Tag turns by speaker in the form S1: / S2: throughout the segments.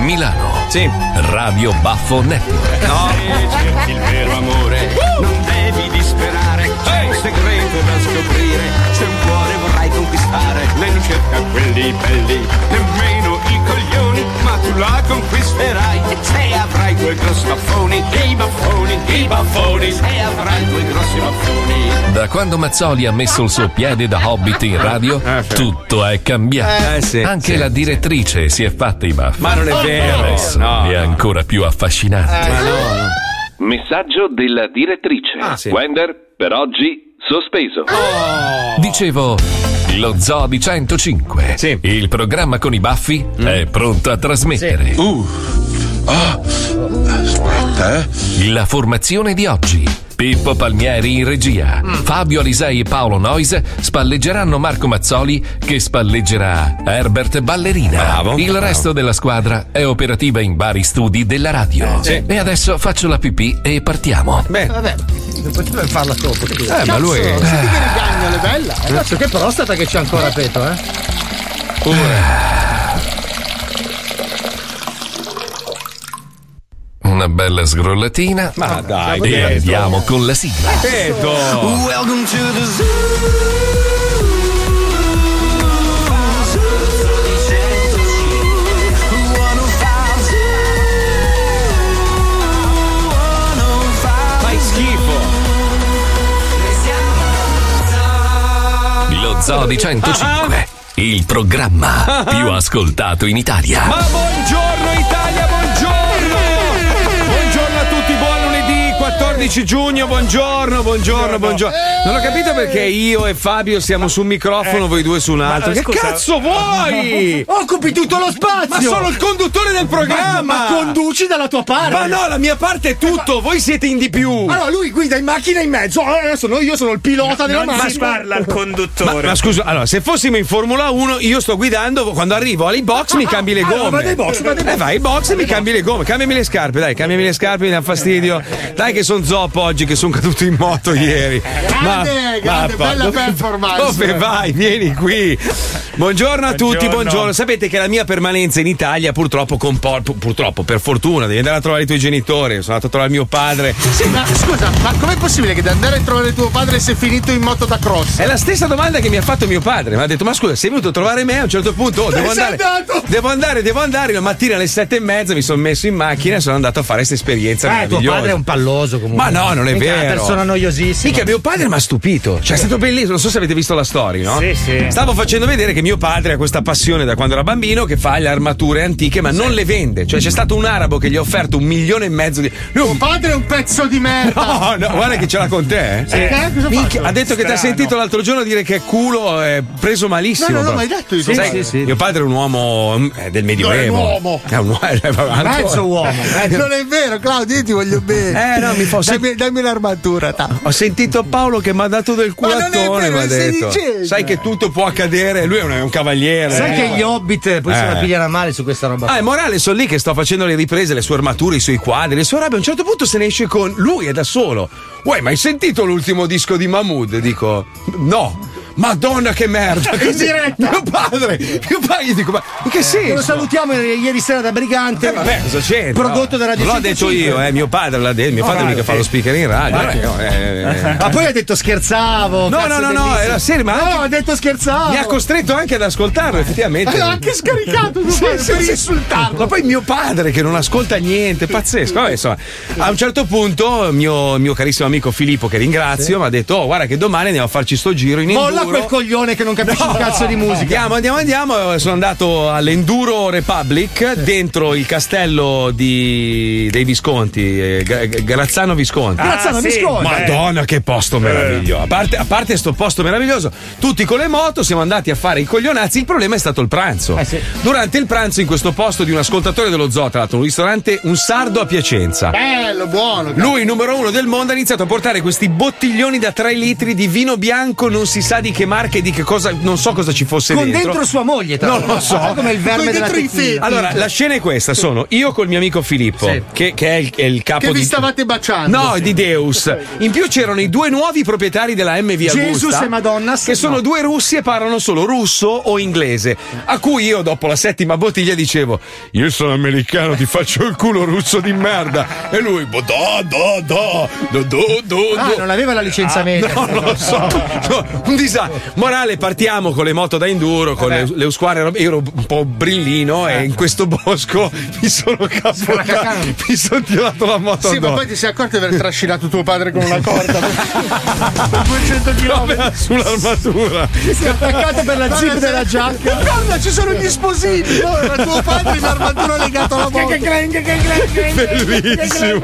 S1: Milano. Sì. Radio Baffo Network.
S2: No, cerchi il vero amore, non devi disperare, c'è un segreto da scoprire, c'è un cuore vorrai conquistare, lei non cerca quelli belli, nemmeno i coglioni, ma tu la conquisterai, se avrai due grossi baffoni, i baffoni, i baffoni, se avrai due grossi baffoni.
S1: Da quando Mazzoli ha messo il suo piede da hobbit in radio, tutto è cambiato.
S3: Ah, Eh, sì,
S1: Anche
S3: sì.
S1: la direttrice si è fatta i baffi.
S3: Ma non è vero.
S1: Adesso
S3: No,
S1: è ancora più affascinante.
S4: Messaggio della direttrice.
S2: Ah,
S4: Wender, per oggi, sospeso.
S2: Oh,
S1: Dicevo, lo Zoo di 105. Il programma con i baffi
S3: Mm.
S1: è pronto a trasmettere. Uh.
S3: Ah.
S1: aspetta,
S3: eh.
S1: La formazione di oggi. Pippo Palmieri in regia.
S3: Mm.
S1: Fabio Alisei e Paolo Nois spalleggeranno Marco Mazzoli che spalleggerà Herbert Ballerina. Il
S3: bravo.
S1: resto della squadra è operativa in vari studi della radio.
S3: sì.
S1: E adesso faccio la pipì e partiamo.
S3: Beh,
S5: Vabbè, poteva farla dopo.
S1: Eh, ma lui-
S5: Senti
S1: Eh.
S5: che rigagnolo, è bella. eh. Cazzo, che prostata che c'è ancora, Peto, eh.
S1: Una bella sgrollatina.
S3: Ma dai,
S1: e
S3: Pietro.
S1: andiamo con la sigla.
S3: Peto.
S2: Welcome to the zoo. Fai schifo.
S1: Lo Zoo di 105, il programma più ascoltato in Italia.
S3: Ma buongiorno Italia, buongiorno! Buongiorno a tutti, buon lunedì 14 giugno, buongiorno, buongiorno, buongiorno. Non ho capito perché io e Fabio siamo su un microfono, voi due su un altro.
S6: ma,
S3: Che
S6: scusa-
S3: cazzo vuoi?
S5: Occupi tutto lo spazio!
S3: Ma sono il conduttore del programma!
S5: Ma conduci dalla tua parte! Eh,
S3: Ma no, la mia parte è tutto, voi siete in di più!
S5: Allora, lui guida in macchina in mezzo. Allora, adesso noi- io sono il pilota della
S6: Non si
S5: macchina.
S6: parla al
S3: Ma,
S6: conduttore.
S3: ma scusa, allora, se fossimo in Formula 1, io sto guidando, quando arrivo ai box mi cambi le gomme.
S5: Ah, vado ai box, vado ai box.
S3: Eh, vai ai box e mi cambi le gomme. Cambiami le scarpe, dai, cambiami le scarpe, mi dà fastidio. Dai che sono zoppo oggi, che sono caduto in moto ieri.
S5: Eh, Grande, grande,
S3: pa-
S5: bella
S3: dove-
S5: performance.
S3: Dove vai? Vieni qui. Buongiorno a tutti,
S6: Buongiorno.
S3: buongiorno. Sapete che la mia permanenza in Italia purtroppo comporta, purtroppo, per fortuna, devi andare a trovare i tuoi genitori. Sono andato a trovare mio padre.
S5: Sì, ma scusa, ma com'è possibile che da andare a trovare tuo padre sei finito in moto da cross?
S3: È la stessa domanda che mi ha fatto mio padre. Mi ha detto: Ma scusa, sei venuto a trovare me? A un certo punto oh, devo
S5: sei
S3: andare.
S5: andato?
S3: Devo andare, devo andare. La mattina alle sette e mezza mi sono messo in macchina e sono andato a fare questa esperienza
S5: Eh, tuo
S3: meravigliosa.
S5: padre è un palloso comunque.
S3: Ma no, non è
S5: Minchia,
S3: vero.
S5: Una persona noiosissima.
S3: Mica mio padre mi ha stupito. Cioè, è stato bellissimo. Non so se avete visto la storia, no?
S6: Sì, sì.
S3: Stavo facendo vedere che mio padre ha questa passione da quando era bambino che fa le armature antiche, ma non le vende. Cioè, c'è stato un arabo che gli ha offerto un milione e mezzo di. Lui è
S5: Tuo
S3: un
S5: padre è un pezzo di merda.
S3: No, no, guarda che ce l'ha con te. Eh.
S5: Perché? Cosa ha
S3: Minchia,
S5: fatto?
S3: ha detto che ti ha
S6: Strano.
S3: sentito l'altro giorno dire che culo è preso malissimo.
S5: No, no, no,
S3: proprio.
S5: ma hai detto di tuo
S3: Sai,
S5: padre.
S3: Mio padre è un uomo mm, eh, del Medioevo.
S5: Non è un uomo.
S3: È un uomo. è un altro-
S5: Mezzo uomo. Non è vero, Claudio, io ti voglio bene.
S3: Eh, no, mi fa-
S5: Dammi, dammi l'armatura, ta.
S3: Ho sentito Paolo che mi ha dato del
S5: Ma non è vero,
S3: culattone. Eh, mi ha
S5: stai
S3: detto.
S5: dicendo?
S3: Sai che tutto può accadere. Lui è un, è un cavaliere.
S5: Sai
S3: eh.
S5: che gli hobbit poi se
S3: Eh.
S5: la pigliano male su questa roba?
S3: Ah, e Morale, sono lì che sto facendo le riprese, le sue armature, i suoi quadri, le sue robe. A un certo punto se ne esce con lui è da solo. Uè, ma hai sentito l'ultimo disco di Mahmood? Dico, no. Madonna che merda!
S5: In diretta.
S3: Mio padre! Mio padre gli dico, ma in che
S5: Eh, Lo
S3: senso?
S5: salutiamo i- ieri sera da Brigante.
S3: Eh, vabbè, cosa c'entra?
S5: Prodotto da Radio Oh,
S3: L'ho detto
S5: 105.
S3: io, eh, mio padre l'ha detto, mio padre è mica fa lo speaker in radio. eh, no, eh, eh.
S5: Ma poi ha detto scherzavo.
S3: No,
S5: cazzo
S3: no, no,
S5: bellissimo.
S3: no, era serio, ma anche-
S5: No, ha detto scherzavo.
S3: Mi ha costretto anche ad ascoltarlo, effettivamente.
S5: L'ha anche scaricato tuo padre per insultarlo.
S3: Ma poi mio padre che non ascolta niente, pazzesco. Vabbè, insomma, a un certo punto mio, mio carissimo amico Filippo, che ringrazio, mi ha detto: Oh, guarda che domani andiamo a farci sto giro in
S5: Molla
S3: all'enduro.
S7: da quel coglione che non capisce un cazzo di musica.
S3: Andiamo, andiamo, andiamo. Sono andato all'Enduro Republic dentro il castello di- dei Visconti, eh, Gra- Grazzano Visconti.
S7: Grazzano Ah, sì. Visconti.
S3: Madonna, che posto
S7: Eh.
S3: meraviglioso! A parte, a parte sto posto meraviglioso, tutti con le moto siamo andati a fare i coglionazzi. Il problema è stato il pranzo.
S7: Eh,
S3: Durante il pranzo, in questo posto di un ascoltatore dello zoo, tra l'altro, un ristorante, un sardo a Piacenza.
S5: Bello, buono.
S3: Lui, numero uno del mondo, ha iniziato a portare questi bottiglioni da 3 litri di vino bianco, non si sa di che marca e di che cosa, non so cosa ci fosse
S7: Con
S3: dentro.
S7: dentro sua moglie, tra
S3: Non
S7: l'altro.
S3: lo so.
S7: Sai com'è il verme Con della dentro i tequila? feti.
S3: Allora, la scena è questa: sono io col mio amico Filippo,
S5: Sì.
S3: che, che è, il, è il capo
S5: Che
S3: di.
S5: vi stavate baciando?
S3: No, di Deus. In più c'erano i due nuovi proprietari della MV Augusta.
S7: Jesus e Madonna.
S3: Che sono due russi e parlano solo russo o inglese. A cui io, dopo la settima bottiglia, dicevo: Io sono americano, ti faccio il culo russo di merda. E lui, "Bo da, da, da, da, da, da,
S7: Ah,
S3: da."
S7: non aveva la licenza media.
S3: No, non lo so. No, un disastro. Morale, partiamo con le moto da enduro,
S7: Eh
S3: con le, le usquare. e robe- Io ero un po' brillino e in questo bosco mi sono capocato. Mi sono tirato la moto
S5: Sì, ma
S3: addosso.
S5: poi ti sei accorto di aver trascinato tuo padre con una corda
S7: Eh.
S5: per 200 km
S3: sull'armatura.
S7: Si è attaccato per la zip della giacca. Guarda, ci sono gli sposini.
S5: Era tuo padre in armatura legato alla moto.
S3: Bellissimo.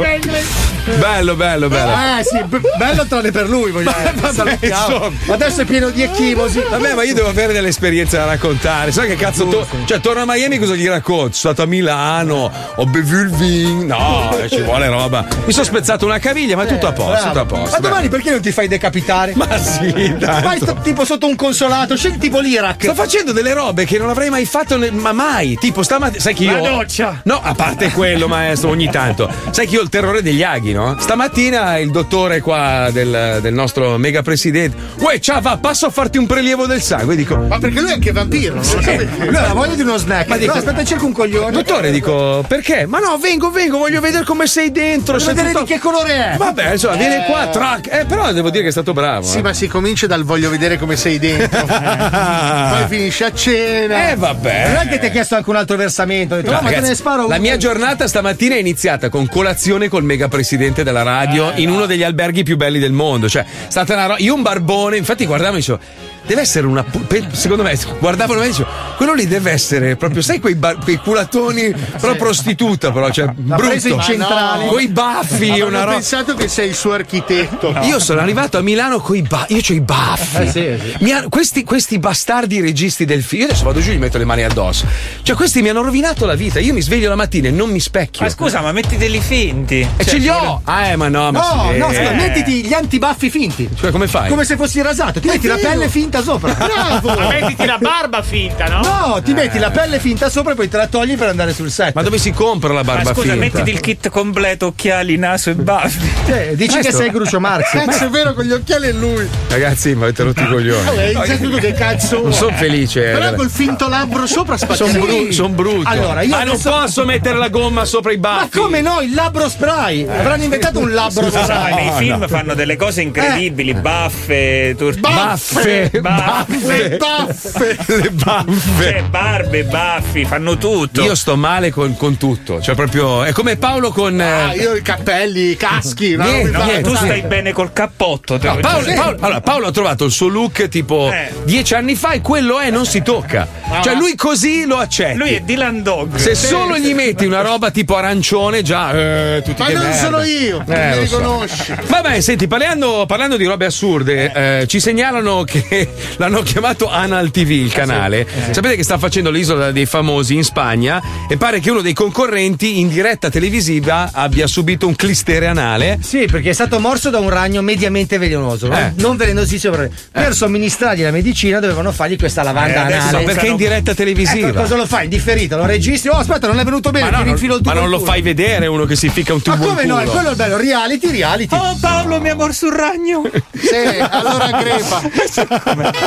S3: Bello, bello, bello.
S7: Ah, sì, be- bello tranne per lui, voglio dire. Salutiamo.
S3: insomma.
S7: Adesso è pieno di ecchimosi.
S3: Vabbè, ma io devo avere delle esperienze da raccontare. Sai che cazzo to- Cioè, torno a Miami cosa gli racconto? Sono stato a Milano, ho bevuto il vino. No, ci vuole roba. Mi sono spezzato una caviglia, ma è tutto a posto, tutto a posto.
S7: Ma
S3: dai.
S7: domani perché non ti fai decapitare?
S3: Ma sì, tanto.
S7: Vai t- tipo sotto un consolato, scegli tipo l'Iraq.
S3: Sto facendo delle robe che non avrei mai fatto, ne- ma mai. Tipo stamattina, sai che
S7: La
S3: io.
S7: doccia.
S3: No, a parte quello, maestro, ogni tanto. Sai che io ho il terrore degli aghi, no? Stamattina il dottore qua del, del nostro mega presidente. Uè, ciao, va, passo a farti un prelievo del sangue. Dico.
S5: Ma perché lui è anche vampiro, non lo sapevi?
S7: Lui ha voglia di uno snack.
S3: Ma dico-
S7: No, aspetta, cerco un coglione.
S3: Dottore, dico, perché? Ma no, vengo, vengo, voglio vedere come sei dentro.
S7: Per
S3: sei
S7: vedere
S3: tutto-
S7: di che colore è.
S3: Vabbè, insomma, vieni qua, track. Eh, però devo dire che è stato bravo.
S5: Sì,
S3: eh.
S5: ma si comincia dal voglio vedere come sei dentro. Eh, Poi finisce a cena.
S3: Eh, vabbè.
S7: Non è che ti ha chiesto anche un altro versamento. Ho detto, no, ma te
S3: Ragazzi,
S7: ne sparo uno.
S3: la mia giornata stamattina è iniziata con colazione col mega presidente della radio
S7: Eh,
S3: in uno degli alberghi più belli del mondo. Cioè, è stata una ro- io un barbone, infatti guardavo e dicevo. Deve essere una. pu- pe- Secondo me, guardavano me e dicevo, quello lì deve essere proprio, sai, quei, bar- quei culatoni, però prostituta, però, cioè,
S7: preso in
S3: brutto.
S7: centrale.
S3: Coi baffi,
S5: Io
S3: una
S5: ho
S3: roba.
S5: pensato che sei il suo architetto.
S3: Io sono arrivato a Milano con i baffi. Io ho i baffi.
S6: Eh,
S3: Mi hanno- questi, questi bastardi registi del film. Io adesso vado giù e gli metto le mani addosso. Cioè, questi mi hanno rovinato la vita. Io mi sveglio la mattina e non mi specchio.
S6: Ma scusa, ma metti degli finti.
S3: e
S6: Cioè,
S3: ce li ho! Ah, eh, ma no, ma
S7: No,
S3: si
S7: no,
S3: vede.
S7: scusa,
S3: Eh.
S7: mettiti gli antibaffi finti.
S3: Cioè, come fai?
S7: Come se fossi rasato. Ti metti la
S5: vero.
S7: pelle finta sopra.
S5: Bravo!
S8: Ma mettiti la barba finta, no?
S7: No,
S3: Eh.
S7: ti metti la pelle finta sopra e poi te la togli per andare sul set.
S3: Ma dove si compra la
S6: Ma
S3: barba
S6: scusa,
S3: finta?
S6: mettiti il kit completo, occhiali, naso e baffi.
S7: Eh, dici che sei Grucio
S3: Eh,
S7: Marx.
S5: Cazzo, è vero, con gli occhiali è lui.
S3: Ragazzi, mi avete
S7: Ah,
S3: rotto i coglioni.
S5: Vabbè, hai detto tu che cazzo.
S3: Non sono felice. eh,
S5: Però col finto labbro sopra
S3: Sono
S5: spacchetti.
S3: brutto.
S7: Allora, io
S3: ma
S7: adesso-
S3: non posso mettere la gomma sopra i
S7: Ma
S3: baffi. Eh.
S7: come no? Il labbro spray. Avranno inventato un labbro Eh.
S6: Ma
S7: spray.
S6: nei film fanno delle cose incredibili, baffe, torture.
S3: Baffe,
S6: baffe,
S5: Le baffe.
S3: Le baffe.
S6: cioè, barbe, baffi, fanno tutto.
S3: Io sto male con, con tutto, cioè proprio è come Paolo con. eh,
S5: Ah, io i cappelli, i caschi. una
S3: Niente,
S5: roba
S6: No,
S3: niente.
S6: tu
S3: sì.
S6: stai bene col cappotto. te
S3: no,
S6: lo
S3: Paolo,
S6: giuro.
S3: Paolo- allora, Paolo ha trovato il suo look tipo
S6: Eh.
S3: dieci anni fa e quello è non si tocca. Cioè lui così lo accetta.
S6: Lui è Dylan Dog.
S3: Se solo gli metti una roba tipo arancione già... eh, tutti
S5: Ma
S3: che
S5: non
S3: merda.
S5: sono io, tu
S3: Eh,
S5: mi
S3: lo so.
S5: riconosci.
S3: Vabbè, senti, parlando, parlando di robe assurde, eh, ci segnalano che l'hanno chiamato Anal TV,
S6: Eh,
S3: il canale. Sapete che sta facendo l'isola dei famosi in Spagna e pare che uno dei concorrenti in diretta televisiva abbia subito un clistere anale.
S7: Sì, perché è stato morso da un ragno mediamente velenoso, no?
S3: Eh.
S7: non velenosissimo. Per, per somministrargli la medicina dovevano fargli questa lavanda
S6: Eh, adesso
S3: No,
S7: anale.
S3: perché in diretta
S7: Ecco,
S3: televisiva? Mm.
S7: cosa lo fai? Indifferito, lo registri. Oh, aspetta, non è venuto bene,
S3: Ma, no,
S7: ti
S3: non-
S7: rinfilo il tubo
S3: ma non
S7: in
S3: lo
S7: culo.
S3: fai vedere uno che si fica un tubo
S7: Ma come
S3: in
S7: no?
S3: culo.
S7: È quello il bello, reality, reality.
S6: Oh Paolo mi ha morso un ragno.
S5: Sì, allora crepa.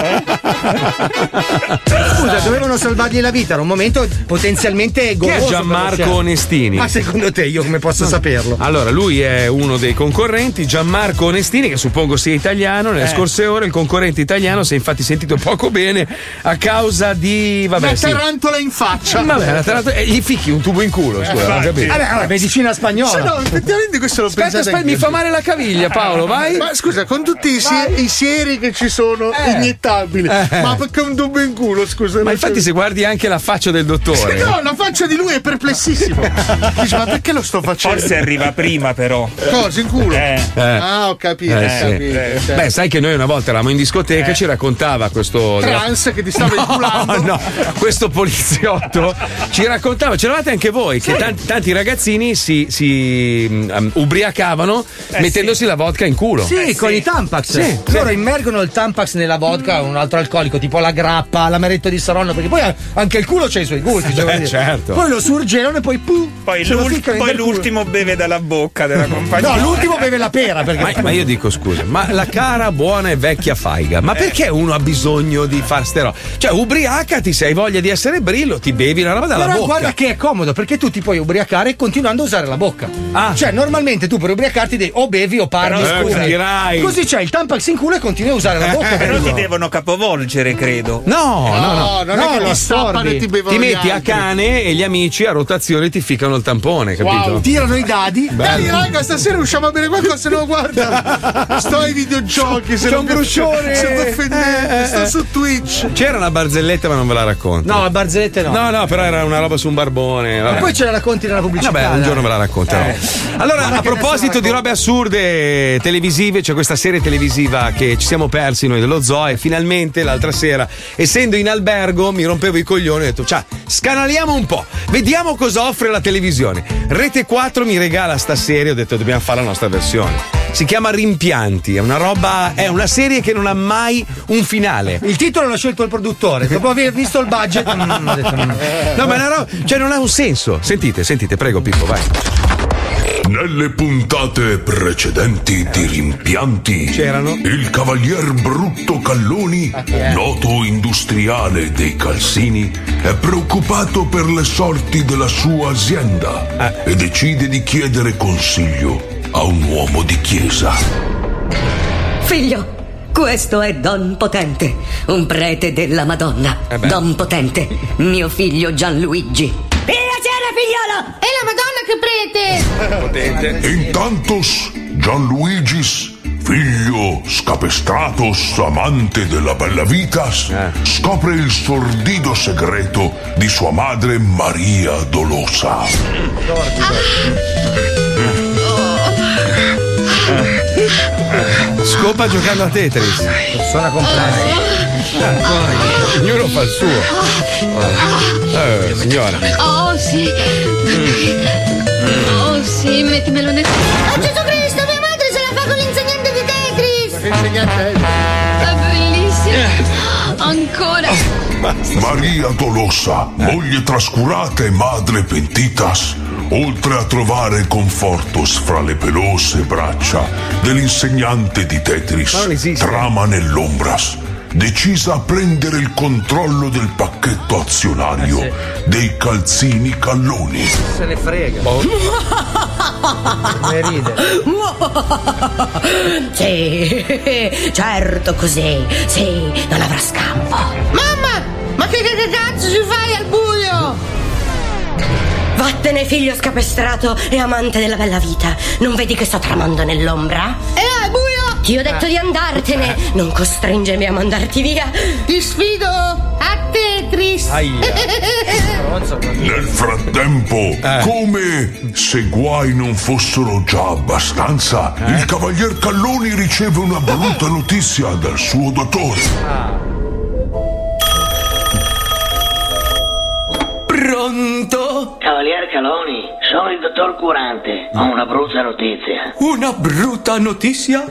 S7: Scusa, dovevano salvargli la vita, era un momento potenzialmente
S3: Chi
S7: goloso.
S3: è
S7: per
S3: Gianmarco
S7: lo chef.
S3: Onestini?
S7: Ma secondo te io come posso saperlo?
S3: Allora, lui è uno dei concorrenti, Gianmarco Onestini, che suppongo sia italiano. Nelle
S7: Eh.
S3: scorse ore il concorrente italiano si è infatti sentito poco bene a causa di. Vabbè,
S5: Una
S3: sì.
S5: tarantola in faccia.
S3: Vabbè, la tarantola- eh, gli fichi un tubo in culo, scusa, non ho capito.
S7: Eh, Vabbè, allora, medicina
S5: Se
S7: spagnola.
S5: no, effettivamente questo lo
S3: Aspetta,
S5: pensate
S3: aspetta,
S5: anch'io.
S3: mi fa male la caviglia, Paolo, vai.
S5: Ma scusa, con tutti i, sie- i sieri che ci sono
S3: Eh.
S5: iniettabili.
S3: Eh.
S5: Ma perché un dubbio in culo, scusa.
S3: Ma
S5: non
S3: infatti,
S5: so-
S3: se guardi anche la faccia del dottore.
S5: No, la faccia di lui è perplessissimo. Dice, ma perché lo sto facendo?
S7: Cioè,
S6: Forse
S7: eh,
S6: arriva prima, però.
S5: Cosa in culo?
S3: Eh.
S5: Ah, ho capito,
S3: Eh,
S5: ho
S3: sì.
S5: capito. certo.
S3: Beh, sai che noi una volta eravamo in discoteca
S7: Eh.
S3: e ci raccontava questo. Oh,
S5: Trans che ti stava inculando.
S3: No, no, questo poliziotto ci raccontava, ce l'avate anche voi, che tanti, tanti ragazzini si, si, mm, um, ubriacavano mettendosi la vodka in culo.
S7: Eh, Sì, con i Tampax.
S3: Sì,
S7: Loro immergono il Tampax nella vodka o un altro alcolico, tipo la grappa, l'amaretto di Saronno, perché poi anche il culo c'ha i suoi gusti. cioè, voglio dire.
S3: certo.
S7: Poi lo surgelano e poi puh,
S6: Poi,
S7: se lo
S6: l'ul-
S7: ficcano in
S6: poi
S7: bel culo.
S6: l'ultimo beve dalla bocca della compagnia.
S7: Eh, No, l'ultimo beve la pera perché
S3: Ma, ma io dico scusa, ma la cara buona e vecchia faiga, ma perché uno ha bisogno di far ste robe? Cioè, ubriacati, se hai voglia di essere brillo, ti bevi la roba dalla
S7: Però
S3: bocca.
S7: guarda che è comodo perché tu ti puoi ubriacare continuando a usare la bocca.
S3: Ah.
S7: Cioè, normalmente tu per ubriacarti devi o bevi o parli.
S3: Però,
S7: scusa.
S3: eh, dirai.
S7: Così c'hai il tampax in culo e continui a usare la bocca.
S6: Però
S7: capito?
S6: ti devono capovolgere, credo.
S3: No, no,
S5: No,
S3: no.
S5: non
S7: No,
S5: è che
S7: lo
S5: ti stappano
S7: assorbi.
S5: e ti bevono
S3: Ti
S5: gli
S3: metti a
S5: altri.
S3: cane e gli amici a rotazione ti ficcano il tampone, capito?
S5: Wow.
S7: Tirano i dadi.
S5: Dai, raga, stasera usciamo a bere qualcosa, se no guarda. Sto ai videogiochi, se
S3: C'è
S5: no
S3: un
S5: mi-
S3: bruciore.
S5: Sono offendente,
S3: Eh, eh,
S5: sto
S3: eh.
S5: su Twitch.
S3: C'era una barzelletta, ma non ve la racconto.
S7: No, a barzellette no.
S3: No, no, però era una roba su un barbone. vabbè.
S7: Poi ce la racconti nella pubblicità.
S3: Vabbè, un
S7: dai. Eh.
S3: giorno ve la racconterò. Allora, a proposito di robe assurde televisive, c'è questa serie televisiva che ci siamo persi noi dello zoo e finalmente l'altra sera, essendo in albergo, mi rompevo i coglioni e ho detto, ciao, scanaliamo un po', vediamo cosa offre la televisione. Rete 4 mi regala sta serie, ho detto dobbiamo fare la nostra versione. Si chiama Rimpianti, è una roba, è una serie che non ha mai un finale.
S7: Il titolo l'ha scelto il produttore. Dopo aver visto il budget, mm, ho detto, mm.
S3: No, ma è una roba, cioè non ha un senso. Sentite, sentite, prego Pippo, vai.
S9: Nelle puntate precedenti di Rimpianti
S3: C'erano?
S9: il cavalier Brutto Calloni, noto industriale dei calzini, è preoccupato per le sorti della sua azienda e decide di chiedere consiglio a un uomo di chiesa.
S10: Figlio, questo è Don Potente, un prete della Madonna.
S3: beh.
S10: Don Potente, mio figlio Gianluigi.
S11: Piacere, figliolo! È la Madonna che prete!
S9: Intantos Gianluigis, figlio scapestratos, amante della bella vitas, scopre il sordido segreto di sua madre Maria Dolosa.
S3: Scopa giocando a Tetris.
S7: Sono a comprare.
S3: Ognuno fa il suo. Eh, signora.
S11: Oh sì! Oh sì, mettimelo nel. Oh Gesù Cristo, mia madre se la fa con l'insegnante di Tetris!
S5: eh.
S11: È
S3: Eh.
S11: bellissimo! Ancora!
S3: Oh.
S9: Maria Dolosa, moglie trascurata e madre pentitas, oltre a trovare confortos fra le pelose braccia dell'insegnante di
S3: Ma non
S9: Tetris,
S3: esiste.
S9: trama nell'ombras, decisa a prendere il controllo del pacchetto azionario
S3: Eh,
S9: dei calzini calloni.
S7: Se ne frega.
S3: Boh.
S7: Ne ride.
S10: Sì, certo così. Sì, non avrà scampo.
S11: Mamma! Ma che, che, che cazzo ci fai al buio?
S10: Vattene, figlio scapestrato e amante della bella vita. Non vedi che sto tramando nell'ombra?
S11: E là, eh, al buio!
S10: Ti ho detto di andartene. Non costringermi a mandarti via.
S11: Ti sfido a Tetris!
S9: Nel frattempo,
S3: Eh.
S9: come se guai non fossero già abbastanza,
S3: Eh.
S9: il cavalier Calloni riceve una brutta notizia dal suo dottore.
S3: Ah.
S12: Pronto?
S13: Cavaliere Caloni, sono il dottor Curante. Ho una brutta notizia.
S12: Una brutta notizia?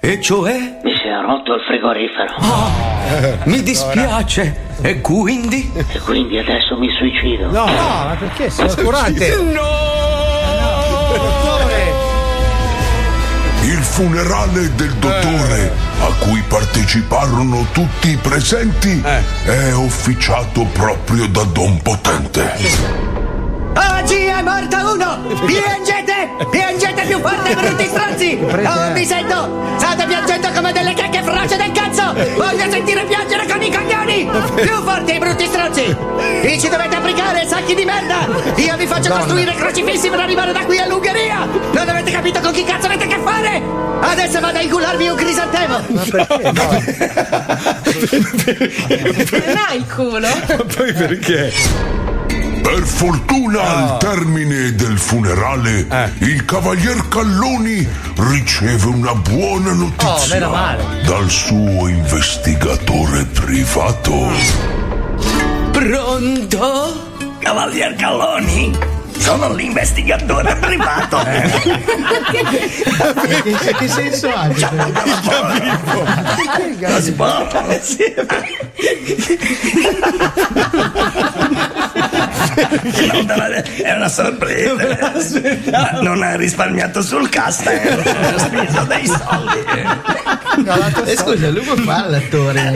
S12: E cioè?
S13: Mi si è rotto il frigorifero.
S12: Mi dispiace. Ah, E quindi?
S13: E quindi adesso mi suicido.
S7: No, ma perché? Sono curante.
S12: No!
S9: Il funerale del dottore, a cui parteciparono tutti i presenti, è officiato proprio da Don Potente.
S11: Ah,
S12: Oggi è morto
S7: Oh,
S12: uno! Piangete! Piangete più forte, brutti stronzi! Non mi sento! State piangendo come delle cacche froce del cazzo! Voglio sentire piangere con i coglioni! Più forti, brutti stronzi! Vi ci dovete applicare, sacchi di merda! Io vi faccio costruire crocifissi per arrivare da qui all'Ungheria! Non avete capito con chi cazzo avete a che fare? Adesso adesso vado a incularmi un crisantemo! Ma perché?
S14: Non hai il culo?
S3: Poi perché?
S9: Per fortuna al termine del funerale, il cavalier Calloni riceve una buona notizia
S7: Oh, meno male.
S9: dal suo investigatore privato.
S15: Pronto? Cavalier Calloni? Sono l'investigatore privato.
S12: che, che senso ha?
S11: Cioè,
S15: Lo sbocco, sì. Non te la- È una sorpresa. Ma Non hai risparmiato sul castello. Ho speso dei soldi.
S16: E Eh, scusa, lui può fare l'attore.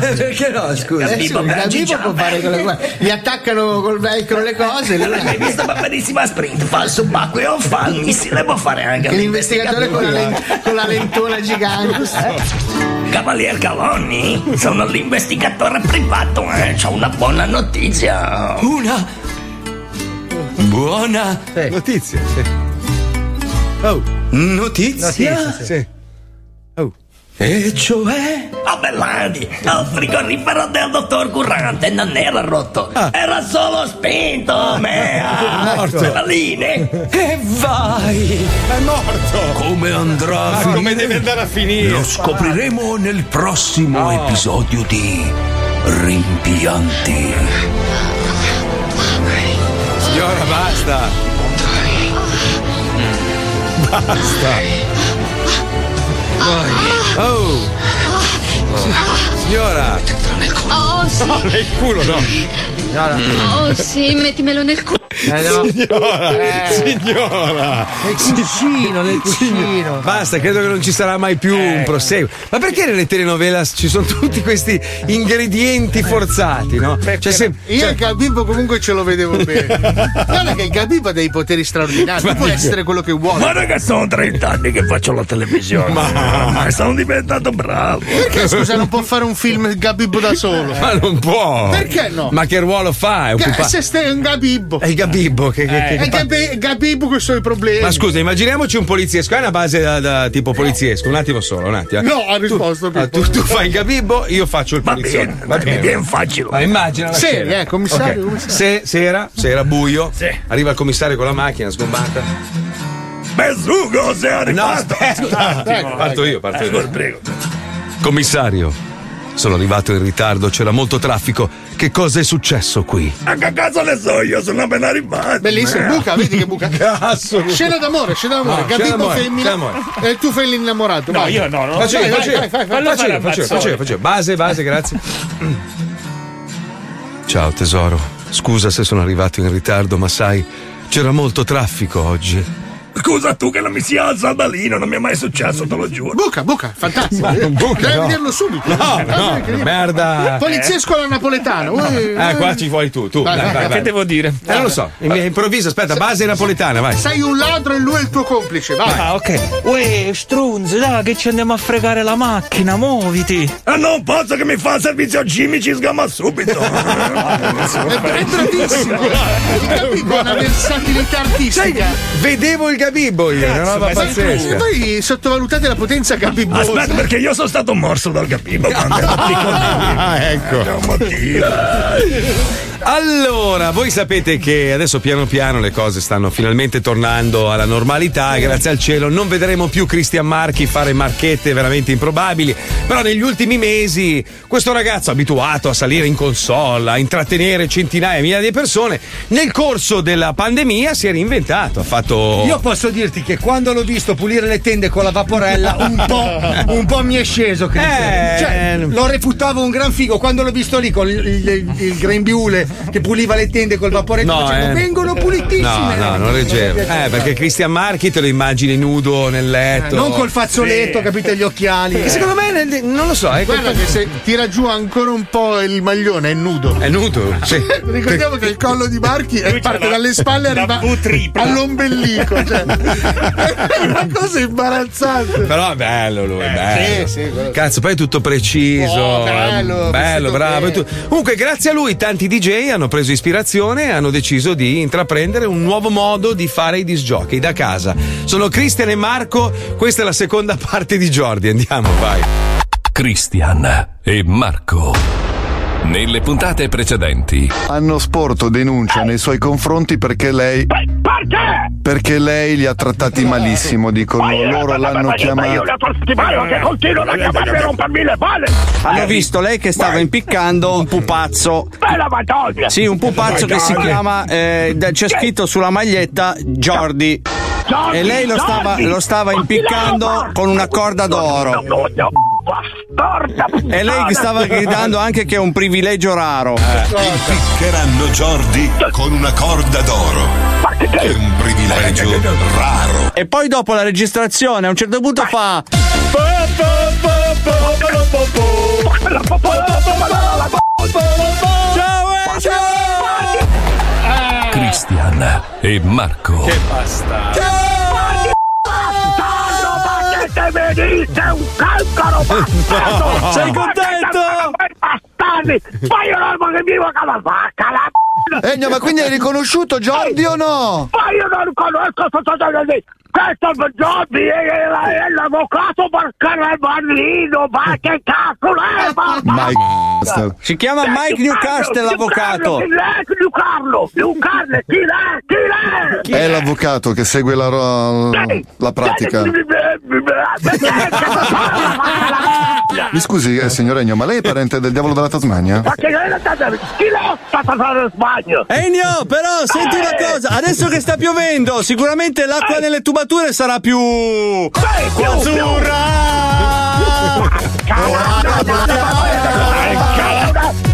S15: Eh, Perché no? Scusa,
S16: Eh, sì, da vivo può fare quelle cose. Gli attaccano col vecchio le cose.
S15: Non l'hai mai
S16: lui-
S15: visto Barbarissima Sprint? Fa il subacqueo, fa il missile, può fare anche
S16: Che l'investigatore con la, len- con la lentona gigante.
S15: Cavalier Caloni, sono l'investigatore privato, eh. C'ho una buona notizia. Una buona
S3: Eh. notizia, sì. Oh.
S15: Notizia?
S3: Notizia, sì.
S15: Oh. E cioè? A Bellani, il frigorifero del dottor Currante non era rotto,
S5: Ah.
S15: era solo spinto, mea!
S2: Morto.
S15: Peddaline. E vai!
S3: Eh,
S2: È morto!
S15: Come andrà?
S14: Ah,
S2: Ma come deve andare a finire?
S15: Lo
S9: scopriremo nel prossimo
S15: episodio di Rimpianti.
S3: Signora, basta. Basta. Oh.
S14: Oh.
S3: Signora.
S11: Oh
S3: No,
S11: sì.
S3: nel culo, no. Signora.
S11: Oh sì, mettimelo nel culo.
S3: Signora,
S11: Eh.
S3: signora, nel cucino, nel cucino. Basta, credo che non ci sarà mai più
S5: Eh.
S3: un proseguo. Ma perché nelle telenovelas ci sono tutti questi ingredienti forzati, no? Cioè, se,
S5: Eh. Io il Gabibbo comunque ce lo vedevo bene. Guarda che il Gabibbo ha dei poteri straordinari,
S15: Ma
S5: può
S15: dico-
S5: essere quello che vuole.
S15: Guarda che sono 30 anni che faccio la televisione. Ma, sono diventato bravo.
S5: Perché scusa non può fare un film il Gabibbo da solo?
S3: Ma non può.
S5: Perché no?
S3: Ma che ruolo fa? È
S5: Che-
S3: occupa-
S5: se stai un Gabibbo.
S3: È il Gabibbo che. che- che-
S5: È Gabi- Gabibbo con i suoi problemi.
S3: Ma scusa, immaginiamoci un poliziesco, è una base da, da tipo poliziesco, un attimo solo, un attimo. eh.
S5: No, ha risposto
S3: Ah, tu, tu fai il gabibbo, io faccio il poliziotto. Va bene,
S15: bene, facile.
S3: Ma immagina la
S5: Sì,
S3: scena.
S5: eh, commissario,
S3: Ok.
S5: commissario.
S3: Se, sera, sera, buio, arriva il commissario con la macchina sgombata.
S15: Bezzugo, sei arrivato.
S3: No, aspetta, un attimo,
S15: Ecco,
S3: parto
S15: ecco.
S3: io, parto
S15: Ecco,
S3: io. Prego. Commissario, sono arrivato in ritardo, c'era molto traffico. Che cosa è successo qui?
S15: Ma che cazzo ne so io? Sono appena arrivato.
S5: Bellissimo, buca, vedi che buca.
S3: Cazzo.
S5: Scena d'amore, scena d'amore.
S3: No, scena
S5: Gabibbo
S3: d'amore,
S5: femmina.
S3: scena
S5: E tu fai l'innamorato.
S3: No,
S5: vai.
S3: io no, no.
S5: Vai,
S3: Facevi,
S5: vai,
S3: facevi,
S5: vai, vai, vai.
S3: facevi, facevo, facevo, facevo. Base, base, grazie. Ciao tesoro, scusa se sono arrivato in ritardo, ma sai, c'era molto traffico oggi.
S15: Scusa tu che non mi sia alzata lì, non mi è mai successo, te lo giuro.
S5: Buca, buca, fantastico. Eh,
S15: Ma non buca,
S5: Devi
S15: no.
S5: vederlo subito.
S15: No, Eh,
S5: Ah,
S3: no,
S5: che-
S3: merda.
S5: Poliziesco alla napoletana. Ui, eh.
S3: Ah,
S5: ui.
S3: qua ci vuoi tu, tu.
S5: Vai,
S3: dai,
S5: vai,
S3: vai,
S5: che
S3: vai.
S5: devo dire?
S3: Eh, non lo so, in- improvviso, aspetta, base napoletana, vai.
S5: Sei un ladro e lui è il tuo complice, vai.
S8: Ah, ok. Uè, strunzi, dai, che ci andiamo a fregare la macchina, muoviti.
S15: Ah, non posso che mi fa il servizio Jimmy, ci sgama subito.
S5: È bravissimo. Il Gabibbo ha una versatilità artistica.
S3: Vedevo il Gabibbo io, una roba pazzesca.
S5: Voi sottovalutate la potenza Gabibbo.
S15: Aspetta, perché io sono stato morso dal gabibbo quando ero piccolo.
S3: Ah,
S15: ecco.
S5: Eh.
S3: Allora, voi sapete che adesso piano piano le cose stanno finalmente tornando alla normalità, e grazie al cielo non vedremo più Cristian Marchi fare marchette veramente improbabili, però negli ultimi mesi questo ragazzo abituato a salire in console, a intrattenere centinaia e migliaia di persone, nel corso della pandemia si è reinventato, ha fatto...
S7: Io posso dirti che quando l'ho visto pulire le tende con la vaporella, un po', un po' mi è sceso. Cristian.
S3: Eh.
S7: Cioè, lo reputavo un gran figo. Quando l'ho visto lì con il, il, il grembiule che puliva le tende col vaporetto,
S3: No,
S7: dicevo,
S3: eh.
S7: vengono pulitissime.
S3: No, no, non leggero. Eh, perché Cristian Marchi te lo immagini nudo nel letto.
S7: Non col fazzoletto, capite gli occhiali.
S3: Che secondo me nel- non lo so, eh,
S5: Guarda che se tira giù ancora un po' il maglione è nudo.
S3: È nudo, sì.
S5: Ricordiamo che il collo di Marchi è- parte dalle spalle e arriva all'ombelico. Cioè. È una cosa imbarazzante.
S3: Però è bello lui, è bello.
S5: Eh, sì, sì, quello sì.
S3: Cazzo, poi è tutto preciso.
S5: Oh, bello,
S3: eh,
S5: vestito
S3: bello, bravo.
S5: bene.
S3: e tu- Comunque, grazie a lui, tanti DJ DJ hanno preso ispirazione e hanno deciso di intraprendere un nuovo modo di fare i disgiochi da casa. Sono Cristian e Marco, questa è la seconda parte di Jordi. Andiamo, vai.
S1: Christian e Marco. Nelle puntate precedenti.
S5: Hanno sporto denuncia nei suoi confronti perché lei. Perché lei li ha trattati malissimo, dicono. Loro l'hanno
S17: Io
S5: chiamata.
S17: la torstiballo che continuano a chiamarmi a rompermi le palle.
S7: Hanno visto lei che stava impiccando un pupazzo.
S17: Bella madonna.
S7: Sì, un pupazzo che si
S17: Madonna.
S7: chiama. eh, da- c'è scritto sulla maglietta Jordi.
S17: Jordi,
S7: E lei lo stava,
S17: Jordi.
S7: lo stava
S17: Ma chi la
S7: impiccando
S17: rompa?
S7: con una corda d'oro. E lei che stava gridando anche che è un privilegio raro.
S17: Eh.
S18: Impiccheranno Jordi con una corda d'oro. È un
S5: Eh,
S18: privilegio raro.
S7: E poi dopo la registrazione a un certo punto fa.
S17: Ciao, ciao.
S1: Christian e Marco. Che basta.
S17: Bastardo, venite un calcolo bastardo!
S1: Sei
S17: contento? Bastardi! Fai un uomo che vivo con la vacca, la
S5: Egno, ma quindi hai riconosciuto Jordi o no?
S17: Ma io non conosco questo Jordi! Questo Jordi è, è, è l'avvocato per Carabannino, ma che cazzo è? Ma,
S5: Mike.
S7: Si chiama Mike Newcastle l'avvocato.
S17: Chi è? Lucarlo! Lucarlo, chi è? Chi è?
S5: È l'avvocato che segue la, ro- la pratica. Mi scusi, eh, signor Egno, ma lei è parente del diavolo della Tasmania?
S17: Ma che è stata? Chi l'ha stata fare sbaglio?
S7: Egno, però senti una
S17: Eh.
S7: cosa, adesso che sta piovendo, sicuramente l'acqua nelle tubature sarà più. più azzurra!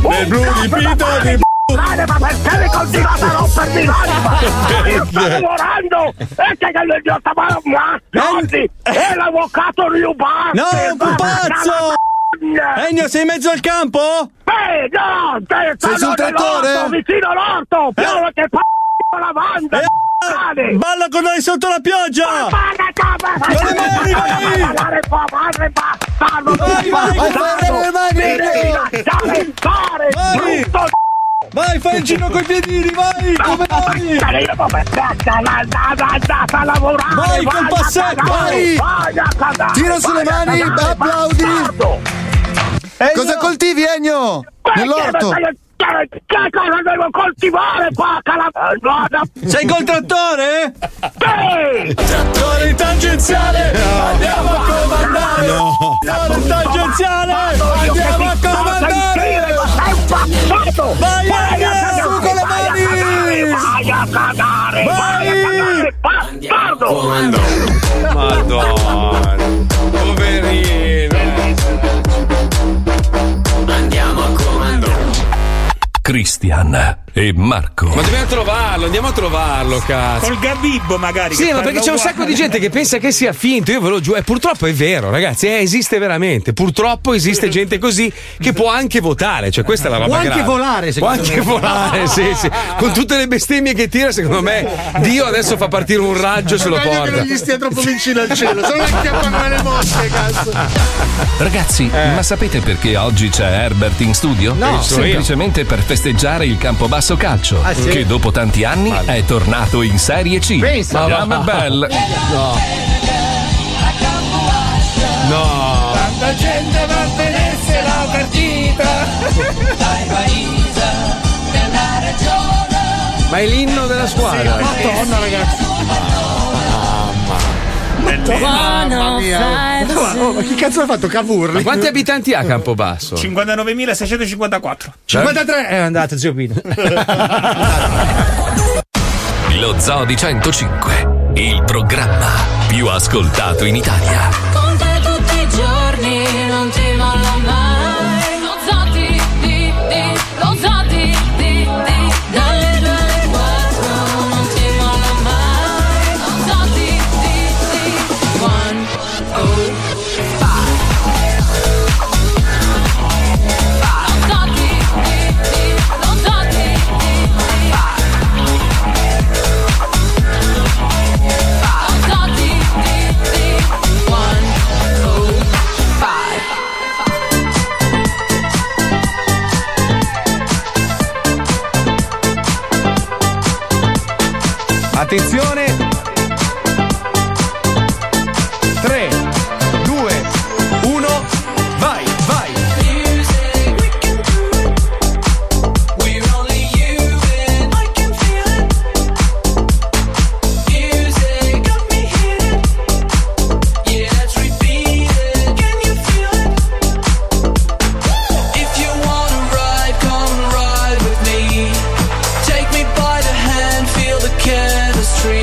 S17: Nel blu dipinto di ma perché mi continuate a rompermi l'anima? Io sto lavorando! E che che il mio tabano ma Jordi! È l'avvocato Riubà!
S7: No, è un pupazzo! Ennio, Eh, sei in mezzo al campo?
S17: Eh, no! Te,
S7: Sei sul
S17: sono
S7: trattore? Eh?
S17: nell'orto, vicino l'orto! Piano che p***o la banda!
S7: Balla con noi sotto la pioggia!
S17: Vai, fai il giro coi piedini, vai! Come vai? Vai col passetto!
S5: Vai! Tira sulle mani, applaudi! Cosa coltivi, Egno? Nell'orto!
S17: Che cosa devo coltivare qua?
S7: Sei col trattore?
S17: Trattore in tangenziale! Andiamo a comandare!
S7: No.
S17: Trattore in tangenziale! Andiamo a comandare! Vai adesso con le mani! Vai a cagare! Vai a cagare! Bastardo!
S3: Madonna.
S17: Andiamo a comandare!
S1: Christian e Marco.
S3: Ma dobbiamo trovarlo, andiamo a trovarlo, cazzo.
S6: Col gabibbo magari.
S3: Sì,
S6: che
S3: ma
S6: parla
S3: perché c'è un
S6: uguale.
S3: sacco di gente che pensa che sia finto, io ve lo giuro, e purtroppo è vero, ragazzi, eh, esiste veramente. Purtroppo esiste gente così che può anche votare, cioè questa è la roba
S19: Può anche
S3: grave.
S19: volare,
S3: Può
S19: secondo
S3: anche
S19: me.
S3: volare, sì, sì. Con tutte le bestemmie che tira, secondo me, Dio adesso fa partire un raggio e se lo
S20: Meglio che
S3: porta.
S20: non gli stia troppo vicino al cielo, se no acchiappano le mosche, cazzo.
S1: Ragazzi, ma sapete perché oggi c'è Herbert in studio? Eh,
S20: No. Sì, sono io.
S1: semplicemente per festeggiare il Campobasso Calcio,
S20: Ah, sì?
S1: che dopo tanti anni è tornato in Serie C.
S3: Pensa.
S1: Ma va, ma
S3: No.
S1: bel.
S3: No. No.
S17: Tanta gente va a vedersi la partita! Dai, Marisa, nella ragione!
S3: Ma è l'inno della squadra.
S17: Madonna, ragazzi!
S3: Mamma mia.
S20: Oh, ma chi cazzo ha fatto Cavour?
S3: Ma quanti abitanti ha Campobasso? Eh?
S6: 59.654. Eh?
S19: 53 è andato, Eh, zio Pino.
S1: Lo Zoo di 105, il programma più ascoltato in Italia.
S14: Con te tutti i giorni non ti mollo mai. Lo zodi di di, lo zodi di di, dalle due alle quattro non ti mollo mai. Lo zodi di di, one oh five. Lo zodi di di, lo zodi di di, lo zodi di di, one
S3: Attenzione. 3, 2, 1, vai, vai.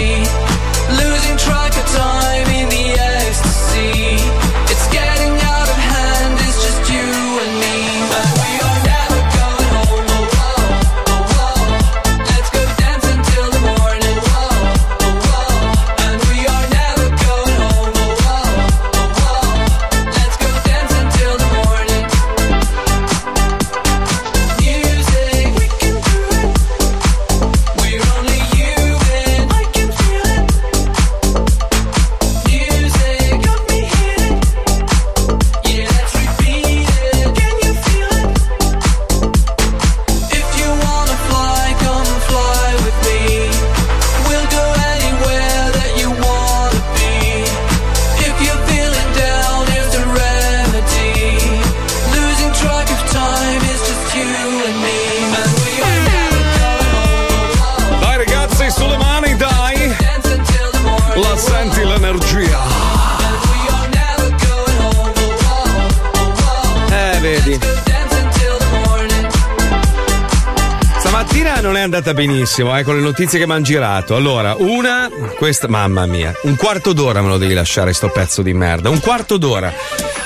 S14: Losing track of time in the ecstasy. It's getting out of hand, it's just you and me. But we are never going home. Oh, whoa, oh, whoa. Let's go dance until the morning. Whoa, oh, whoa. And we are never going home. Oh, whoa, oh, whoa. Let's go dance until the morning. Music, we can do it. We're only you and I can feel it. Music got me hidden. Yeah, let's repeat it. Can you feel it? If you wanna fly, come fly with me. We'll go anywhere that you wanna be. If you're feeling down, here's the remedy. Losing track of time is just you and me. And we are never going
S3: Dai ragazzi, sulle mani, dai. La senti l'energia. Eh, vedi. Stamattina non è andata benissimo, eh, con le notizie che mi hanno girato. Allora, una, questa, mamma mia, un quarto d'ora me lo devi lasciare sto pezzo di merda, un quarto d'ora.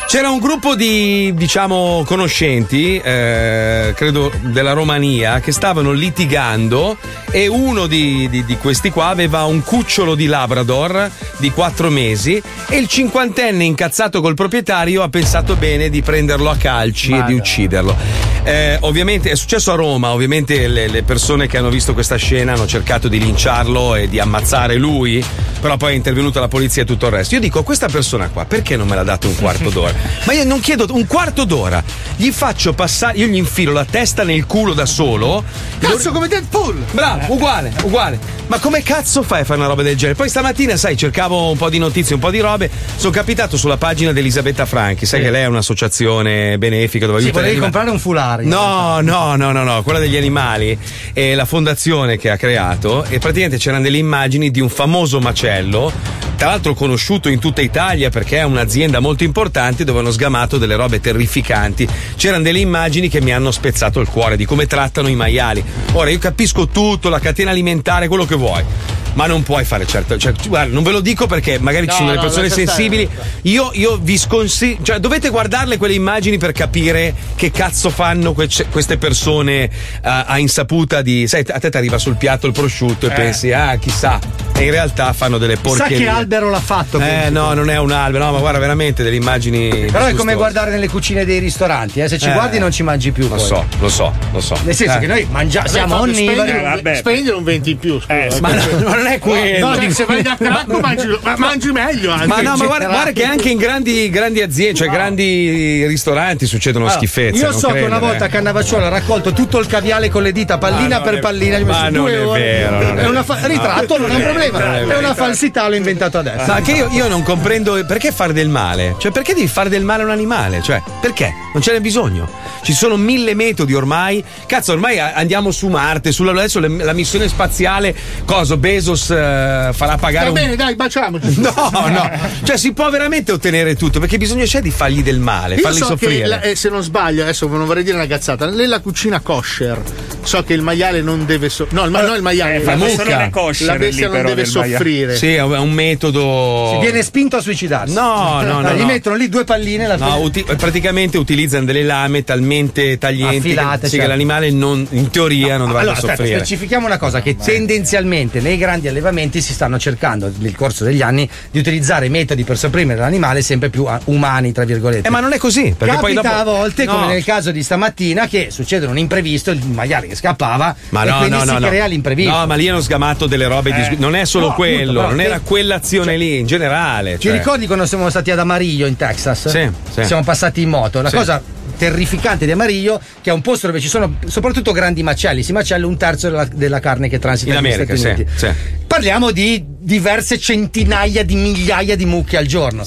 S3: C'era un gruppo di, diciamo, conoscenti, eh, credo della Romania, che stavano litigando e uno di, di- di questi qua aveva un cucciolo di Labrador di quattro mesi e il cinquantenne incazzato col proprietario ha pensato bene di prenderlo a calci e di ucciderlo. Eh, ovviamente è successo a Roma, ovviamente le, le persone che hanno visto questa scena hanno cercato di linciarlo e di ammazzare lui, però poi è intervenuta la polizia e tutto il resto. Io dico, questa persona qua, perché non me l'ha dato un quarto d'ora? Ma io non chiedo un quarto d'ora, gli faccio passare, io gli infilo la testa nel culo da solo. Cazzo come Deadpool! Eh. Bravo, uguale, uguale. Ma come cazzo fai a fare una roba del genere? Poi stamattina, sai, cercavo un po' di notizie, un po' di robe, sono capitato sulla pagina di Elisabetta Franchi, sai che lei è un'associazione benefica dove
S7: Sì,
S3: aiuta gli
S7: volevi
S3: animali.
S7: comprare un fulario.
S3: No, no, no, no, no, quella degli animali e la fondazione che ha creato e praticamente c'erano delle immagini di un famoso macello, tra l'altro conosciuto in tutta Italia perché è un'azienda molto importante dove hanno sgamato delle robe terrificanti. C'erano delle immagini che mi hanno spezzato il cuore di come trattano i maiali. Ora io capisco tutto, la catena alimentare, quello che vuoi. Ma non puoi fare certo, cioè, guarda, non ve lo dico perché magari ci
S7: No,
S3: sono delle
S7: no,
S3: persone
S7: lascia stare.
S3: sensibili io, io vi sconsiglio, cioè dovete guardarle quelle immagini per capire che cazzo fanno que- ce- queste persone eh, a insaputa di. Sai, a te ti arriva sul piatto il prosciutto e
S7: Eh.
S3: pensi, ah, chissà. E in realtà fanno delle
S7: Sa
S3: porcherie.
S7: che albero l'ha fatto.
S3: Eh
S7: quindi.
S3: no, non è un albero, no, ma guarda veramente delle immagini.
S7: Però è come
S3: disgustose.
S7: guardare nelle cucine dei ristoranti, eh. se ci
S3: Eh.
S7: guardi non ci mangi più.
S3: Lo
S7: poi.
S3: so, lo so, lo so.
S7: Nel senso
S3: Eh.
S7: che noi mangiamo,
S5: Vabbè,
S7: siamo
S5: tanto
S7: onnivori.
S5: spendi un- Spendi un 20 in più, scusa.
S3: Eh, ma no, non è quello.
S5: No, cioè, se vai da Cracco mangi, ma mangi meglio anche.
S3: Ma no, ma guarda, guarda che anche in grandi, grandi aziende, cioè grandi ristoranti, succedono
S7: Allora,
S3: schifezze.
S7: Ah, Io
S3: non
S7: so che una
S3: credere,
S7: volta
S3: eh.
S7: Cannavacciuolo ha raccolto tutto il caviale con le dita, pallina
S3: Ma non
S7: per
S3: è-
S7: pallina. gli ho messo
S3: ma non
S7: due
S3: è
S7: ore.
S3: vero, non è
S7: È una
S3: vero.
S7: fa- ritratto,
S3: No,
S7: non è un
S3: non è
S7: problema.
S3: vero, non è
S7: è una
S3: vero.
S7: falsità, l'ho inventato adesso.
S3: Eh, Ma anche io, io non comprendo eh, perché fare del male? Cioè, perché devi fare del male a un animale? Cioè, perché? Non ce n'è bisogno. Ci sono mille metodi ormai. Cazzo, ormai a- andiamo su Marte, sulla adesso le- la missione spaziale, coso, Bezos eh, farà pagare
S5: Va
S3: un
S5: bene, dai, baciamoci.
S3: No, no. Cioè, si può veramente ottenere tutto, perché bisogna c'è di fargli del male,
S5: Io
S3: farli
S5: so che,
S3: soffrire.
S5: la- eh, se non sbaglio, adesso non vorrei dire una cazzata, nella cucina kosher so che il maiale non deve soffrire. No, il, ma- no, il maiale
S3: La mucca.
S5: la bestia eh, non deve soffrire.
S3: Sì, è un- è un metodo.
S7: Si viene spinto a suicidarsi.
S3: No, no, no,
S7: Gli
S3: no.
S7: mettono lì due palline e la
S3: No, uti- praticamente utilizzano delle lame talmente taglienti
S7: Affilate,
S3: che, sì,
S7: certo.
S3: che l'animale non, in teoria non dovrebbe
S7: Allora, aspetta,
S3: soffrire.
S7: specifichiamo una cosa: che tendenzialmente nei grandi allevamenti si stanno cercando nel corso degli anni di utilizzare metodi per sopprimere l'animale sempre più ah, umani, tra virgolette.
S3: Eh, ma non è così, perché
S7: Capita
S3: poi dopo-
S7: a volte,
S3: No.
S7: come nel caso di stamattina, che succede un imprevisto, il maiale che scappava,
S3: ma
S7: e
S3: no,
S7: quindi
S3: no,
S7: si
S3: no, no.
S7: crea l'imprevisto.
S3: No, ma lì hanno sgamato delle robe. di-
S7: Eh.
S3: Non è solo
S7: No, appunto,
S3: quello,
S7: però
S3: non
S7: te-
S3: era quell'azione lì in generale.
S7: Ti
S3: cioè.
S7: ricordi quando siamo stati ad Amarillo in Texas?
S3: Sì, sì.
S7: Siamo passati in moto. La
S3: Sì.
S7: cosa terrificante di Amarillo, che è un posto dove ci sono soprattutto grandi macelli. Si macella un terzo della, della carne che transita
S3: In
S7: negli
S3: America,
S7: Stati
S3: sì.
S7: Uniti.
S3: sì.
S7: Parliamo di diverse centinaia di migliaia di mucche al giorno.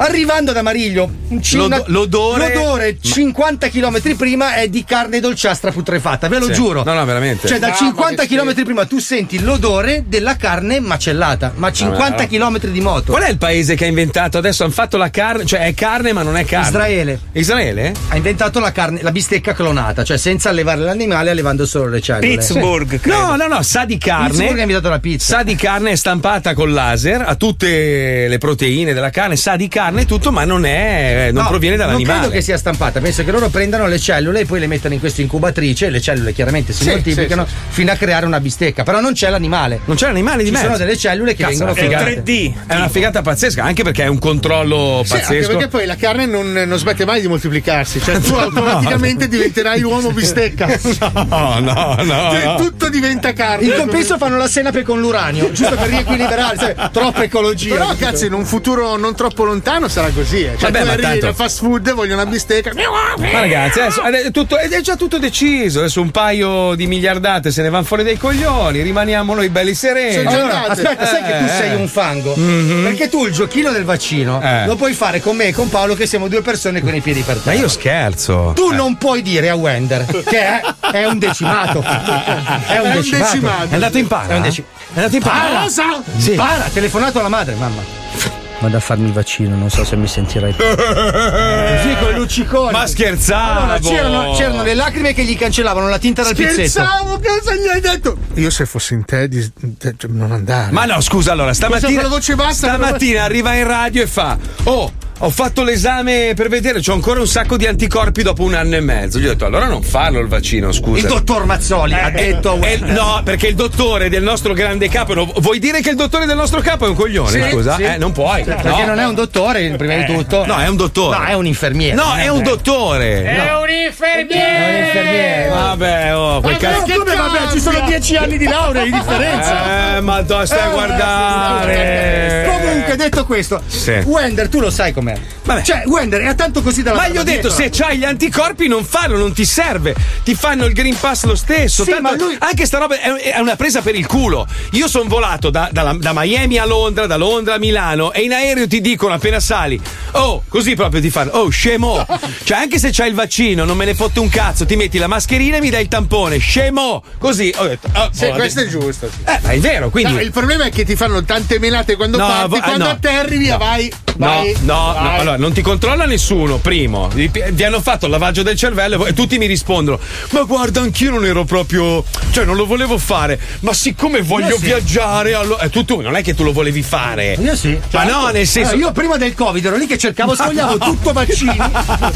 S7: Arrivando ad Amarillo, un cin-
S3: L'odo- l'odore-
S7: l'odore 50 km prima è di carne dolciastra putrefata, ve lo
S3: Sì.
S7: giuro.
S3: No, no, veramente.
S7: Cioè, da
S3: Mamma
S7: 50
S3: che
S7: km prima tu senti l'odore della carne macellata, ma 50
S3: Vabbè,
S7: km di moto.
S3: Qual è il paese che ha inventato? Adesso hanno fatto la carne, cioè è carne ma non è carne.
S7: Israele.
S3: Israele?
S7: Ha inventato la carne, la bistecca clonata, cioè senza allevare l'animale, allevando solo le cellule.
S3: Sì. No, no, no, sa di carne.
S7: Pittsburgh ha inventato la pizza.
S3: Sa di carne è stampata con laser, ha tutte le proteine della carne, sa di carne e tutto, ma non è non
S7: No,
S3: proviene
S7: Non
S3: dall'animale.
S7: credo che sia stampata, penso che loro prendano le cellule e poi le mettano in questa incubatrice, le cellule chiaramente si
S3: Sì,
S7: moltiplicano
S3: sì,
S7: fino a creare una bistecca, però non c'è l'animale.
S3: Non c'è l'animale di
S7: Ci
S3: mezzo.
S7: sono delle cellule che
S3: Cazzo,
S7: vengono
S3: è una
S7: create.
S3: figata. È una figata pazzesca, anche perché è un controllo
S5: Sì, anche
S3: pazzesco.
S5: perché poi la carne non, non smette mai di moltiplicarsi, cioè tu automaticamente diventerai uomo bistecca.
S3: No, no, no.
S5: Cioè,
S3: no.
S5: tutto diventa carne.
S7: In compenso fanno la senape con l'uranio, giusto per riequilibrare, sai, troppa ecologia.
S5: Però
S7: capito?
S5: cazzo, in un futuro non troppo lontano sarà così. Eh. Cioè,
S3: Vabbè,
S5: tu
S3: ma
S5: arrivi
S3: tanto-
S5: nel fast food, voglio una bistecca.
S3: Ma ragazzi, adesso, è, tutto- è già tutto deciso. Adesso un paio di miliardate se ne vanno fuori dai coglioni. Rimaniamo noi belli sereni.
S7: Eh, Allora, aspetta, sai che tu
S3: Cioè, Eh,
S7: sei
S3: eh. Mm-hmm.
S7: un fango? Perché tu il giochino del vaccino
S3: Eh.
S7: lo puoi fare con me e con Paolo, che siamo due persone con i piedi per terra.
S3: Ma io scherzo. Eh.
S7: Tu non puoi dire a Wender che è, è un decimato. È un
S3: È un
S7: decimato.
S3: decimato. È andato in para? eh?
S7: È, un deci- è andato in para.
S5: Cosa?
S7: Sì. Para, telefonato alla madre, mamma. Vado a farmi il vaccino, non so se mi sentirai più. Così con i lucciconi.
S3: Ma scherzavo.
S7: Allora, c'erano, c'erano le lacrime che gli cancellavano la tinta dal pizzetto.
S5: Scherzavo, cosa gli hai detto? Io se fossi in te, dis- te- cioè, non andare.
S3: Ma Ah, no, scusa, allora, stamattina,
S5: Questa voce bassa,
S3: stamattina
S5: però-
S3: arriva in radio e fa: Oh, ho fatto l'esame per vedere, ho ancora un sacco di anticorpi dopo un anno e mezzo. Gli ho detto: Allora non farlo il vaccino, scusa.
S7: Il dottor Mazzoli ha detto a
S3: Eh,
S7: Wender.
S3: no, perché il dottore del nostro grande capo. no, vuoi dire che il dottore del nostro capo è un coglione?
S7: Sì,
S3: scusa,
S7: sì.
S3: eh, non puoi.
S7: Perché
S3: no. Eh,
S7: non è un dottore, prima di tutto.
S3: No, è un dottore.
S7: No, è un infermiere. Eh.
S3: No, è un dottore.
S7: È
S3: No.
S7: un infermiere.
S3: Vabbè, oh, quel cazzo.
S5: come vabbè, ci sono dieci anni di laurea di differenza.
S3: Eh, ma do- stai a guardare.
S7: Comunque, detto questo,
S3: Eh. Sì.
S7: Wender, tu lo sai com'è.
S3: Vabbè.
S7: Cioè, Wender è tanto così dalla
S3: Ma gli ho
S7: barba
S3: detto,
S7: dietro.
S3: se c'hai gli anticorpi, non farlo, non ti serve. Ti fanno il Green Pass lo stesso.
S7: Sì,
S3: Tanto
S7: ma lui-
S3: Anche sta roba è, è una presa per il culo. Io sono volato da, dalla- da Miami a Londra, da Londra a Milano, e in aereo ti dicono appena sali, oh, così proprio ti fanno, oh, scemo. Cioè, anche se c'hai il vaccino, non me ne fotte un cazzo, ti metti la mascherina e mi dai il tampone, scemo. Così ho detto, ah,
S5: Sì,
S3: boh,
S5: questo è
S3: adesso-
S5: giusto. sì.
S3: Eh, ma è vero, quindi.
S5: No, il problema è che ti fanno tante melate quando
S3: No,
S5: parti,
S3: vo-
S5: quando
S3: no.
S5: atterri via vai.
S3: No,
S5: vai,
S3: no,
S5: vai.
S3: no, allora non ti controlla nessuno, primo. Vi vi hanno fatto il lavaggio del cervello e voi- e tutti mi rispondono: Ma guarda, anch'io non ero proprio. cioè, non lo volevo fare. Ma siccome voglio
S7: sì.
S3: viaggiare, allora. eh, tu, tu non è che tu lo volevi fare.
S7: Io sì.
S3: Ma
S7: certo.
S3: no, nel senso.
S7: Allora, io prima del Covid ero lì che cercavo, sfogliavo tutto vaccini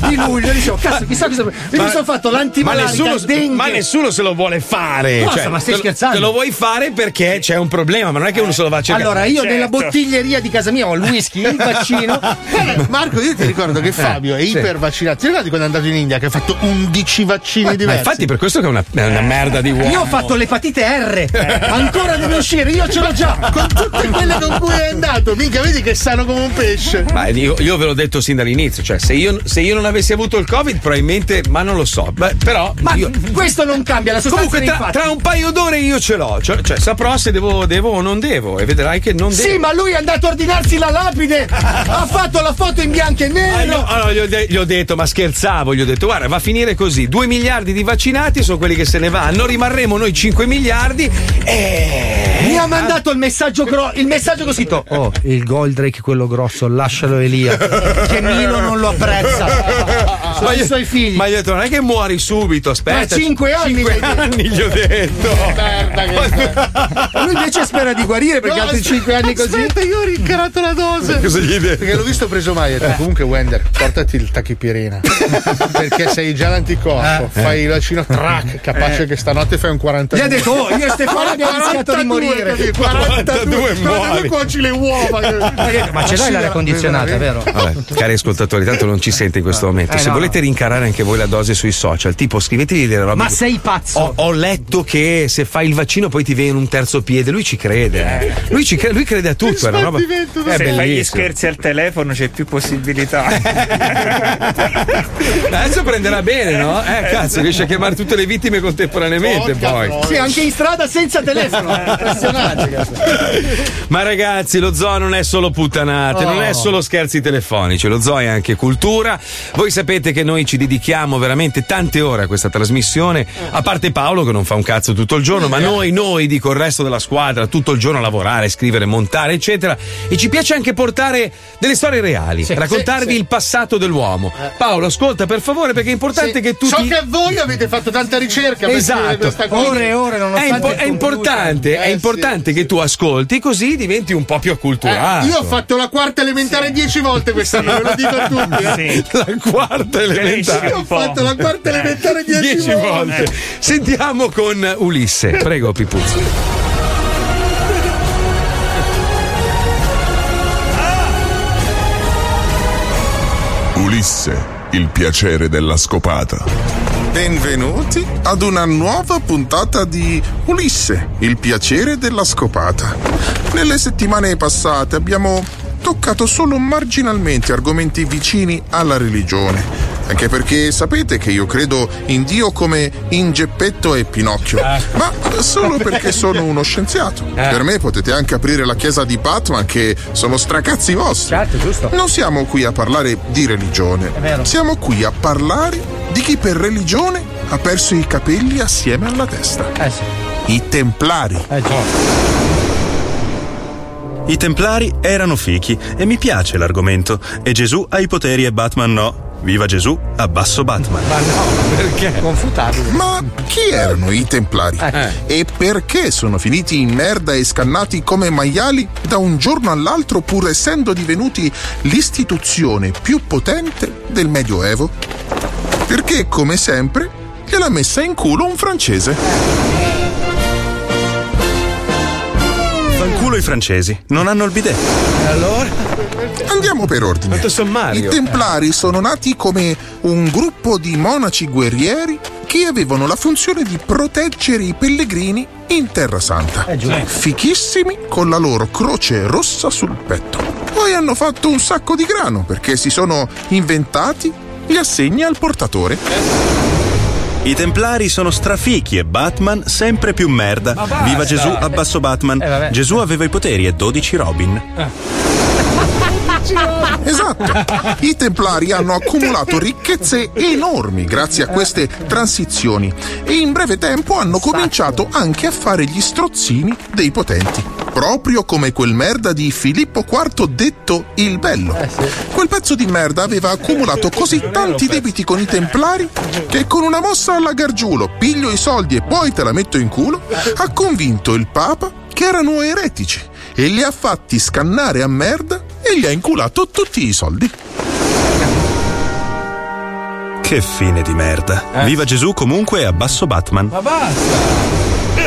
S7: di luglio. Dicevo, cazzo, chissà cosa. Io mi sono fatto
S3: ma
S7: l'antimalaria.
S3: nessuno,
S7: il dengue.
S3: ma nessuno se lo vuole fare.
S7: Cosa?
S3: cioè,
S7: Ma stai
S3: te lo-
S7: scherzando?
S3: Te lo vuoi fare perché c'è un problema, ma non è che uno se lo va a cercare.
S7: Allora, io nella
S3: Certo.
S7: bottiglieria di casa mia ho il whisky, il vaccino.
S5: Guarda, Marco, io ti ricordo
S7: Eh,
S5: che Fabio è
S3: Eh, sì.
S5: ipervaccinato. Ti ricordi quando è andato in India che ha fatto 11 vaccini
S3: Ma
S5: diversi?
S3: infatti, per questo che è una, è una merda di uomo.
S7: Eh, Io ho fatto l'epatite R, ancora deve uscire, io ce l'ho già.
S5: Con tutte quelle con cui è andato, minchia, vedi che sano come un pesce.
S3: Ma io, io ve l'ho detto sin dall'inizio, cioè se io, se io non avessi avuto il Covid probabilmente, ma non lo so, beh, però...
S7: Ma
S3: io-
S7: questo non cambia la sostanza
S3: Comunque
S7: dei
S3: tra,
S7: fatti.
S3: tra un paio d'ore io ce l'ho, cioè, cioè, saprò se devo, devo o non devo e vedrai che non devo.
S7: Sì, ma lui è andato a ordinarsi la lapide, ha fatto la foto in bianco e
S3: Ah,
S7: nero.
S3: no, allora, gli, ho de- gli ho detto, ma scherzavo, gli ho detto, guarda, va a finire così, 2 miliardi di vaccinati sono quelli che se ne vanno, rimarremo noi 5 miliardi
S7: Eh,
S3: e...
S7: Mi ha mandato il messaggio gro- il messaggio che ho scritto. Oh, il Goldrake, quello grosso, lascialo Elia. Che Milo non lo apprezza. Sono
S3: Ma
S7: i
S3: io-
S7: suoi figli.
S3: Ma gli ho detto, non è che muori subito,
S7: Ma
S3: aspetta.
S7: 5 anni. mi hai detto.
S3: anni gli ho detto.
S7: Lui invece spera di guarire perché
S5: No,
S7: altri
S5: aspetta,
S7: 5 anni così.
S5: Aspetta, io ho rincarato la dose.
S3: Cosa gli hai detto?
S5: Perché l'ho visto preso mai. ho detto, Comunque, Wender, portati il tachipirina. perché sei già l'anticorpo. Fai il vaccino track, capace che stanotte fai un 42.
S7: Eh. Gli ha detto, oh, io e Stefano abbiamo rischiato di
S5: 42,
S7: morire.
S5: capito? 42, 42
S3: 42 muori.
S5: cuoci le uova.
S7: Ma ce l'hai l'aria condizionata, vero?
S3: Vabbè, cari ascoltatori, tanto non ci sente in questo momento.
S7: Eh
S3: Se
S7: no,
S3: volete volete rincarare anche voi la dose sui social, tipo scrivetevi delle robe.
S7: Ma
S3: che-
S7: sei pazzo!
S3: Ho, ho letto che se fai il vaccino poi ti viene un terzo piede. Lui ci crede. eh. Lui, ci crede, lui crede a tutto. È una roba. È
S6: Se fai gli
S3: bellissimo.
S6: scherzi al telefono c'è più possibilità.
S3: Adesso prenderà bene, no? Eh, cazzo, riesce a chiamare tutte le vittime contemporaneamente poi.
S16: Sì, anche in strada senza telefono.
S7: Eh, cioè.
S16: Impressionante, cazzo.
S3: Ma ragazzi, lo zoo non è solo puttanate,
S16: Oh.
S3: non è solo scherzi telefonici, lo zoo è anche cultura. Voi sapete che noi ci dedichiamo veramente tante ore a questa trasmissione, a parte Paolo che non fa un cazzo tutto il giorno, ma
S5: Eh.
S3: noi, noi, dico il resto della squadra, tutto il giorno a lavorare, scrivere, montare, eccetera. E ci piace anche portare delle storie reali,
S5: Sì,
S3: raccontarvi
S5: sì, sì.
S3: il passato dell'uomo. Paolo, ascolta per favore perché è importante che tu
S5: So
S3: ti...
S5: che voi avete fatto tanta ricerca per scrivere
S3: Esatto,
S5: questa Eh, cosa.
S3: è, impo- è importante, è importante che tu ascolti così diventi un po' più acculturato.
S5: Eh, io ho fatto la quarta elementare dieci volte quest'anno, ve lo dico a tutti. eh.
S3: La quarta elementare.
S5: Io ho fatto la quarta elementare dieci,
S3: Dieci volte. Sentiamo con Ulisse. Prego, Pipuzzi.
S21: Ulisse, il piacere della scopata.
S22: Benvenuti ad una nuova puntata di Ulisse, il piacere della scopata. Nelle settimane passate abbiamo toccato solo marginalmente argomenti vicini alla religione, anche perché sapete che io credo in Dio come in Geppetto e Pinocchio,
S3: Ah.
S22: ma solo perché sono uno scienziato. Per me potete anche aprire la chiesa di Batman che sono stracazzi vostri.
S3: Certo.
S22: Non siamo qui a parlare di religione, siamo qui a parlare di chi per religione ha perso i capelli assieme alla testa. I templari.
S23: I templari erano fichi e mi piace l'argomento. E Gesù ha i poteri e Batman no. Viva Gesù, abbasso Batman.
S3: Ah,
S22: Ma no, perché? Confutabile. Ma chi erano i templari? E perché sono finiti in merda e scannati come maiali da un giorno all'altro pur essendo divenuti l'istituzione più potente del Medioevo? Perché, come sempre, gliel'ha messa in culo un francese.
S23: Fanculo i francesi, non hanno il bidet.
S22: Allora? Andiamo per ordine. I Templari sono nati come un gruppo di monaci guerrieri che avevano la funzione di proteggere i pellegrini in Terra Santa. Eh. Fichissimi con la loro croce rossa sul petto. Poi hanno fatto un sacco di grano perché si sono inventati gli assegni al portatore.
S23: I templari sono strafichi e Batman sempre più merda.
S22: basta!
S23: Viva Gesù, abbasso Batman.
S22: Eh, vabbè.
S23: Gesù aveva i poteri e 12 Robin.
S22: Esatto. I Templari hanno accumulato ricchezze enormi grazie a queste transizioni e in breve tempo hanno cominciato anche a fare gli strozzini dei potenti. Proprio come quel merda di Filippo IV detto il bello. Quel pezzo di merda aveva accumulato così tanti debiti con i templari che con una mossa alla gargiulo, piglio i soldi e poi te la metto in culo, ha convinto il Papa che erano eretici e li ha fatti scannare a merda e gli ha inculato tutti i soldi.
S23: Che fine di
S22: Eh.
S23: merda. Viva Gesù comunque e abbasso Batman. Ma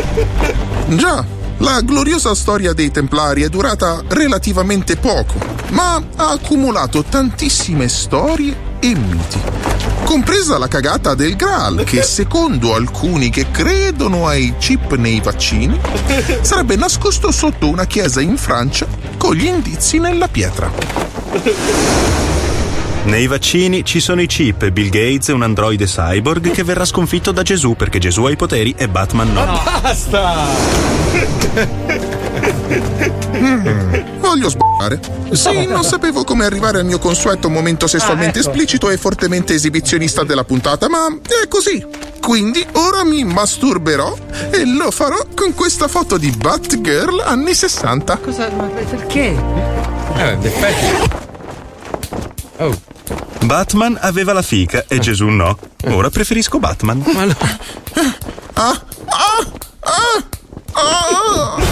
S22: Già, la gloriosa storia dei Templari è durata relativamente poco, ma ha accumulato tantissime storie e miti. Compresa la cagata del Graal, che secondo alcuni che credono ai chip nei vaccini, sarebbe nascosto sotto una chiesa in Francia con gli indizi nella pietra.
S23: Nei vaccini ci sono i chip e Bill Gates è un androide cyborg che verrà sconfitto da Gesù perché Gesù ha i poteri e Batman no.
S3: Basta!
S22: Mm, voglio sbagliare. Sì, non sapevo come arrivare al mio consueto momento sessualmente
S24: Ah, ecco.
S22: esplicito e fortemente esibizionista della puntata, ma è così. Quindi ora mi masturberò e lo farò con questa foto di Batgirl anni 60. Cosa? Ma perché?
S23: Eh,
S6: Oh.
S23: Batman aveva la fica
S6: Eh.
S23: e Gesù no. Ora preferisco Batman.
S22: Ah, ah, ah, ah.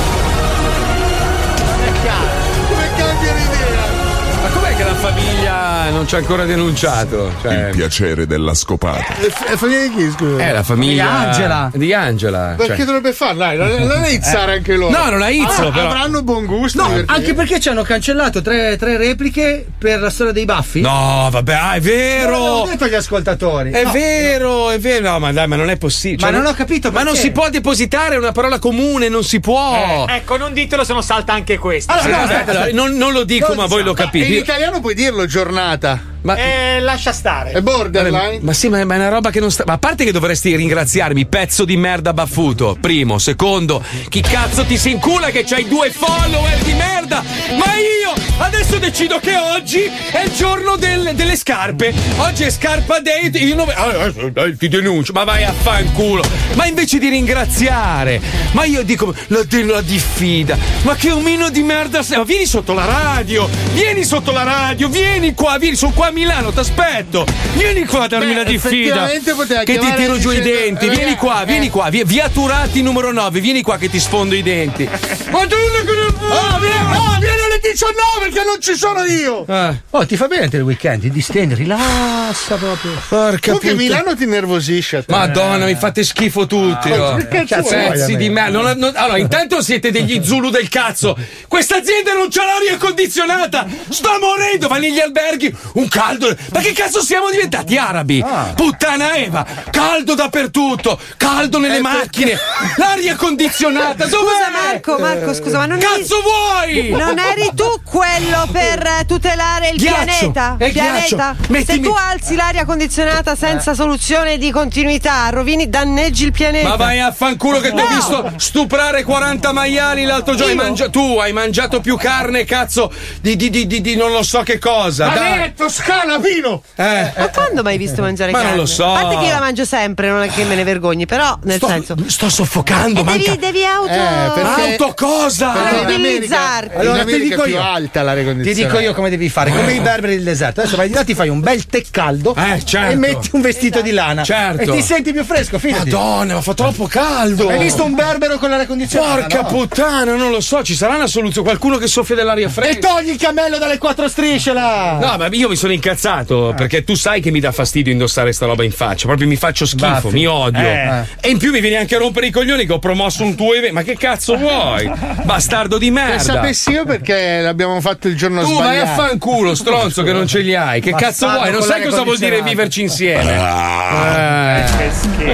S3: Ma com'è che la famiglia non non ci ha ancora denunciato. Cioè,
S21: Il piacere della scopata.
S5: È Eh, famiglia di chi, scusa?
S3: è Eh, la famiglia Di Angela.
S5: Perché
S3: cioè.
S5: dovrebbe farla? Dai, non non la izzare
S7: Eh.
S5: anche loro.
S7: No, non la izzo,
S5: Ah,
S7: però.
S5: Avranno buon gusto.
S7: No,
S5: divertire.
S7: anche perché ci hanno cancellato tre, tre repliche per la storia dei baffi.
S3: No, vabbè, ah, è
S7: L'ho
S3: vero!
S7: detto agli ascoltatori.
S3: È
S7: No.
S3: vero, è vero. No, ma dai, ma non è possibile.
S7: Ma non ho capito
S3: Ma non
S7: perché.
S3: si può depositare una parola comune, non si può.
S4: Eh, ecco, non ditelo se non salta anche questo.
S3: Allora, no, aspetta, allora, non- non lo dico, ma voi lo capite.
S5: In italiano puoi dirlo giornata.
S3: Ma-
S4: Eh, lascia stare.
S5: È borderline.
S3: Ma sì, ma è ma è una roba che non sta. Ma a parte che dovresti ringraziarmi, pezzo di merda baffuto. Primo, secondo, chi cazzo ti si incula che c'hai due follower di merda? Ma io adesso decido che oggi è il giorno del- delle scarpe. Oggi è scarpa day. Io non- ah, eh, dai, ti denuncio, ma vai a fanculo. Ma invece di ringraziare, ma io dico la, de- la diffida. Ma che omino di merda sei? Ma vieni sotto la radio, vieni sotto la radio, vieni qua, vieni, sono qua a Milano, ti aspetto. Vieni qua a darmi
S5: Beh,
S3: la diffida.
S5: effettivamente poteva
S3: Che ti
S5: chiamare
S3: tiro giù i
S5: dicendo-
S3: denti.
S5: eh,
S3: Vieni qua,
S5: eh.
S3: vieni qua, via, via Turati numero 9, vieni qua che ti sfondo i denti. Ma tu non
S5: Ah, vieni, ah, vieni alle 19 che non ci sono io.
S7: Oh, ti fa bene te il weekend, ti distendi, rilassa proprio.
S3: Porca
S5: Comunque Milano ti nervosisce. a te.
S3: Madonna, mi fate schifo tutti.
S5: Ah,
S3: oh.
S5: che cazzo vuoi da
S3: Pezzi
S5: me?
S3: di merda. Non- non- allora, intanto siete degli zulu del cazzo. Questa azienda non c'ha l'aria condizionata. Sto morendo. Va negli alberghi. Un caldo. Ma che cazzo siamo diventati arabi?
S5: Ah.
S3: Puttana Eva. Caldo dappertutto. Caldo
S5: Eh,
S3: nelle macchine. L'aria condizionata. Dov'è? Eh.
S10: Scusa Marco, Marco, scusa, ma non
S3: Cazzo
S10: eri,
S3: vuoi?
S10: Non eri tu quello per eh, tutelare il
S3: Ghiaccio,
S10: pianeta?
S3: è
S10: pianeta.
S3: ghiaccio, mettimi- Eh.
S10: Se tu alzi l'aria condizionata senza soluzione di continuità, rovini, danneggi il pianeta.
S3: Ma vai a fanculo che ti ho
S10: No.
S3: visto stuprare 40 maiali l'altro giorno. Hai mangia- tu hai mangiato più carne, cazzo, di, di- di- di- di non lo so che cosa.
S10: Ma
S3: dai.
S10: lei è
S5: toscana, vino!
S3: Eh.
S10: Ma quando mai visto mangiare
S3: Ma non
S10: carne?
S3: lo so.
S10: A parte che io la mangio sempre, non è che me ne vergogni, però nel senso.
S3: Sto soffocando,
S10: E devi, devi auto.
S3: Eh, Auto cosa?
S10: Tranquillizzarti.
S5: In America è più alta la
S7: Ti
S5: recondizione.
S7: dico io come devi fare, come i berberi del deserto. Adesso vai di là, ti fai un bel tè caldo
S3: certo.
S7: e metti un vestito di lana.
S3: Certo.
S7: E ti senti più fresco, fidati.
S3: Madonna, ma fa troppo caldo.
S7: Hai visto un berbero con l'aria condizionata?
S3: Porca
S7: no?
S3: puttana, non lo so, ci sarà una soluzione, qualcuno che soffia dell'aria fredda.
S7: E togli il cammello dalle quattro strisce là!
S3: No, ma io mi sono incazzato perché tu sai che mi dà fastidio indossare sta roba in faccia. Proprio mi faccio schifo,
S7: Baffi.
S3: mi odio.
S7: Eh.
S3: E in più mi viene anche a rompere i coglioni che ho promosso un tuo evento. Ma che cazzo vuoi? Bastardo di merda.
S5: Se sapessi io perché l'abbiamo fatto il giorno
S3: Tu vai
S5: sbagliato.
S3: a fanculo, stronzo, che non ce li hai. Che cazzo
S5: Bastardo
S3: vuoi? Non
S5: con
S3: sai
S5: l'aria
S3: cosa vuol dire
S5: condizionata.
S3: viverci insieme.
S1: Che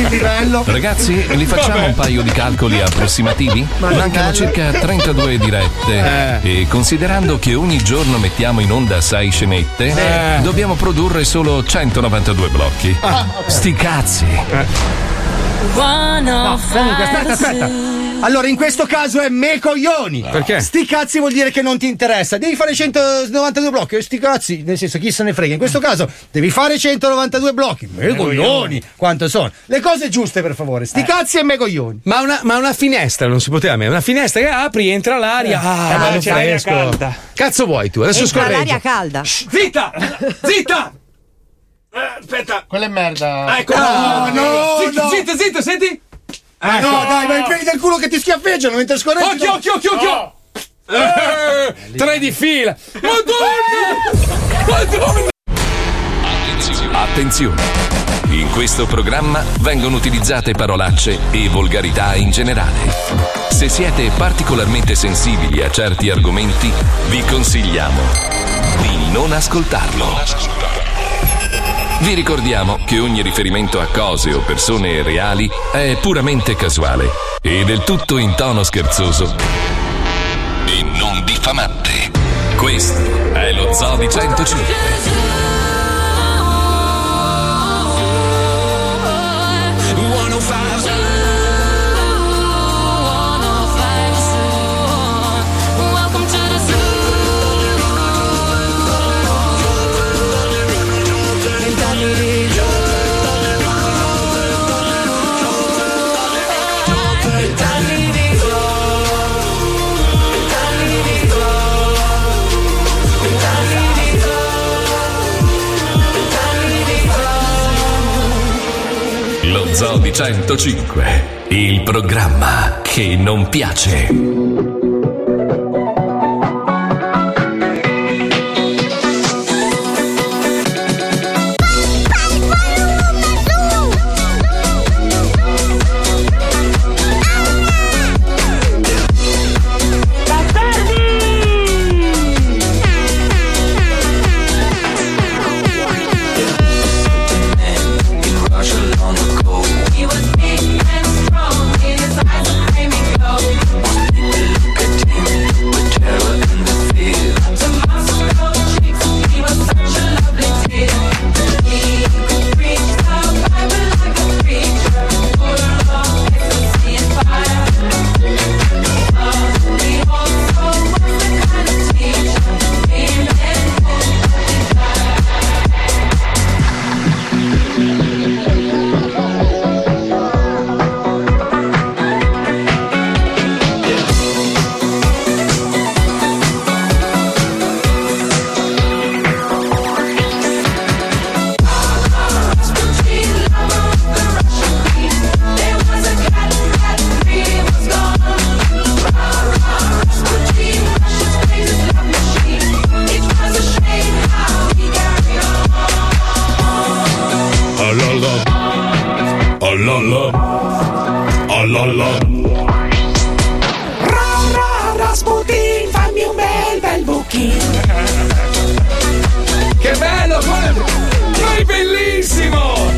S5: Il livello.
S1: Ragazzi, li facciamo un paio di calcoli approssimativi?
S3: Eh.
S5: Ma
S1: Mancano
S5: bello.
S1: circa 32 dirette. E considerando che ogni giorno mettiamo in onda 6 scenette,
S3: Sì.
S1: dobbiamo produrre solo 192 blocchi. Sti cazzi.
S7: No, comunque, aspetta, aspetta. Allora, in questo caso è me coglioni.
S1: Perché?
S7: Sti cazzi vuol dire che non ti interessa. Devi fare 192 blocchi. eh, Sti cazzi, nel senso, chi se ne frega. In questo caso, devi fare 192 blocchi. Me coglioni. Quanto sono? Le cose giuste, per favore. Sti cazzi e me coglioni.
S3: Ma una, ma una finestra non si poteva mettere. Una finestra che apri, entra l'aria.
S7: Eh.
S3: Ah,
S7: Eh, ma
S3: bello
S7: c'è l'aria
S3: fresco.
S7: calda.
S3: Cazzo vuoi tu? Adesso
S10: Entra
S3: scorreggio.
S10: l'aria calda.
S3: Zitta! Zitta!
S5: Aspetta. Quella è merda.
S3: Eh, Ah, ecco.
S5: No, no,
S3: zitta,
S5: no.
S3: zitta, zitta, senti?
S7: Ah,
S3: Ecco.
S7: no, dai, ma i piedi del culo che ti schiaffeggiano mentre scorreggi.
S3: Occhio, occhio, occhio, occhio! Eh, tre di fila! Madonna! Madonna!
S1: Attenzione! In questo programma vengono utilizzate parolacce e volgarità in generale. Se siete particolarmente sensibili a certi argomenti, vi consigliamo di non ascoltarlo. Vi ricordiamo che ogni riferimento a cose o persone reali è puramente casuale e del tutto in tono scherzoso e non diffamante. Questo è lo Zoo di 105.
S14: Welcome to the
S1: Lo Zoo di 105, il programma che non piace.
S14: Thank
S21: Oh la la. Oh la la.
S14: Ra ra Rasputin, fammi un bel bel buchino.
S3: Che bello! guarda. Ma è bellissimo!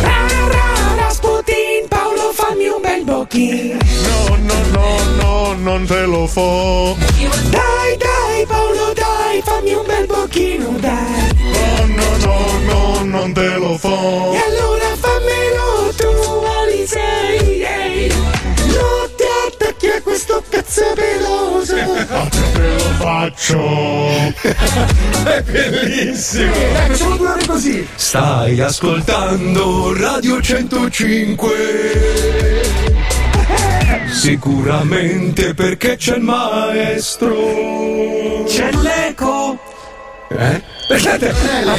S14: Ra ra Rasputin, Paolo fammi un bel bocchino.
S22: No, no, no, no, non te lo fo.
S14: Dai dai Paolo dai, fammi un bel bocchino dai.
S22: No, no, no, no, non te lo fo.
S14: E allora fammelo tu Alisei. ehi. Non ti attacchi a questo cazzo peloso.
S22: Ah, Te lo faccio.
S14: È bellissimo.
S3: Eh,
S14: Dai, facciamo durare così.
S21: Stai ascoltando Radio 105. Sicuramente perché c'è il maestro.
S14: C'è l'eco.
S3: Eh? Perché a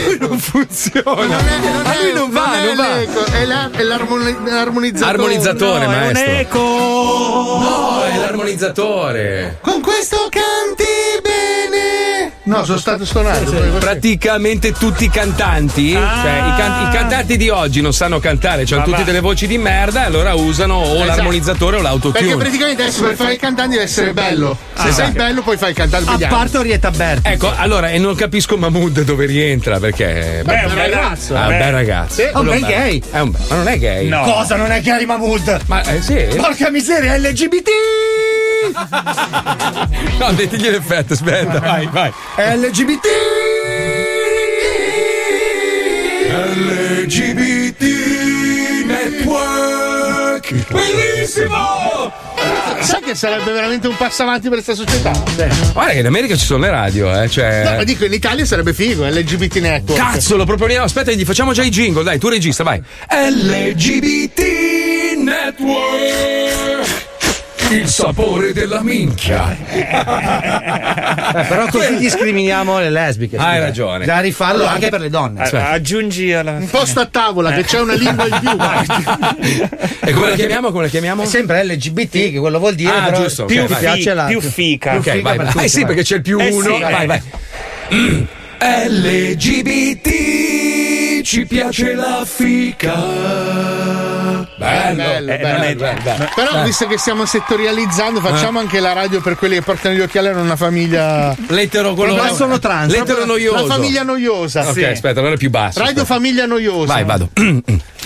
S3: lui non funziona. a lui non va, Eh, non, va.
S5: è, la- è l'armoni- l'armonizzatore.
S3: Armonizzatore, maestro.
S5: No,
S3: No, Oh, è l'armonizzatore.
S5: Con questo canti bene. No, sono stato stonato.
S3: Praticamente tutti i cantanti, cioè i, can- i cantanti di oggi non sanno cantare, hanno
S5: Ma
S3: tutte
S5: Ah. va.
S3: delle voci di merda, allora usano o
S5: Esatto.
S3: l'armonizzatore o
S5: Perché
S3: l'autotune.
S5: praticamente adesso per fare il cantante deve essere bello. Se
S3: Ah.
S5: sei bello poi fai il cantante mediano.
S3: Orietta Berti. Ecco, allora, e non capisco Mahmood dove rientra perché.
S5: Beh, è un bel ragazzo,
S3: Ah, un
S5: eh.
S3: bel ragazzo.
S7: Sì, è un bel
S3: Quello-
S7: gay.
S3: È un bel- ma non è gay.
S7: Cosa non è Gary Mahmood?
S3: Ma eh, sì.
S7: Porca miseria, LGBT!
S3: No, dettigli l'effetto, aspetta. Vai, vai.
S7: LGBT!
S21: LGBT Network.
S5: Bellissimo! Sai che sarebbe veramente un passo avanti per questa società?
S3: Guarda che in America ci sono le radio, eh. Cioè.
S5: No, ma dico, in Italia sarebbe figo, eh, LGBT Network.
S3: Cazzo, lo proponiamo. Aspetta, gli facciamo già i jingle. Dai, tu regista, vai. LGBT Network. Il sapore della minchia. Eh,
S7: Però così discriminiamo le lesbiche.
S3: Hai ragione.
S7: Da rifarlo anche per le donne.
S3: Certo.
S5: Aggiungi alla. Un posto a tavola che
S7: Eh.
S5: c'è una lingua in più.
S3: E come la chiamiamo? Come la chiamiamo?
S7: È sempre LGBT, che quello vuol dire
S3: Ah,
S7: però
S3: giusto, ok,
S7: più,
S3: vai.
S7: piace
S3: Più
S7: l'altro.
S3: fica.
S7: Più
S3: Ok, vai,
S7: per
S3: vai.
S7: tutti,
S3: Eh sì, perché c'è il più uno.
S14: eh.
S3: Vai, vai.
S14: Mm.
S21: LGBT ci piace la fica.
S3: Eh,
S5: Bello,
S14: Eh,
S5: veramente. Però visto che stiamo
S3: Eh.
S5: settorializzando, facciamo anche la radio per quelli che portano gli occhiali in una famiglia.
S3: L'etero quello-
S5: Proprio-
S3: sono trans. L'etero
S5: proprio
S3: noioso.
S5: La famiglia noiosa.
S3: Ok,
S5: Sì.
S3: aspetta, allora è più basso.
S5: Radio
S3: aspetta.
S5: famiglia noiosa.
S3: Vai, vado.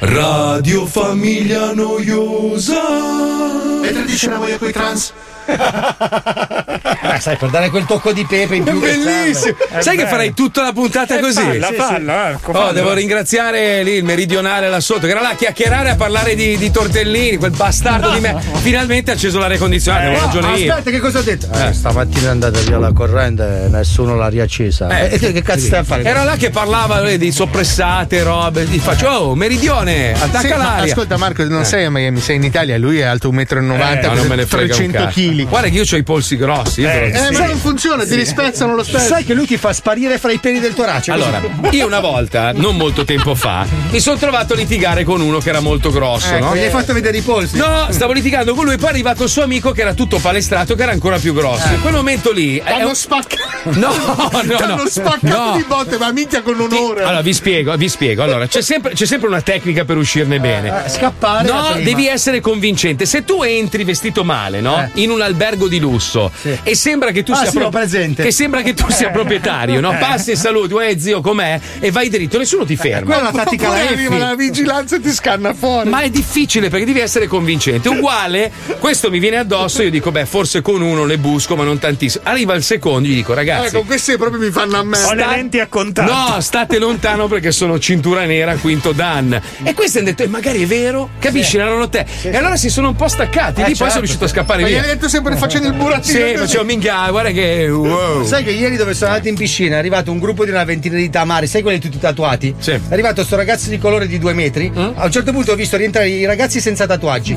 S21: Radio Famiglia Noiosa.
S5: E tradisce la voglia coi trans.
S7: Eh, sai, per dare quel tocco di pepe in più. che
S3: Bellissimo.
S7: serve.
S3: Sai
S7: Eh,
S3: che
S7: beh.
S3: farei tutta la puntata
S7: Eh,
S3: così?
S7: falla,
S3: Sì,
S7: falla,
S3: sì.
S7: ecco,
S3: Oh,
S7: falla.
S3: devo ringraziare lì il meridionale là sotto, che era là a chiacchierare a parlare di, di tortellini, quel bastardo di
S7: Ah.
S3: me. Finalmente ha acceso l'aria condizionata, avevo
S7: No,
S3: ragione io.
S7: aspetta, che cosa ho detto?
S3: Eh.
S7: Eh, stamattina è andata via la corrente, nessuno l'ha riaccesa.
S3: Eh,
S7: Eh, e te che cazzo stai a fare?
S3: Era là che parlava eh, di soppressate, robe. Gli faccio, oh, meridione, attacca
S5: Sì, ma
S3: l'aria.
S5: ascolta Marco, non
S3: Eh.
S5: sei a Miami, sei in Italia, lui è alto 1,90 m,
S3: Eh, ma non me ne frega un
S5: 300
S3: cazzo.
S5: kg.
S3: Guarda che io ho i polsi grossi. io te lo
S5: Eh,
S3: dico.
S5: ma non funziona, ti rispezzano lo stesso.
S7: Sai che lui ti fa sparire fra i peli del torace. così.
S3: Allora, io una volta, non molto tempo fa, mi sono trovato a litigare con uno che era molto grosso,
S7: Ecco,
S3: no?
S7: gli hai fatto vedere i polsi.
S3: No, stavo litigando con lui, poi è arrivato il suo amico che era tutto palestrato, che era ancora più grosso. In quel momento lì. eh,
S5: Hanno spaccato.
S3: No, no, no.
S5: T'hanno spaccato
S3: No.
S5: di botte, ma minchia con un'ora.
S3: Allora, vi spiego, vi spiego. Allora, c'è sempre, c'è sempre una tecnica per uscirne bene.
S7: eh, scappare la
S3: No,
S7: prima.
S3: devi essere convincente. Se tu entri vestito male, no?
S5: Eh.
S3: In un albergo di lusso e sembra che tu
S7: Ah,
S3: sia
S7: sì,
S3: pro-
S7: ho presente.
S3: che sembra che
S5: Eh.
S3: tu sia proprietario, no?
S7: Eh.
S3: Passi e saluti, uè zio, com'è? E vai dritto, nessuno ti ferma.
S5: Eh, Quella è una tattica
S3: Oppure
S5: la
S3: arriva
S5: arriva la vigilanza e ti scanna fuori.
S3: ma è difficile perché devi essere convincente. Uguale, questo mi viene addosso, io dico, beh, forse con uno le busco, ma non tantissimo. Arriva il secondo, gli dico,
S5: Eh,
S3: ragazzi.
S7: Ecco,
S5: con questi proprio mi fanno a me.
S3: sta- No, state lontano perché sono cintura nera, quinto Dan. E questi hanno detto, eh, magari è vero, capisci, erano te. E allora si sono un po' staccati,
S5: Eh,
S3: lì poi
S5: certo.
S3: sono riuscito a scappare
S5: Ma gli
S3: via.
S5: hai detto sempre facendo il burattino.
S3: Sì, facevo minchia, guarda che. wow.
S7: Sai che ieri dove sono andato in piscina è arrivato un gruppo di una ventina di tamari, sai quelli tutti tatuati? Sì. È arrivato sto ragazzo di colore di due metri.
S3: Mm?
S7: A un certo punto ho visto rientrare i ragazzi senza tatuaggi.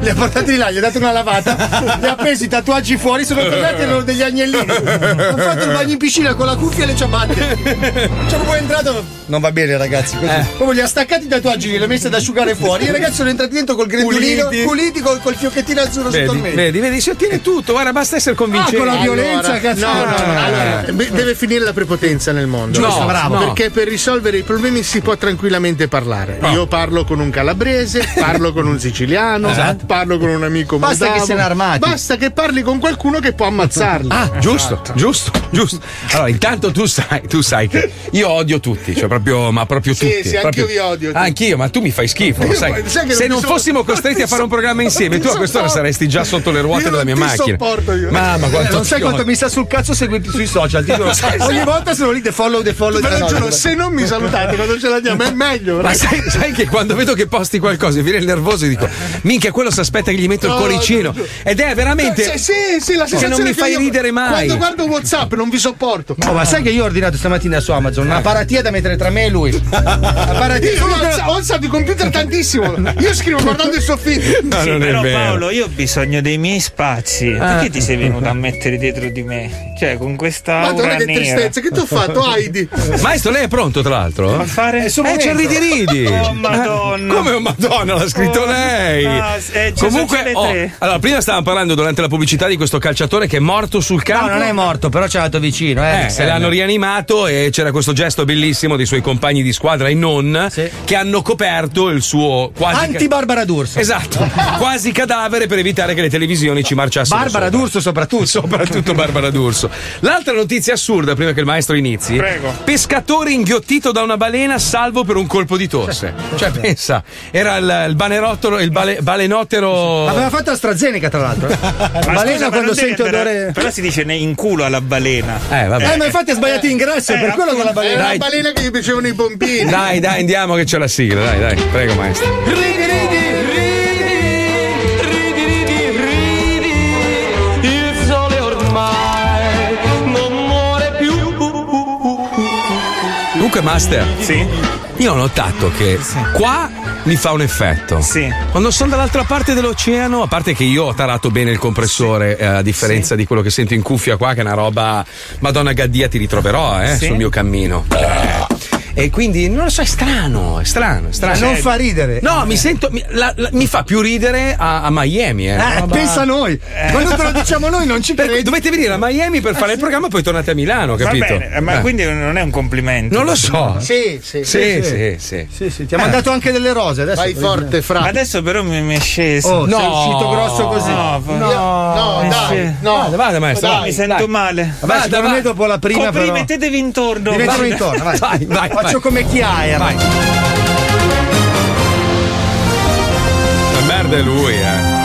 S7: Li ha portati là, gli ha dato una lavata, li ha preso i tatuaggi fuori,
S5: Eh.
S7: sono tornati e erano degli agnellini. Ho fatto il bagno in piscina con la cuffia e le ciabatte. Cioè, poi è entrato. non va bene, ragazzi. Così.
S3: Eh.
S7: Proprio li ha staccati i tatuaggi, li ha messi ad asciugare fuori. I ragazzi sono entrati dentro col grembiulino,
S3: Puliti.
S7: puliti, col, col fiocchettino azzurro sotto
S3: Vedi,
S7: il mento.
S3: vedi, vedi, si ottiene tutto. Guarda, basta essere
S7: Ah,
S3: convincente.
S5: Allora, No, no, no, allora,
S3: Eh,
S5: beh, deve finire la prepotenza nel mondo.
S3: No,
S5: Questo,
S3: bravo.
S5: Perché per risolvere i problemi si può tranquillamente parlare. Io parlo con un calabrese, parlo con un siciliano,
S7: Esatto.
S5: parlo con un amico
S7: Basta
S5: moldavo.
S7: che siano armati.
S5: Basta che parli con qualcuno che può ammazzarli.
S3: Ah, giusto, giusto, giusto. Allora, intanto tu sai, tu sai che io odio tutti, cioè proprio, ma proprio
S5: Sì,
S3: tutti.
S5: sì,
S3: proprio-
S5: anch'io vi odio.
S3: Anch'io, ma tu mi fai schifo. lo
S5: Io-
S3: sai.
S5: sai che
S3: Se
S5: non
S3: non
S5: ti so-
S3: fossimo costretti a fare un programma insieme, tu a quest'ora saresti già sotto le ruote della mia
S7: non ti
S3: macchina.
S7: sopporto io.
S3: Mamma,
S7: Eh,
S3: quanto
S7: non sai
S3: ti
S7: quanto
S3: odio.
S7: mi sta sul cazzo seguirti sui social. ti giuro.
S3: Sai,
S7: Ogni
S3: sai.
S7: volta sono lì, the follow, the follow.
S5: Ve
S7: the
S5: lo
S7: follow.
S5: giuro, se non mi salutate quando ce la diamo è meglio.
S3: Ma
S5: ragazzi.
S3: sai, sai che quando vedo che posti qualcosa mi viene il nervoso e dico: Minchia, quello si aspetta che gli metto il
S5: No,
S3: cuoricino.
S5: no, no.
S3: Ed è veramente.
S5: Cioè, Sì, sì,
S7: Cioè,
S5: sì, la
S3: che
S5: sensazione
S3: non
S5: che
S3: mi fai
S5: io-
S3: ridere mai.
S5: Quando guardo WhatsApp non vi sopporto.
S7: Oh, ma sai che io ho ordinato stamattina su Amazon una paratia da mettere tra me e lui. Una paratia.
S5: Io ho alza- ho alzato il computer tantissimo. Io scrivo guardando il soffitto.
S6: Sì, però Paolo, io ho bisogno dei miei spazi.
S8: Ah.
S6: Perché ti sei venuto a mettere dietro di me? Cioè, con questa
S5: Madonna
S6: aura
S5: che
S6: nera.
S5: tristezza, che tu hai fatto, Heidi?
S3: Maestro, lei è pronto, tra l'altro?
S6: A fare-
S3: Eh,
S6: sono
S3: c'è
S6: dentro.
S3: ridi ridi.
S6: Oh, Madonna.
S3: Eh, Come un Madonna, l'ha scritto
S6: Oh,
S3: lei.
S6: ah, eh, ci sono
S3: Comunque,
S6: le
S3: oh,
S6: tre.
S3: allora, prima stavamo parlando durante la pubblicità di questo calciatore che è morto sul campo.
S7: No, non è morto, però c'è andato vicino. Eh,
S3: Eh, se l'hanno rianimato e c'era questo gesto bellissimo dei suoi compagni di squadra e non che hanno coperto il suo quasi
S7: Anti Barbara D'Urso.
S3: Esatto, quasi cadavere per evitare che le televisioni ci marciassero.
S7: Barbara
S3: sopra.
S7: D'Urso soprattutto.
S3: Soprattutto Barbara D'Urso. L'altra notizia assurda, prima che il maestro inizi:
S7: Prego.
S3: pescatore inghiottito da una balena, salvo per un colpo di tosse. Cioè, pensa, era il, il banerottolo, il bale- balenottero.
S7: Aveva fatto AstraZeneca, tra l'altro. eh.
S6: Ma
S7: balena
S6: scusa, ma
S7: quando
S6: non devi
S7: sente
S6: andare-
S7: odore.
S6: Però si dice ne in culo alla balena.
S3: Eh,
S7: Eh, ma infatti ha sbagliato ingresso, è per quello che la
S5: È
S7: balena.
S5: Eh, una balena che gli piacevano i pompini.
S3: Dai, dai, andiamo che c'è la sigla, dai, dai, prego maestro.
S7: Ridi, ridi,
S14: Il sole ormai non muore più.
S3: Comunque, Master,
S6: sì.
S3: io ho notato che qua mi fa un effetto. Sì. Quando sono dall'altra parte dell'oceano, a parte che io ho tarato bene il compressore, eh, a differenza di quello che sento in cuffia qua, che è una roba. Madonna Gaddia, ti ritroverò, eh,
S6: Sì.
S3: sul mio cammino. E quindi non lo so, è strano, è strano, è strano.
S7: Non
S3: Eh,
S7: fa ridere.
S3: No, mi sento. Mi, la- la- mi fa più ridere a, a Miami, eh.
S7: Eh,
S3: Roba-
S7: pensa a noi.
S6: Eh.
S7: Quando te lo diciamo noi non ci
S3: Per cui
S7: credi. Eh,
S3: dovete venire a Miami per fare il programma, poi tornate a Milano,
S6: Va
S3: capito?
S6: bene, ma
S3: Eh.
S6: quindi non è un complimento.
S3: Non lo so.
S7: Sì, sì,
S3: Sì, sì, sì.
S7: Sì, sì, ti ha mandato anche delle rose. Adesso
S5: Vai forte, fra.
S6: Adesso però mi, mi è sceso.
S7: Oh,
S6: no,
S7: sei uscito grosso così.
S3: Eh.
S6: No,
S7: No,
S5: no, dai, no.
S3: Vada, vada, maestro.
S6: no,
S3: dai,
S6: mi sento
S3: dai.
S6: male.
S7: Vabbè,
S3: Vada,
S7: secondo
S3: va-
S7: me dopo la prima però.
S6: Comprimetevi intorno.
S7: Diventiamo
S6: Vai.
S7: intorno, vai.
S3: Vai, vai,
S7: Faccio
S3: vai.
S7: come chi hai.
S3: Vai. La merda è lui, eh.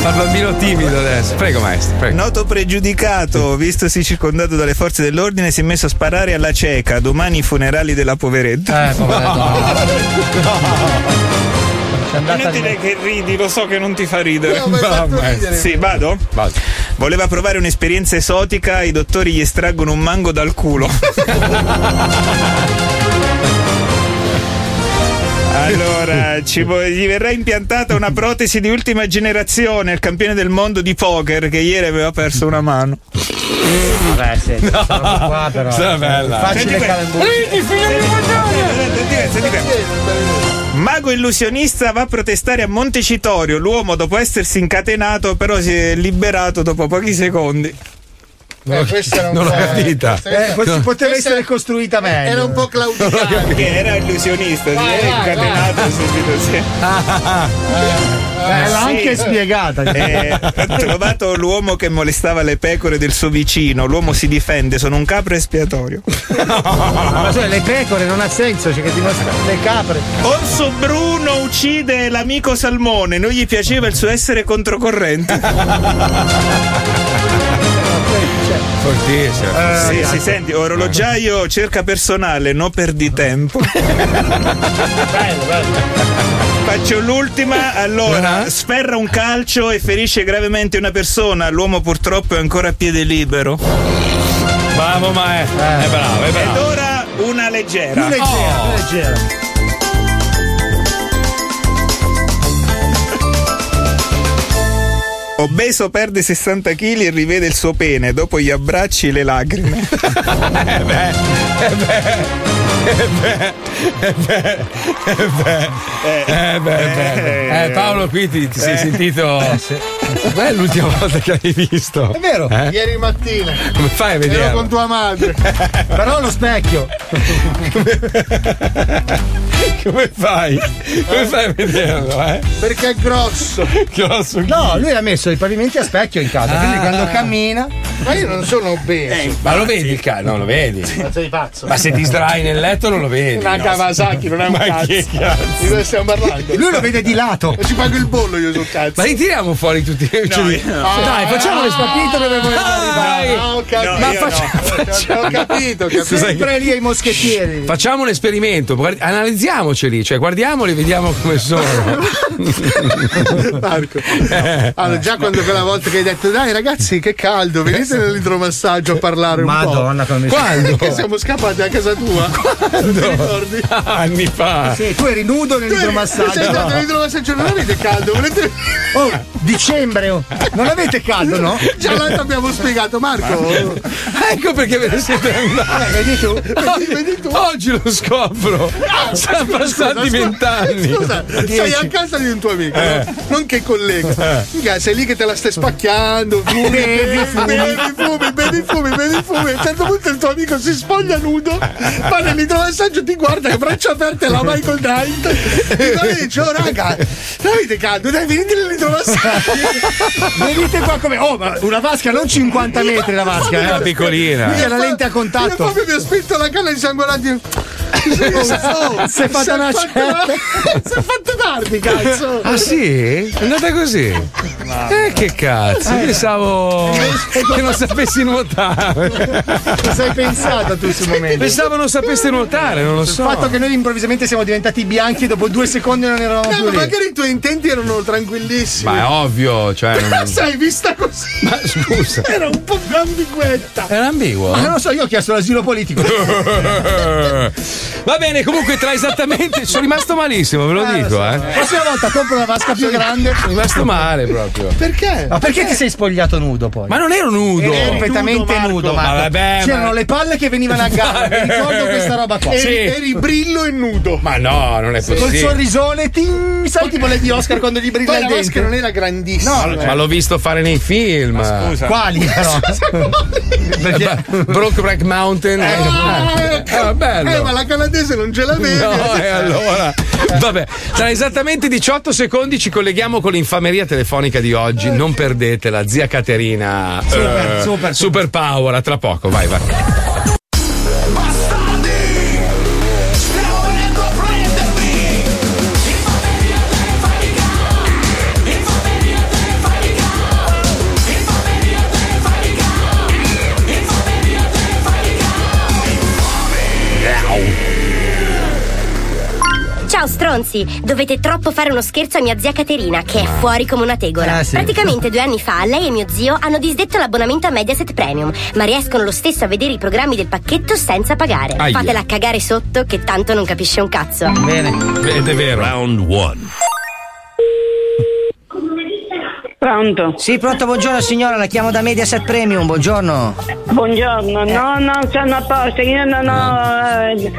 S3: Fa il bambino timido adesso. Prego, maestro, prego.
S6: Noto pregiudicato, vistosi circondato dalle forze dell'ordine, si è messo a sparare alla cieca. Domani i funerali della poveretta.
S7: Eh, poveretto. C'è
S6: È
S7: andata
S6: Inutile che ridi, lo so che non ti fa ridere.
S5: No, mi hai fatto
S6: Vabbè.
S5: ridere.
S6: Sì, vado?
S3: Vado.
S6: Voleva provare un'esperienza esotica, i dottori gli estraggono un mango dal culo. Allora, ci vo- gli verrà impiantata una protesi di ultima generazione, il campione del mondo di poker che ieri aveva perso una mano.
S7: Vabbè, sì, questa roba qua però. cioè,
S3: Sta bella.
S7: Facile
S6: Senti,
S7: calembour.
S6: Senti, senti, senti. Mago illusionista va a protestare a Montecitorio. L'uomo, dopo essersi incatenato, però si è liberato dopo pochi secondi.
S5: Eh, questa era un
S3: Non l'ho
S5: po'-
S3: capita.
S7: Eh, questa poteva essere costruita meglio.
S5: Era un po' claudicante.
S6: Che era illusionista, si
S5: Vai,
S6: è
S5: vai,
S6: incatenato subito. Sì.
S3: Eh,
S7: Eh, L'ha anche spiegata.
S6: Eh, ho trovato l'uomo che molestava le pecore del suo vicino. L'uomo si difende, sono un capro espiatorio.
S7: Ma cioè, le pecore non ha senso, cioè che ti mostrano le capre.
S3: Oh,
S6: Orso Bruno uccide l'amico Salmone. Non gli piaceva il suo essere controcorrente.
S3: Fortissimo.
S6: sì, sì, Eh, senti, orologiaio cerca personale, no perdi tempo. Faccio l'ultima, allora, sferra un calcio e ferisce gravemente una persona, l'uomo purtroppo è ancora a piede libero.
S3: Bravo, maestro. È bravo, è
S6: Ed
S3: bravo.
S6: ora una leggera.
S3: Oh.
S7: Leggera, leggera.
S6: Obeso perde 60 kg e rivede il suo pene dopo gli abbracci e le lacrime.
S3: Eh beh, eh beh, eh beh, eh beh, eh beh, eh beh, eh beh. Eh, Paolo qui ti, ti sei
S5: Eh.
S3: sentito... Beh, è l'ultima volta che hai visto.
S5: È vero,
S3: Eh?
S5: ieri mattina.
S3: Come fai a
S5: Ero
S3: vedere?
S5: con tua madre. Però lo specchio.
S3: Come fai? Come fai a vederlo, eh?
S5: Perché è grosso.
S3: grosso
S7: no, lui ha messo i pavimenti a specchio in casa, quindi
S5: Ah.
S7: quando cammina.
S5: Ma io non sono obeso.
S3: Eh, Ma lo vedi il cane? No, lo vedi.
S5: Ma sei pazzo.
S3: Esatto. Ma se ti sdrai nel letto non lo vedi.
S5: Una
S3: no?
S5: Kawasaki, non è un
S3: Ma
S5: cazzo.
S3: che cazzo?
S5: Di dove stiamo parlando?
S7: Lui lo vede di lato.
S5: Ci pago il bollo io sul cazzo.
S3: Ma li tiriamo fuori tutti. Cioè-
S7: Dai, facciamo le spapite dove vogliamo
S3: Ah,
S7: arrivare.
S5: No, ho capito.
S7: Ma
S5: io
S7: faccia-
S3: Cioè,
S5: no. Ho capito, ho capito.
S3: Scusa,
S7: Sempre lì ai moschettieri.
S3: Facciamo un esperimento, guard- analizziamoceli, cioè guardiamoli e vediamo come sono. Eh.
S5: Marco. Allora,
S7: Eh,
S5: già quando quella volta che hai detto, dai ragazzi, che caldo, venite nell'idromassaggio a parlare
S7: Madonna,
S5: un po'.
S7: come mi-
S5: Quando?
S7: Quando?
S5: Che siamo scappati a casa tua. Quando? Ti ricordi?
S3: Anni fa.
S7: Sì, tu eri nudo nell'idromassaggio.
S5: Sei andato nell'idromassaggio, non avete caldo, volete...
S7: Oh, dicembre, oh. non avete caldo, no?
S5: Già l'altro abbiamo spiegato,
S7: Eh,
S5: Marco.
S3: ecco perché ve ne siete andati.
S5: Eh, vedi tu, vedi,
S3: Oggi lo scopro.
S5: Ah,
S3: Sono
S5: scusa,
S3: passati
S5: scusa,
S3: vent'anni.
S5: Scusa, sei a casa di un tuo amico,
S3: Eh.
S5: no? non che collega.
S3: Eh.
S5: Mica, sei lì che te la stai spacchiando, fumi, bevi, fumi, fumi, bevi, fumi, bevi, fumi. A un certo punto il tuo amico si spoglia nudo, fa nell'idromassaggio, ti guarda che braccia aperte la Michael Knight. E poi dice, oh raga, non avete caldo, dai, venite nell'idromassaggio.
S7: Venite qua come. Oh, ma una vasca, non 50 metri la vasca.
S3: Era
S7: eh.
S3: piccolina.
S7: Mica la lente a contatto.
S5: Io proprio mi ho spinto la canna di sanguinanti.
S7: Si è fatta una certa.
S5: Si è fatto tardi, cazzo.
S3: Ah sì? È andata così? Eh che cazzo,
S5: Eh.
S3: pensavo che non sapessi nuotare.
S7: Cosa hai pensato tu sul momento?
S3: Pensavo non sapeste nuotare, non lo
S7: Il
S3: so.
S7: fatto che noi improvvisamente siamo diventati bianchi e dopo due secondi non eravamo
S5: Eh,
S7: più
S5: ma
S7: lì.
S5: magari i tuoi intenti erano tranquillissimi.
S3: Ma è ovvio, cioè.
S5: Però
S3: non-
S5: sai, vista così.
S3: Ma scusa.
S5: Era un po' più ambiguetta.
S3: Era ambiguo?
S7: Ma Ah, non lo so, io ho chiesto l'asilo politico.
S3: Va bene, comunque tra esattamente. Sono rimasto malissimo, ve lo dico, eh.
S7: Prossima volta compro una vasca più grande.
S3: Sono rimasto male proprio.
S5: Perché?
S7: Ma perché ti sei spogliato nudo poi?
S3: Ma non ero nudo.
S7: Eri completamente nudo, Marco.
S3: Ma vabbè, ma-
S7: C'erano le palle che venivano a galla. Mi ricordo questa roba qua.
S3: Sì.
S7: Eri- eri
S5: brillo e nudo.
S3: Ma no, non è
S7: Col
S3: possibile.
S7: sorrisone, ting, sai tipo lei di Oscar quando gli brilla
S5: Poi
S7: il
S5: la
S7: dente.
S5: maschera non era grandissima.
S3: Ma- Ma l'ho visto fare nei film.
S7: Quali però?
S2: Eh,
S3: Perché... Brokeback Mountain. Eh, eh, era bello.
S5: Eh, ma la canadese non ce l'avevi.
S3: No, e allora. Vabbè, tra esattamente 18 secondi ci colleghiamo con l'infameria telefonica di oggi. Non perdetela, zia Caterina.
S7: Eh. Super,
S3: Eh,
S7: super,
S3: super power. A tra poco, vai, vai.
S12: Ciao stronzi, dovete troppo fare uno scherzo a mia zia Caterina, che è fuori come una tegola.
S13: Ah, sì.
S12: Praticamente due anni fa lei e mio zio hanno disdetto l'abbonamento a Mediaset Premium, ma riescono lo stesso a vedere i programmi del pacchetto senza pagare.
S1: Aia.
S12: Fatela cagare sotto, che tanto non capisce un cazzo.
S1: Ed è vero. Round 1.
S13: Pronto? Sì, pronto, buongiorno signora, la chiamo da Mediaset Premium, buongiorno.
S24: Buongiorno, no, non sono a posto, io non ho eh,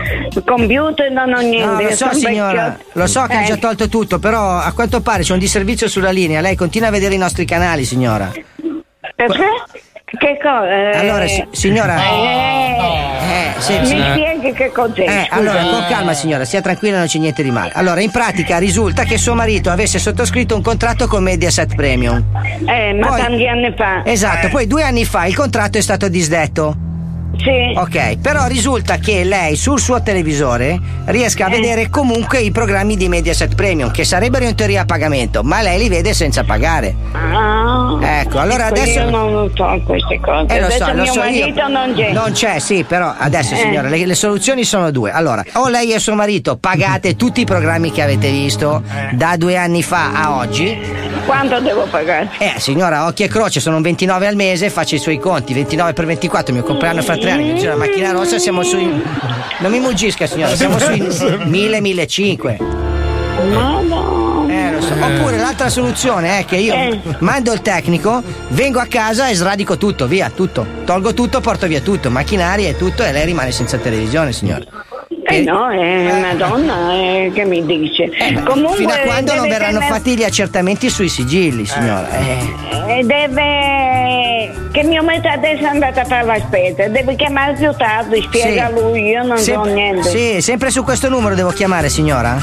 S24: computer, non ho niente.
S13: No, lo
S24: io
S13: so
S24: sono Eh.
S13: signora,
S24: vecchiotta.
S13: lo so che ha già tolto tutto, però a quanto pare c'è un disservizio sulla linea, lei continua a vedere i nostri canali signora. Eh,
S24: Perché? Eh, Che cosa? eh,
S13: Allora, si- signora-
S24: Eh,
S13: Eh, sì,
S24: mi
S13: signora.
S24: spieghi che cos'è?
S13: Eh,
S24: scusa.
S13: allora, con calma signora, stia tranquilla, non c'è niente di male. Allora, in pratica risulta che suo marito avesse sottoscritto un contratto con Mediaset Premium.
S24: Eh, ma
S13: Poi-
S24: tanti anni fa.
S13: Esatto,
S24: Eh.
S13: poi due anni fa il contratto è stato disdetto.
S24: Sì.
S13: Ok, però risulta che lei sul suo televisore riesca a vedere comunque i programmi di Mediaset Premium, che sarebbero in teoria a pagamento, ma lei li vede senza pagare.
S24: Ah,
S13: Ecco, allora
S24: ecco,
S13: adesso-
S24: Io non lo so queste cose.
S13: Eh, lo
S24: Adesso
S13: so, lo
S24: mio
S13: so io.
S24: marito non c'è.
S13: Non c'è, sì, però adesso
S24: Eh.
S13: signora, le, le soluzioni sono due. Allora, o lei e suo marito pagate tutti i programmi che avete visto da due anni fa a oggi.
S24: Quanto devo pagare?
S13: Eh, signora, occhi e croce, sono un 29 al mese, faccio i suoi conti. 29 per 24, mio compleanno fra tre anni, c'è la macchina rossa, siamo sui. Non mi muggisca, signora, siamo sui 1000, 1500.
S24: Ma no.
S13: Eh, lo so. Oppure l'altra soluzione è che io
S24: Eh.
S13: mando il tecnico, vengo a casa e sradico tutto, via, tutto. Tolgo tutto, porto via tutto, macchinari e tutto e lei rimane senza televisione, signore.
S24: Eh no, eh, madonna, eh, che mi dice? Comunque,
S13: Fino a quando non
S24: deve
S13: verranno
S24: tener-
S13: fatti gli accertamenti sui sigilli, signora. Eh.
S24: eh, deve che mio marito adesso è andato a fare la spesa devi chiamare più tardi spiega
S13: Sì.
S24: lui io non so
S13: Sempre-
S24: niente
S13: Sì, sempre su questo numero devo chiamare, signora?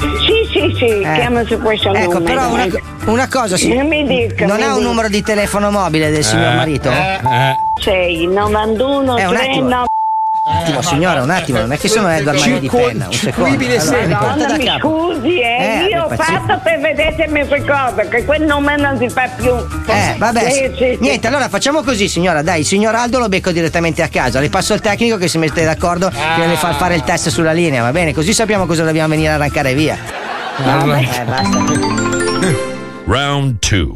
S24: sì sì, sì, chiama su questo
S13: Eh. Ecco,
S24: numero
S13: però una, una cosa, sì.
S24: Eh, mi dica,
S13: non
S24: mi
S13: ha un
S24: dica.
S13: numero di telefono mobile del signor
S25: Eh,
S13: marito?
S25: eh,
S24: 6 91
S13: Eh, un
S24: 3
S13: attimo.
S24: 9
S13: Un attimo, signora, un attimo, non è che sono nel dormire di penna, un secondo. porta da
S24: Madonna, mi
S13: capo.
S24: scusi, eh,
S13: Eh,
S24: io ho
S13: per pazienza.
S24: fatto per vedere se mi ricordo che quel nome non si fa più.
S13: Eh, vabbè,
S24: Sì,
S13: s- niente, allora facciamo così, signora. Dai, il signor Aldo lo becco direttamente a casa. Le passo il tecnico che si mette d'accordo che le fa fare il test sulla linea, va bene? Così sappiamo cosa dobbiamo venire a arrancare via.
S24: Ah,
S25: Allora.
S13: Eh, basta.
S1: Round 2.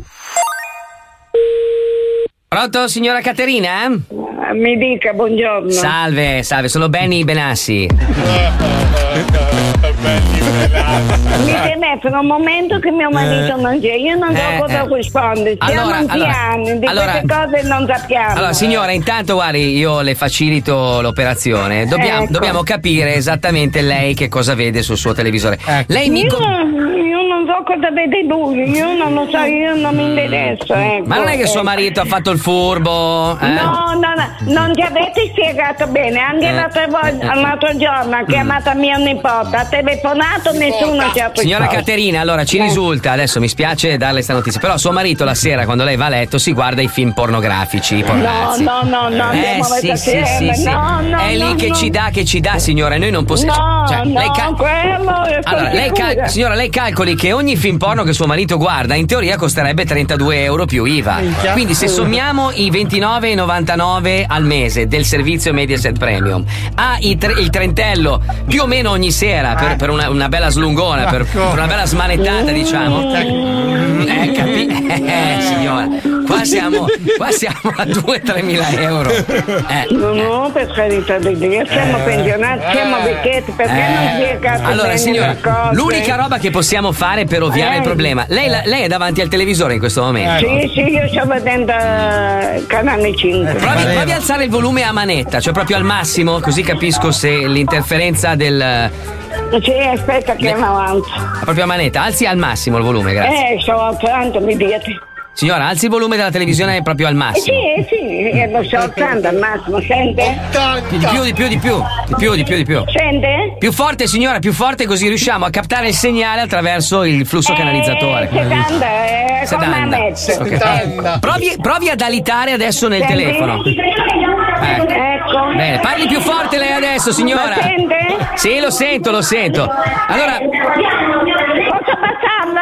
S2: Pronto, signora Caterina?
S24: Eh, Mi dica, buongiorno.
S2: Salve, salve, sono Benny Benassi.
S24: Mi telefono un momento che mio marito
S2: Eh.
S24: non c'è, io non so
S2: Eh,
S24: cosa
S2: eh.
S24: rispondere. Siamo
S2: Allora, allora,
S24: anziani, di
S2: allora-
S24: queste cose non sappiamo.
S2: Allora, signora, intanto guardi, io le facilito l'operazione. Dobbiamo,
S24: Ecco.
S2: dobbiamo capire esattamente lei che cosa vede sul suo televisore. Lei mi.
S24: io,
S2: co-
S24: io non so cosa vede lui, io non lo so, io non mi interesso. Ecco.
S2: Mm. Ma non è che suo
S24: Eh.
S2: marito ha fatto il furbo? eh?
S24: No, no, no, non ti avete spiegato bene. Anche
S2: Eh. Mm.
S24: l'altro, vo- l'altro giorno ha chiamato mia nipote, ha telefonato, nessuno ci ha risposto.
S2: Signora Caterina, allora
S24: Eh.
S2: ci risulta, adesso mi spiace darle questa notizia, però suo marito la sera quando lei va a letto si guarda i film pornografici, i
S24: No,
S2: pornazzi.
S24: no, no, no,
S2: Eh,
S24: andiamo a
S2: sì,
S24: vedere
S2: sì, sì, sì.
S24: No, no,
S2: è lì
S24: no,
S2: che
S24: no.
S2: ci dà, che ci dà, signora. Noi non possiamo.
S24: No,
S2: cioè,
S24: no,
S2: lei cal-
S24: quello è
S2: allora, lei cal-
S24: sicura.
S2: signora, lei calcoli che ogni film porno che suo marito guarda in teoria costerebbe 32 euro più IVA.
S9: Minchia.
S2: Quindi se sommiamo i 29,99 al mese del servizio Mediaset Premium a i tre- il trentello più o meno ogni sera per, per una, una bella slungona, per, per una bella smanettata, diciamo. Eh, capi- eh, signora, qua siamo, qua siamo a 2-3 mila euro. Eh.
S24: No, no, per carità di Dio, siamo
S2: Eh.
S24: pensionati, siamo vecchietti, perché
S2: Eh.
S24: non spiegato
S2: Allora,
S24: bene
S2: signora,
S24: le cose? Eh.
S2: l'unica roba che possiamo fare per ovviare il problema. Lei, la- lei è davanti al televisore in questo momento.
S24: Sì, sì, io sto vedendo eh, Canale 5.
S2: Provi, provi a alzare il volume a manetta, cioè proprio al massimo, così capisco se l'interferenza del. Ah,
S24: Sì, aspetta che andiamo avanti.
S2: proprio a manetta. Alzi al massimo il volume, grazie.
S24: Eh, sto alzando, mi dite.
S2: Signora, alzi il volume della televisione proprio al
S24: Eh,
S2: massimo.
S24: sì, eh, sì, eh, lo sto alzando al massimo, sente?
S2: Di più, di più, di più, di più, di più, di più.
S24: Sente?
S2: Più forte, signora, più forte, così riusciamo a captare il segnale attraverso il flusso
S24: Eh,
S2: canalizzatore.
S24: Sedanda, eh, come a
S2: Sedanda.
S24: mezzo.
S2: Ok. Provi, provi ad alitare adesso nel
S24: Senti?
S2: telefono. Eh.
S24: Ecco.
S2: Bene, parli più forte lei adesso, signora.
S24: Ma sente?
S2: Sì, lo sento, lo sento. Allora,
S24: Posso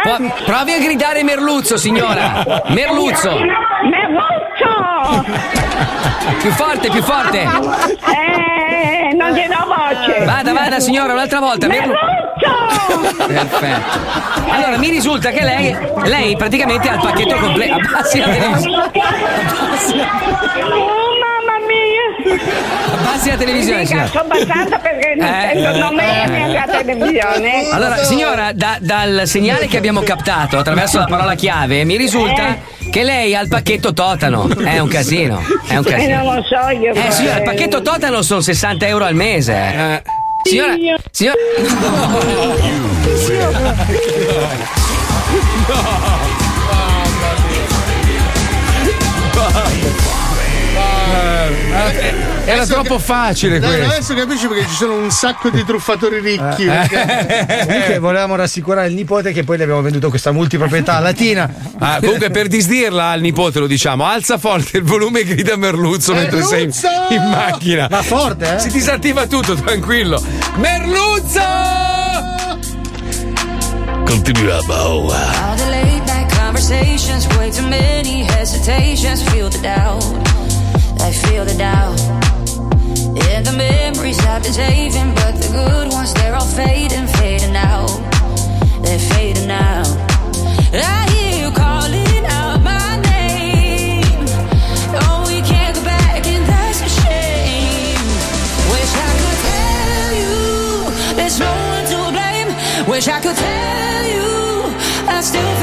S24: passarla?
S2: po- provi a gridare Merluzzo, signora. Merluzzo.
S24: Merluzzo!
S2: Più forte, più forte.
S24: Eh, non gli do voce.
S2: Vada, vada, signora, un'altra volta. Merluzzo. Perfetto. Allora, mi risulta che lei, lei praticamente ha il pacchetto completo. Abbassi la televisione.
S24: Oh, mamma mia!
S2: Abbassi la televisione,
S24: Mica,
S2: signora.
S24: sto passando perché non
S2: Eh.
S24: sento il nome
S2: Eh.
S24: né la televisione.
S2: Allora, signora, da- dal segnale che abbiamo captato attraverso la parola chiave, mi risulta
S24: Eh.
S2: che lei ha il pacchetto Totano. È un casino, è un
S24: Eh,
S2: casino.
S24: non lo so io.
S2: Eh signora, il pacchetto Totano sono 60 euro al mese. Signora, signora.
S3: Era troppo facile
S5: Dai,
S3: questo. Eh.
S5: Adesso capisci perché ci sono un sacco di truffatori ricchi.
S7: Comunque volevamo rassicurare il nipote che poi le abbiamo venduto questa multiproprietà latina.
S3: Ah, comunque per disdirla al nipote lo diciamo, alza forte il volume e grida Merluzzo mentre sei in,
S5: Merluzzo!
S3: in macchina.
S7: Ma forte, eh?
S3: Si disattiva tutto, tranquillo. Merluzzo!
S21: Continuiamo ora.
S14: All the laid back conversations, way too many hesitations. Feel the doubt, I feel the doubt. And the memories I've been saving, but the good ones they're all fading, fading out. They're fading out. I hear you calling out my name. Oh, we can't go back, and that's a shame. Wish I could tell you there's no one to blame. Wish I could tell you I still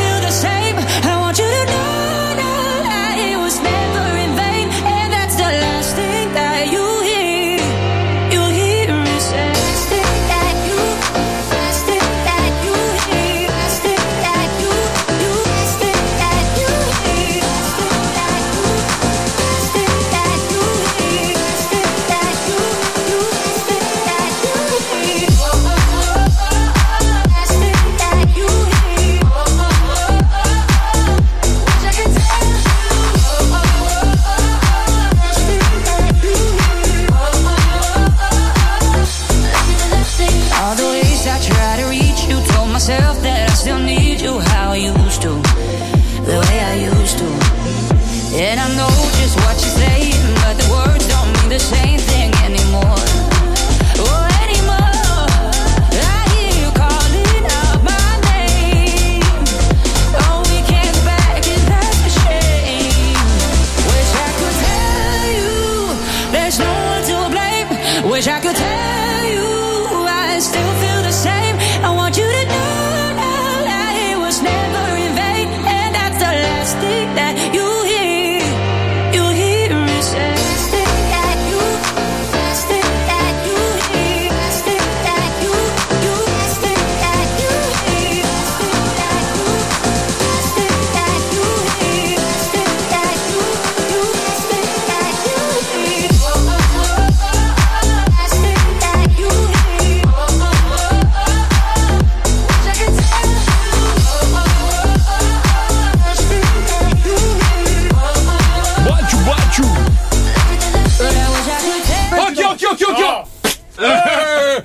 S3: Eh,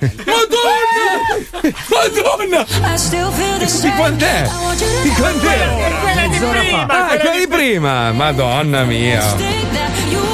S3: Madonna! Di quant'è? Di quant'è?
S25: Quella di prima!
S3: Ah,
S25: quella
S3: quella di prima! Madonna mia!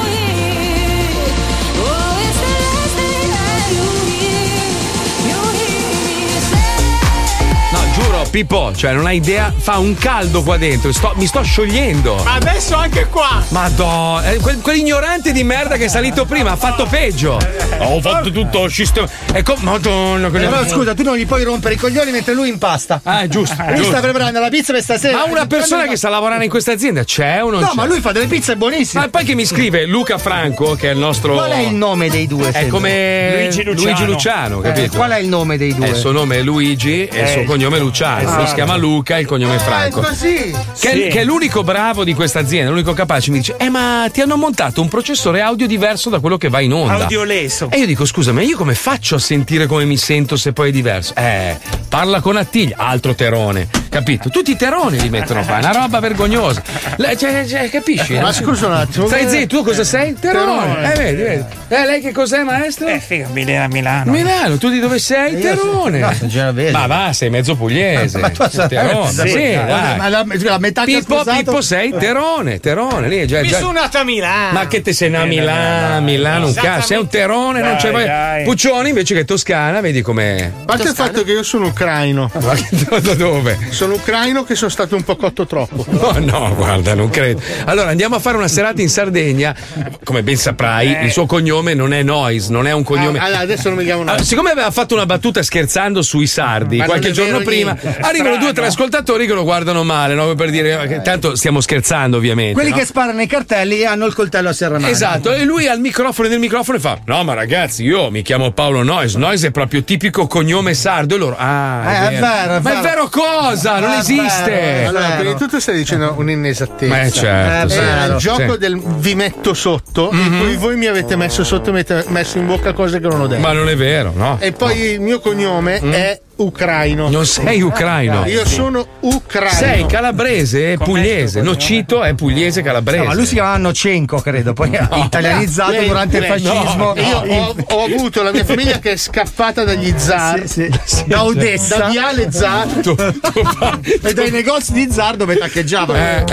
S3: No, giuro, Pippo, cioè non hai idea, fa un caldo qua dentro, sto- mi sto sciogliendo.
S4: Ma adesso anche qua!
S3: Madonna, eh, quel- quell'ignorante di merda che è salito prima ha fatto peggio. Ho fatto tutto sistema. Ecco, madonna, quella-
S7: Però scusa, tu non gli puoi rompere i coglioni mentre lui impasta.
S3: Ah, giusto.
S7: Lui
S3: giusto.
S7: sta preparando la pizza per stasera.
S3: Ma una persona che sta lavorando in questa azienda c'è o non
S7: Eh, No,
S3: c'è?
S7: ma lui fa delle pizze buonissime.
S3: Ma poi che mi scrive Luca Franco, che è il nostro.
S7: Qual è il nome dei due?
S3: È
S7: sempre?
S3: come Luigi Luciano,
S7: Eh,
S3: capito?
S7: qual è il nome dei due?
S3: Eh, il suo nome è Luigi e il suo
S7: Eh.
S3: cognome è Luciano. Lui
S7: Esatto.
S3: si chiama Luca e il cognome è Franco.
S7: Eh, così.
S3: Che,
S7: Sì.
S3: che è l'unico bravo di questa azienda, l'unico capace, mi dice: Eh, ma ti hanno montato un processore audio diverso da quello che va in onda.
S6: Audio leso.
S3: E io dico: Scusa, ma io come faccio a sentire come mi sento se poi è diverso? Eh, parla con Attiglia, altro terone, capito? Tutti i teroni li mettono qua, è una roba vergognosa. La- cioè, cioè, capisci?
S7: Ma scusa un attimo.
S3: Stai zitto, tu cosa sei? Terone.
S7: Terone.
S3: Eh, vedi, vedi. Eh, lei che cos'è, maestro? Eh,
S6: figa, Milena Milano.
S3: Milano, tu di dove sei? Terone.
S7: Eh, no, sono genovese.
S3: Ma va, sei mezzo pugliese.
S7: Ma tu sei
S3: Terone. Eh, Sì, dai.
S7: Ma la, la metà che ha
S3: Pippo,
S7: sposato-
S3: Pippo sei Terone, Terone, lì è già,
S4: Mi
S3: già-
S4: sono nata a
S3: eh.
S7: Ah.
S4: Milano!
S3: Ma che te sei
S5: Eh,
S3: a Milano, Milano, un cazzo, sei un terone, non c'è
S4: Dai,
S3: mai.
S4: dai.
S3: Puccioni invece che è toscana, vedi come.
S5: parte il fatto che io sono ucraino.
S3: da dove?
S5: Sono ucraino che sono stato un po' cotto troppo.
S3: No, no, guarda, non credo. Allora andiamo a fare una serata in Sardegna. Come ben saprai, il suo cognome non è Nois, non è un cognome.
S5: Eh. Ah, allora, adesso non mi chiamo
S3: Ah, siccome aveva fatto una battuta scherzando sui sardi
S5: Ma non
S3: qualche
S5: è
S3: giorno
S5: vero
S3: prima,
S5: niente.
S3: arrivano
S5: Strano.
S3: due o tre ascoltatori che lo guardano male, no? per dire che tanto stiamo scherzando ovviamente.
S7: Quelli
S3: no?
S7: che sparano i cartelli e hanno il coltello a serra mano.
S3: Esatto, e lui al microfono e nel microfono fa: No, ma ragazzi, io mi chiamo Paolo Nois. Nois è proprio tipico cognome sardo. E loro, ah,
S5: Eh, è vero, è
S3: ma è vero
S5: vero. Ah,
S3: cosa? Non
S5: È
S3: esiste.
S5: vero. Allora, prima di tutto stai dicendo un'inesattezza.
S3: Ma è certo, sì.
S5: Era il
S3: Sì. Mhm.
S5: gioco del vi metto sotto, in cui voi mi avete messo sotto e mi avete messo in bocca cose che non ho detto.
S3: Ma non è vero, no? Mm.
S5: E poi il mio cognome è ucraino.
S3: Non sei ucraino.
S5: Io sono ucraino.
S3: Sei calabrese, pugliese. Nocito è pugliese calabrese.
S7: No, ma lui si chiamava Nocenco, credo, poi ha italianizzato
S5: Lei-
S7: durante il
S5: lei-
S7: fascismo.
S5: no, Io ho, ho avuto la mia famiglia che è scappata dagli zar
S7: certo. da Odessa,
S5: da Viale Zar
S7: e dai negozi di zar dove taccheggiavano.
S3: Eh,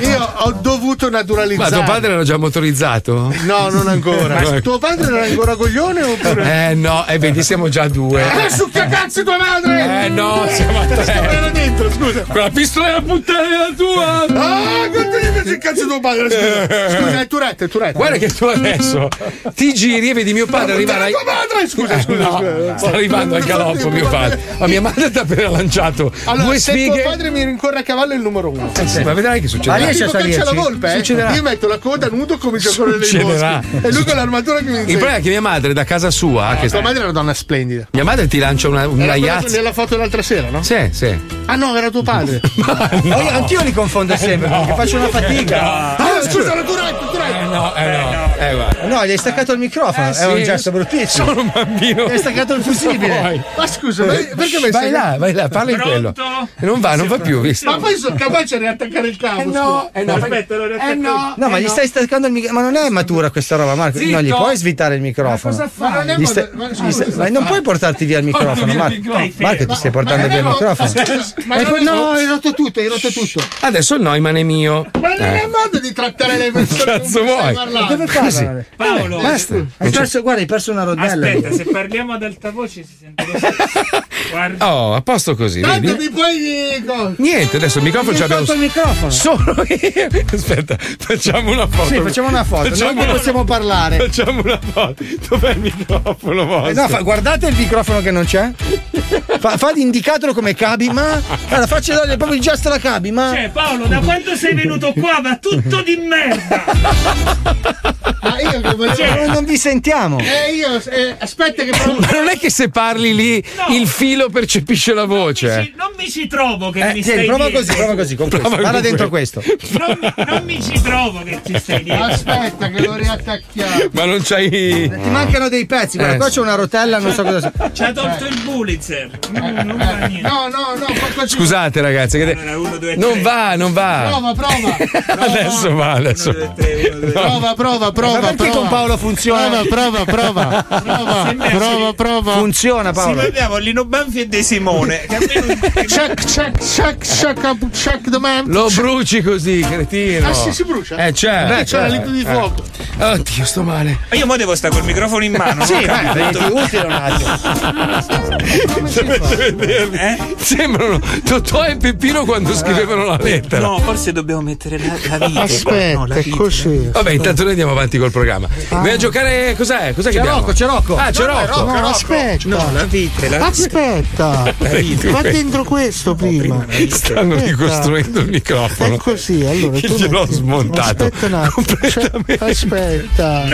S3: eh.
S5: Io ho dovuto
S3: Ma
S5: naturalizzare.
S3: tuo padre era già motorizzato?
S5: No, non ancora. Eh,
S3: Ma-
S5: tuo padre non era ancora coglione oppure?
S3: Eh no, e vedi, siamo già due.
S5: Eh, succhia cazzo tua madre!
S3: Eh, no, siamo a tre.
S5: Era dentro, scusa.
S3: Quella pistola è la puttana della tua!
S5: Ah, continua il cazzo tuo padre, scusa. Scusa, è Turette, è Turette.
S3: Eh. Guarda che tu adesso ti giri e vedi mio padre arrivare. ai- Eh,
S5: Tua madre, scusa, scusa,
S3: No,
S5: scusa.
S3: sta arrivando al galoppo mio padre. Ma mia madre ti ha appena lanciato
S5: Allora,
S3: due
S5: se
S3: sfighe.
S5: tuo padre mi rincorre a cavallo è il numero uno.
S3: Eh sì, ma vedrai che succederà.
S5: Ma riesce a salirci? la volpe, eh?
S3: Succederà.
S5: Io metto la coda nudo e comincio a correre nei
S3: Succederà.
S5: boschi. E lui con l'armatura che mi
S3: Il problema
S5: dice.
S3: è che mia madre da casa
S7: Ah,
S3: sua. che-
S5: Tua madre è una donna splendida.
S3: Mia madre ti lancia una, una
S5: Era quella
S3: iazza.
S5: nella foto dell'altra sera, no?
S3: Sì, sì.
S5: Ah no, era tuo padre.
S7: Ma io- Anch'io li confondo sempre perché faccio una fatica.
S5: Ah, scusa, la Turette, Turette.
S3: no, eh no. Eh guarda.
S7: No, gli hai staccato il microfono,
S3: Eh,
S7: è un
S3: sì.
S7: gesto bruttissimo.
S3: Sono un bambino.
S7: Gli hai staccato il
S3: Cosa
S7: fusibile.
S3: vuoi?
S5: Ma scusa, ma perché mi
S3: Vai
S5: stai-
S3: là, vai là, parla in quello. E Non va, non va più, visto?
S5: Ma poi sono capace di attaccare il cavo.
S3: no, eh no, eh,
S5: aspetta, lo riattacco.
S7: No, ma gli stai staccando il microfono. Ma non è matura questa roba, Marco.
S5: Zitto.
S7: No, gli puoi svitare il microfono.
S5: Ma cosa fai? Ma non è
S7: Gli stai-
S5: moder- ma
S7: gli
S5: scusa,
S7: stai-
S5: cosa
S7: ma non puoi portarti via il microfono,
S5: via il
S7: Marco.
S5: microfono.
S7: Marco, ti stai
S5: Ma
S7: portando
S5: non
S7: via
S5: è
S7: il
S5: mo-
S7: microfono.
S5: Ma
S7: E
S3: Eh,
S5: non
S7: poi-
S5: è mo-
S7: no,
S5: hai rotto tutto, hai rotto tutto.
S3: Adesso il Neumann è mio.
S5: Ma non è
S3: Eh.
S5: modo di trattare le persone
S3: Cazzo
S5: con cui stai
S3: vuoi?
S5: parlando.
S7: Dove parlano?
S3: Paolo,
S7: Basta.
S3: non
S7: Hai
S3: c'è-
S7: perso, guarda, hai perso una rodella.
S15: Aspetta, se parliamo ad alta voce si sente lo stesso. Guarda.
S3: Oh, a posto così,
S5: Tanto
S3: vedi?
S5: mi puoi co-
S3: Niente, adesso il microfono ce l'abbiamo.
S7: Tolto il microfono.
S3: Solo io. Aspetta, facciamo una foto.
S7: Sì, facciamo una foto,
S3: Facciamo
S7: non che
S3: una-
S7: possiamo parlare.
S3: Facciamo una foto. Dov'è il microfono vostro?
S7: Eh, no, fa- guardate il microfono che non c'è. Fa, fa indicatelo come cabi, ma. Guarda, faccio dare proprio il gesto alla cabi, ma.
S15: Cioè, Paolo, da quando sei venuto qua va tutto di merda.
S5: Ma io che volevo-
S7: Cioè, non vi sentiamo.
S5: Eh, io, eh, aspetta che parlo.
S3: Ma non è che se parli lì il filo percepisce la voce.
S15: Non mi ci trovo che
S7: Eh,
S15: mi
S7: tieni,
S15: stai
S7: prova
S15: dietro.
S7: così, prova così, con
S3: Prova
S7: questo.
S3: con
S7: Guarda dentro
S3: questo.
S7: questo.
S15: Non, non mi ci trovo che ci stai dietro.
S5: Aspetta che lo riattacchiamo.
S3: Ma non c'hai.
S7: Ti mancano dei pezzi, guarda,
S3: Eh.
S7: qua c'è una rotella, non so cosa sia.
S15: Ci ha tolto il Pulitzer. Eh, Non, non va niente.
S5: No, no, no, qua- qua ci-
S3: Scusate, ragazzi. che-
S15: Allora, uno, due,
S3: Non
S15: tre.
S3: va, non va.
S5: Prova, prova.
S3: Adesso va, adesso.
S15: Uno, due, tre, uno, due, tre.
S5: Prova, prova,
S7: Ma
S5: prova,
S7: perché
S5: prova.
S7: con Paolo funziona?
S5: Prova, prova, prova. Prova,
S7: Sembra-
S5: prova,
S7: sì.
S5: prova.
S7: Funziona, Paolo.
S6: Se noi abbiamo Lino Banfi e De Simone, che almeno
S5: Check, check, check, check, up, check the man.
S3: Lo bruci così, cretino.
S5: Ah, sì, si brucia?
S3: Eh, certo.
S5: Beh, c'è la lite di fuoco.
S3: Eh. Oddio, sto male.
S6: Ma Io mo devo stare col microfono in mano.
S3: Sì,
S6: non ho
S3: vai,
S6: capito.
S3: vedi, utile un
S6: Dovete vederli.
S3: Eh? Sembrano Totò e Peppino quando scrivevano la lettera.
S6: Eh. No, forse dobbiamo mettere la, la vite.
S5: Aspetta,
S6: No, la
S5: è così.
S3: Vabbè, intanto noi andiamo avanti col programma. Vai a giocare. Cos'è? Cos'è che
S5: C'è
S3: abbiamo?
S5: Rocco, c'è Rocco.
S3: Ah, c'è
S5: No, no,
S3: Rocco.
S5: Rocco, No, Rocco. aspetta.
S3: No, la vite. La...
S5: Aspetta,
S3: La vite.
S5: va dentro questo prima.
S3: Stanno
S5: Aspetta.
S3: ricostruendo il microfono.
S5: È così, allora tu
S3: Gliel'ho smontato.
S5: Aspetta un attimo. C'è- Aspetta.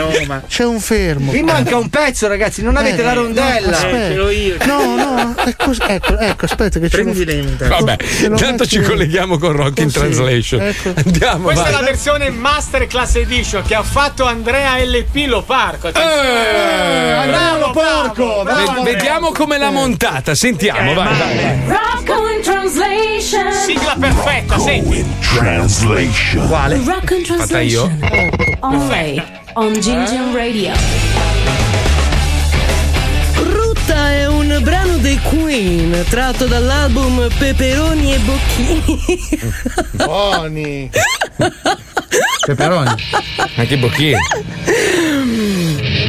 S5: C'è un fermo.
S16: Vi manca un pezzo, ragazzi, non avete la rondella.
S5: No, aspetta.
S16: Eh, ce l'ho io.
S5: No, no, è così. Ecco, ecco, aspetta che c'è.
S16: Prendi
S5: un...
S3: Vabbè,
S5: Te lo
S3: intanto
S5: metto
S3: ci
S5: io.
S3: colleghiamo con Rock in
S5: Così,
S3: Translation. Andiamo,
S4: Questa
S3: vai.
S4: è la versione Masterclass Edition che ha fatto Andrea LP
S7: Eh,
S4: Loparco.
S3: bravo,
S4: porco!
S3: Ve- vediamo come l'ha montata, sentiamo, vai. vai.
S14: Rocco in translation.
S4: Sigla perfetta, senti.
S21: Translation.
S14: Rocco in
S3: Fatta io?
S14: translation. Only on
S3: Eh?
S14: Jinjin Radio.
S8: Rutta è un brano dei Queen tratto dall'album Peperoni e Bocchini.
S5: Buoni.
S3: Peperoni. Anche i bocchini.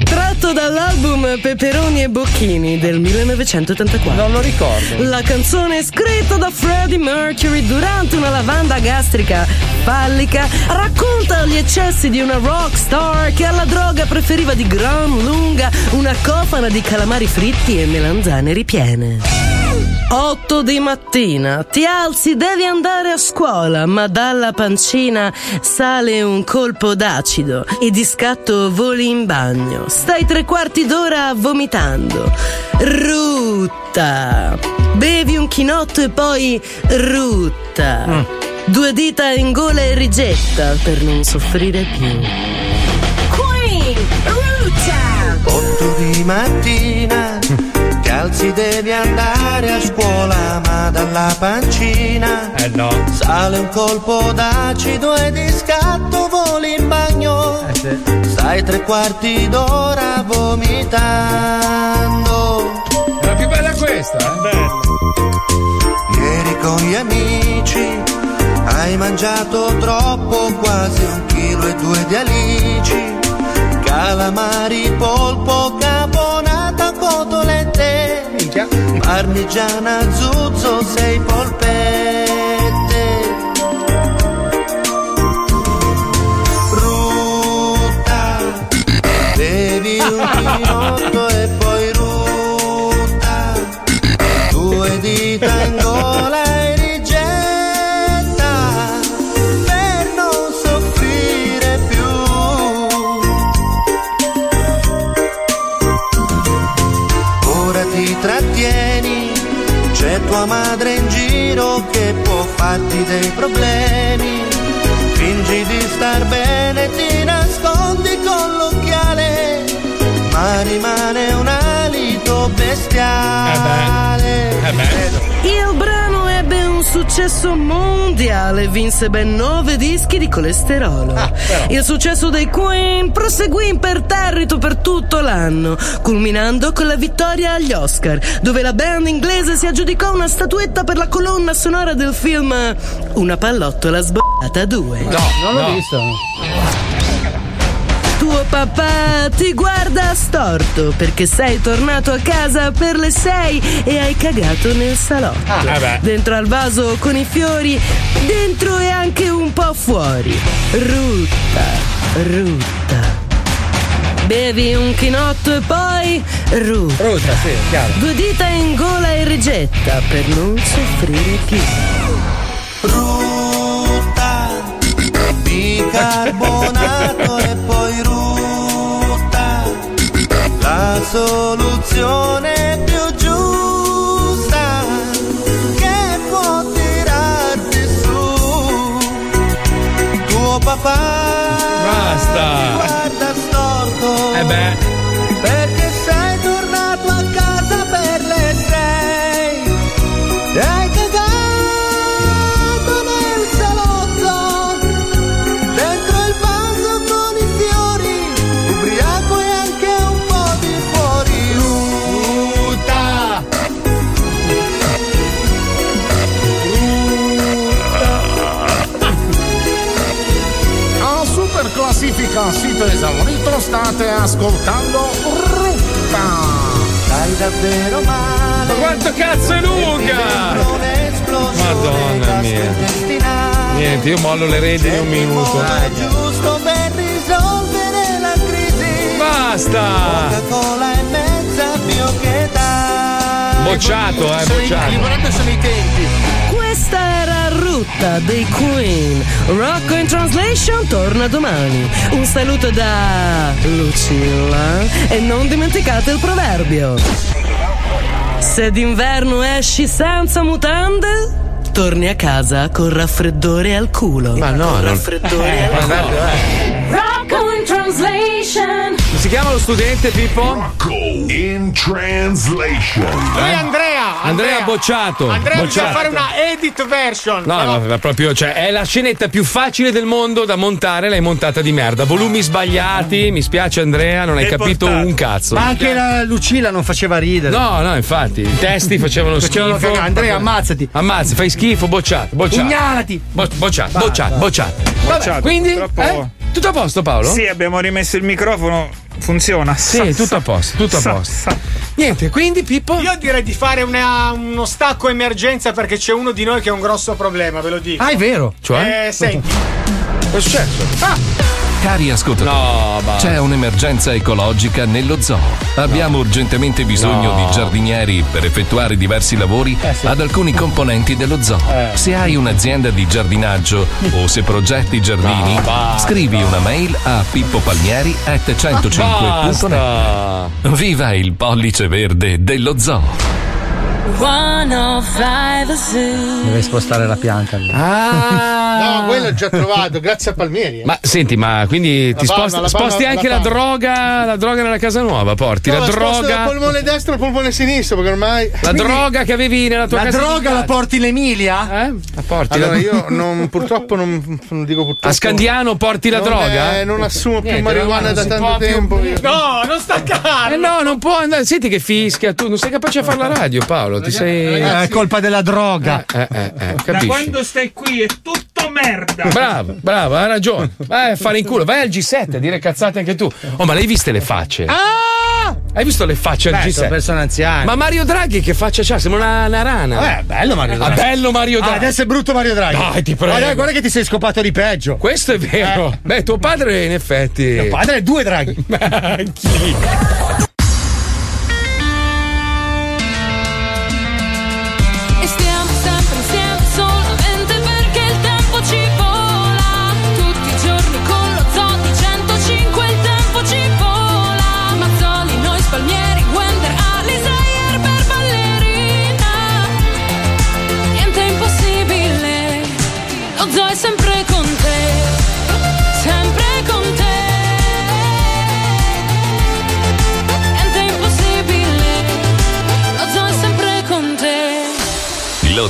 S8: Tratto dall'album Peperoni e Bocchini del 1984. Non
S7: lo ricordo.
S8: La canzone è scritta da Freddie Mercury durante una lavanda gastrica pallica racconta gli eccessi di una rock star che alla droga preferiva di gran lunga una cofana di calamari fritti e melanzane ripiene. 8 di mattina, ti alzi, devi andare a scuola, ma dalla pancina sale un colpo d'acido e di scatto voli in bagno. Stai tre quarti d'ora vomitando. Rutta. Bevi un chinotto e poi rutta. Due dita in gola e rigetta per non soffrire più.
S14: Queen. Roots.
S16: 8 di mattina ti alzi devi andare a scuola ma dalla pancina
S3: Eh no.
S16: sale un colpo d'acido e di scatto voli in bagno stai tre quarti d'ora vomitando
S3: la più bella questa eh?
S16: ieri con gli amici hai mangiato troppo quasi un chilo e due di alici calamari, polpo, caponata, cotolette, parmigiana, zuzzo, sei polpette. Rutta, bevi un chinotto e poi rutta, due dita in gola e rigetta per non soffrire più. Ora ti trattieni, c'è tua madre in giro che può farti dei problemi. Fingi di star bene, ti nascondi con l'occhiale, ma rimane un alito
S14: Eh,
S3: Eh
S16: bestiale.
S8: Il brano ebbe un successo mondiale, vinse ben nove dischi di colesterolo. Il successo dei Queen proseguì imperterrito per tutto l'anno, culminando con la vittoria agli Oscar, dove la band inglese si aggiudicò una statuetta per la colonna sonora del film Una pallottola sbollata a due.
S7: non l'ho visto.
S8: Tuo papà ti guarda storto perché sei tornato a casa per le sei e hai cagato nel salotto.
S14: Ah, eh beh.
S8: dentro al vaso con i fiori, dentro e anche un po' fuori. Rutta, rutta. Bevi un chinotto e poi rutta. Due dita in gola e rigetta per non soffrire più.
S16: bicarbonato e poi rutta la soluzione più giusta che può tirarti su tuo papà
S3: Basta.
S16: ti guarda storto
S3: Eh beh.
S16: perché sei tornato a casa per le sei e hai cagato nel salotto dentro il vaso con i fiori
S22: super classifica sito esaurito state ascoltando Rutta
S16: Stai davvero male. Ma
S3: quanto cazzo è lunga? Madonna mia. Niente, io mollo le redini in un minuto.
S16: Giusto per risolvere la crisi.
S3: Basta.
S16: Coca-Cola e mezza biocheta.
S3: Bocciato, eh, bocciato.
S16: sono i tempi.
S8: Questa era Rutta dei Queen. Rocco in Translation torna domani. Un saluto da Lucilla e non dimenticate il proverbio. Se d'inverno esci senza mutande, torni a casa con raffreddore al culo. Ma no,
S5: Eh,
S8: raffreddore al culo.
S14: Rocco in translation.
S3: Come si chiama lo studente, Pippo?
S21: In translation.
S4: Lui Andrea,
S3: Andrea bocciato.
S4: Andrea bisogna
S3: bocciato.
S4: fare una edit version.
S3: No,
S4: però-
S3: no, ma proprio, cioè, è la scenetta più facile del mondo da montare, l'hai montata di merda. Volumi sbagliati, mi spiace Andrea, non hai capito un cazzo.
S7: Ma anche la Lucilla non faceva ridere.
S3: No, no, infatti, i testi facevano
S7: Facevano
S3: schifo.
S7: cagare. Andrea, ammazzati.
S3: Ammazza, fai schifo, bocciato, bocciato.
S7: Pugnalati.
S3: Bo- bocciato,
S6: Basta.
S3: bocciato, bocciato.
S6: Bocciato,
S3: Vabbè, quindi,
S6: purtroppo-
S3: eh? Tutto a posto, Paolo?
S6: Sì, abbiamo rimesso il microfono. Funziona.
S3: Sì, tutto a posto, tutto a posto. Niente, quindi Pippo.
S4: Io direi di fare una- uno stacco emergenza perché c'è uno di noi che ha un grosso problema, ve lo dico.
S7: Ah, è vero.
S3: Cioè?
S4: Eh, senti.
S3: È successo.
S4: Ah,
S1: Cari ascoltatori,
S3: basta.
S1: c'è un'emergenza ecologica nello zoo. Abbiamo urgentemente bisogno
S3: No. Eh,
S1: di giardinieri per effettuare diversi lavori ad alcuni componenti dello zoo. Se hai un'azienda di giardinaggio o se progetti giardini,
S3: No, basta.
S1: scrivi una mail a pippopalmieri.105.net. Viva il pollice verde dello zoo!
S14: 105 the zoo.
S7: Deve spostare la pianta.
S3: Ah!
S5: No, quello ho già trovato, grazie a Palmieri.
S3: Ma senti, ma quindi ti
S5: La palma,
S3: sposti,
S5: la palma,
S3: sposti
S5: la
S3: anche la,
S5: palma.
S3: droga, la droga nella casa nuova, porti
S5: No,
S3: la
S5: sposto
S3: droga.
S5: dal polmone destro al polmone sinistro, perché ormai.
S3: La droga che avevi nella tua
S5: La
S3: casa.
S5: droga la
S7: porti in Emilia?
S3: Eh? La porti
S5: Allora,
S3: la-
S5: io non, purtroppo non, non dico purtroppo.
S3: A Scandiano porti la
S5: Non
S3: droga?
S5: è- non assumo più
S3: Niente,
S5: marijuana
S3: non
S5: da
S3: si
S5: tanto
S3: può più-
S5: tempo.
S4: No, non staccare.
S3: Eh no, non può andare. Senti che fischia, tu non sei capace a fare la radio, Paolo. Ti sei.
S7: Eh, è colpa della droga.
S3: Eh, eh, eh, capisci?
S6: stai qui è tutto merda.
S3: Bravo, bravo, hai ragione. Vai a fare in culo, vai al G7 a dire cazzate anche tu. Oh, ma l'hai viste le facce?
S14: Ah!
S3: Hai visto le facce al
S7: Beh, sono
S3: G7?
S7: persone anziane.
S3: Ma Mario Draghi che faccia c'ha? Sembra una, una rana.
S7: Eh, bello Mario Draghi.
S3: Ah, bello Mario Draghi.
S7: Ah, adesso è brutto Mario Draghi.
S3: Dai, ti prego.
S7: Ma dai, guarda che ti sei scopato di peggio.
S3: Questo è vero. Beh, tuo padre in effetti.
S7: Eh. Mio padre è due Draghi.
S3: Chi?
S14: E stiamo sempre insieme solamente perché il tempo ci vola Tutti i giorni con lo zoo di 105 il tempo ci vola Mazzoli, noi spalmieri, Wender, Alisa, Erber, ballerina Niente è impossibile, lo zoo è sempre con te Sempre con te Niente è impossibile, lo zoo è sempre con te
S1: Lo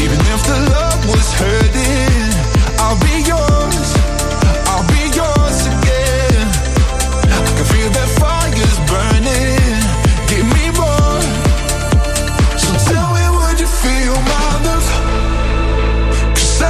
S21: Even if the love was hurting, I'll be yours. I'll be yours again. I can feel that fire's burning. Give me more. So tell me, would you feel my love? Cause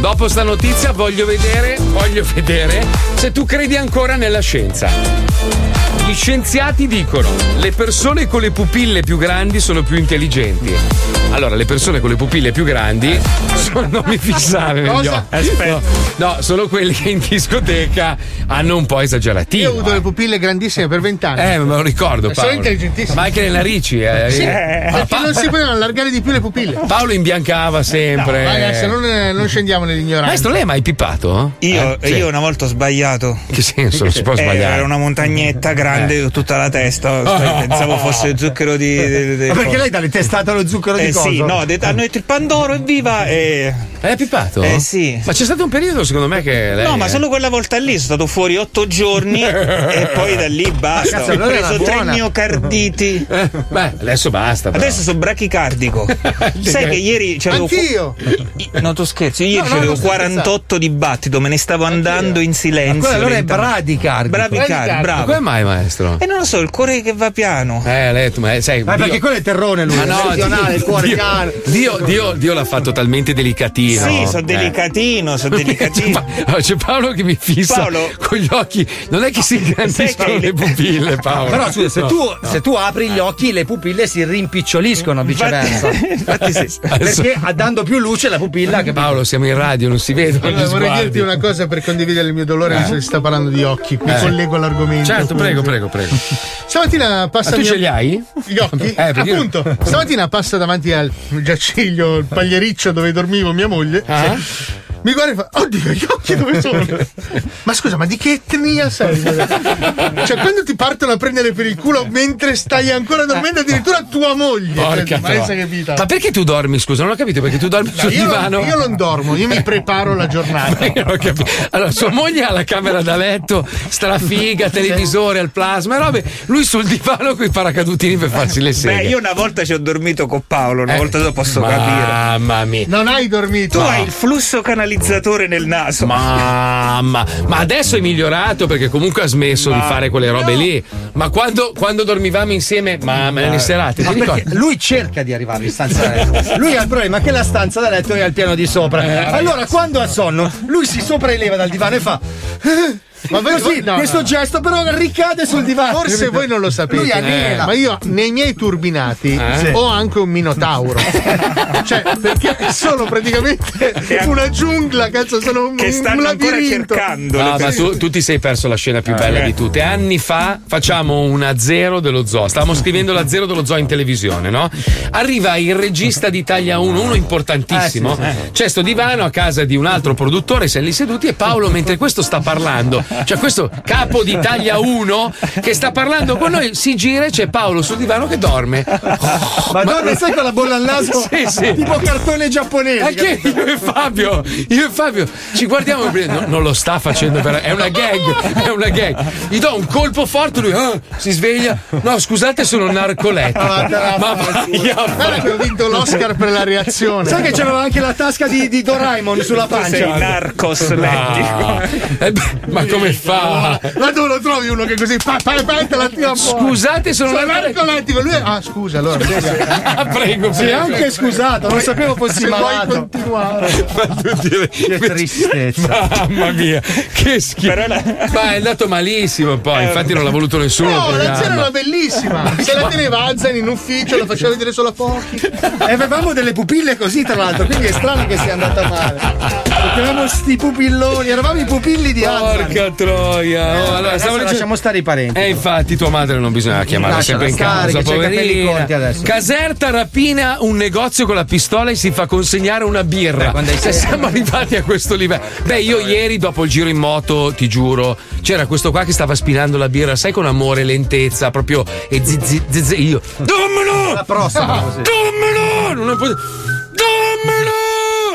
S3: dopo sta notizia voglio vedere, voglio vedere se tu credi ancora nella scienza. Gli scienziati dicono le persone con le pupille più grandi sono più intelligenti. Allora, le persone con le pupille più grandi sono, non mi fissare negli
S22: Cosa?
S3: occhi. No, no, sono quelli che in discoteca hanno un po'
S5: Io ho
S3: esageratino.
S5: avuto le pupille grandissime per vent'anni.
S3: Eh, me lo ricordo.
S5: Sono
S3: Paolo.
S5: intelligentissimo.
S3: Ma anche nella Ricci. Eh.
S5: Sì,
S3: Eh. Ma
S5: perché
S3: Pa-
S5: non si potevano allargare di più le pupille.
S3: Paolo imbiancava sempre.
S5: No, ragazzi, non, eh, non scendiamo nell'ignoranza.
S3: Maestro, lei ha mai pipato?
S6: Io,
S3: Eh? Sì.
S6: io una volta ho sbagliato.
S3: Che senso? Non si può
S6: Eh,
S3: sbagliare.
S6: Era una
S3: eh.
S6: montagnetta grande, Eh, ho tutta la testa. Cioè, Pensavo fosse zucchero di. di- di-
S7: Ma perché lei dà le testate allo zucchero di
S6: Eh
S7: coso?
S6: sì, no, ha detto, hanno detto il Pandoro, evviva! E...
S3: Hai pipato? Eh.
S6: Eh sì.
S3: Ma c'è stato un periodo, secondo me, che. lei-
S6: No, ma solo quella volta lì sono stato fuori otto giorni e poi da lì basta.
S3: Cazzo,
S6: ho
S3: allora era
S6: preso tre
S3: buona. Eh,
S6: miocarditi.
S3: Beh, adesso basta. però.
S6: Adesso sono brachicardico. Sai che ieri c'avevo.
S5: Anch'io!
S6: No, tu scherzi,
S5: No,
S6: ieri
S5: no,
S6: c'avevo
S5: non sto
S6: 48 di battito, me ne stavo andando in silenzio.
S3: Quello allora è
S6: lentamente.
S3: bradicardico.
S6: Bradicardico,
S3: Ma
S6: bravo.
S3: Come mai, maestro?
S6: E non lo so, il cuore che va piano.
S3: Eh, lei, ma sai,
S6: Ma perché quello
S7: è terrone lui,
S3: Ma
S7: è eccezionale, il cuore
S3: Dio,
S7: caro.
S3: Dio, Dio, Dio l'ha fatto talmente delicatino.
S6: Sì, sono
S3: Eh.
S6: delicatino, sono
S3: C'è
S6: delicatino.
S3: Pa- oh, C'è Paolo che mi fissa
S6: Paolo.
S3: con gli occhi. Non è che si ingrandiscono
S7: che-
S3: le pupille, Paolo.
S7: Però scusa, se,
S3: No,
S7: tu,
S3: no.
S7: se tu apri gli occhi, le pupille si rimpiccioliscono, viceversa.
S3: Infatti sì.
S7: Perché ah, dando più luce la pupilla che
S3: Paolo, siamo in radio, non si vedono.
S5: Allora,
S3: gli
S5: vorrei
S3: sguardi.
S5: dirti una cosa per condividere il mio dolore,
S3: Eh.
S5: visto che si sta parlando di occhi. Mi
S3: Eh.
S5: collego all'argomento.
S3: Certo,
S5: scusi.
S3: prego, prego, prego.
S5: Stamattina passa.
S3: Ma Ah, tu
S5: il mio-
S3: ce li hai?
S5: Gli occhi?
S3: Eh, perché io-
S5: Appunto. Stamattina passa davanti al giaciglio, il pagliericcio dove dormivo mia moglie.
S3: Ah.
S5: Mi guarda e fa: Oddio, gli occhi dove sono? ma scusa, ma di che etnia sei? cioè, quando ti partono a prendere per il culo mentre stai ancora dormendo, addirittura tua moglie.
S3: Porca
S5: Cioè, ma
S3: troia.
S5: pensa che vita.
S3: Ma perché tu dormi? Scusa, non ho capito perché tu dormi
S5: No,
S3: sul
S5: io,
S3: divano.
S5: non, io non dormo, io mi preparo la giornata.
S3: Ma io non ho capito. Allora, sua moglie ha la camera da letto, strafiga, televisore al plasma, e robe. Lui sul divano con i paracadutini per farsi le seghe.
S6: Beh, io una volta ci ho dormito con Paolo, una
S3: Eh,
S6: volta dopo posso
S3: mamma
S6: capire.
S3: Mamma mia.
S5: Non hai dormito.
S6: Tu hai il flusso canalizzatore nel naso.
S3: Mamma, ma adesso è migliorato perché comunque ha smesso di fare quelle robe lì. Ma quando, quando dormivamo insieme, mamma,
S5: Eh.
S3: nelle serate,
S7: Ma
S3: ti
S7: perché
S3: ricordi?
S7: lui cerca di arrivare in stanza da letto. Lui ha il problema che la stanza da letto è al piano di
S3: Eh,
S7: sopra. Allora, quando ha sonno, lui si sopraeleva dal divano e fa. "Eh", Ma
S5: voi-
S7: così,
S5: no,
S7: questo
S5: no.
S7: gesto però ricade sul divano.
S5: Forse voi non lo sapete,
S7: Lui
S3: Eh.
S7: anela.
S5: ma io nei miei turbinati
S7: Eh?
S5: ho anche un minotauro. cioè, perché sono praticamente una giungla, cazzo, sono un,
S6: Che stanno
S5: un
S6: ancora
S5: labirinto.
S7: Ah,
S3: No, ma tu, tu ti sei perso la scena
S9: Eh.
S3: più bella di tutte. Anni fa facciamo una zero dello zoo. Stavamo scrivendo la zero dello zoo in televisione, no? Arriva il regista di Italia 1, uno importantissimo.
S9: Eh, sì,
S3: C'è sto divano a casa di un altro produttore, siamo lì seduti e Paolo, mentre questo sta parlando, cioè questo capo di Italia 1 che sta parlando con noi, si gira e c'è Paolo sul divano che dorme.
S7: Madonna, sai quella bolla al naso?
S3: Sì, sì.
S7: Tipo cartone giapponese.
S3: Anche io e Fabio, io e Fabio ci guardiamo e prima- no, non lo sta facendo per è una gag, è una gag. Gli do un colpo forte, lui ah, si sveglia. No, scusate, sono narcolettico.
S5: Ah, te la
S3: Ma
S5: fai,
S3: vai a-
S5: Guarda che ho vinto l'Oscar per la reazione.
S7: Sai che c'aveva anche la tasca di, di Doraemon sulla pancia.
S3: Ah, eh beh, ma come fa?
S5: Ma tu lo trovi uno che così fa, fa, fa, te la tira fuori.
S3: Scusate, sono
S5: sono
S3: narcolettico.
S5: narcolettico. Lui, ah, scusa, allora.
S3: Ah, prego,
S5: Si è
S3: prego.
S5: anche scusato, non sapevo fossi
S7: Se vuoi
S5: malato. continuare.
S3: che tristezza. Mamma mia, che schifo. Ma è andato malissimo poi, infatti non l'ha voluto nessuno. il
S5: No, la
S3: programma.
S5: zero era bellissima. Se la teneva Azzan in ufficio, la faceva vedere solo a pochi.
S7: E avevamo delle pupille così, tra l'altro, quindi è strano che sia andata male. Avevamo sti pupilloni, eravamo i pupilli di Hansan.
S3: Porca troia. Oh, allora,
S7: adesso
S3: stavo leggendo-
S7: lasciamo stare i parenti.
S3: E Eh, infatti tua madre non bisogna chiamarla
S7: Lasciala
S3: sempre in
S7: stare,
S3: casa,
S7: che c'ha i capelli
S3: poverina.
S7: corti adesso.
S3: Caserta rapina un negozio con la pistola e si fa consegnare una birra. Se siamo arrivati a questo livello. Beh, io
S7: eh.
S3: ieri dopo il giro in moto, ti giuro, c'era questo qua che stava spinando la birra, sai con amore e lentezza, proprio e zi, zi, zi, zi- io. Dammelo!
S7: La prossima, così.
S3: Dammelo! Non è pos- Dammelo!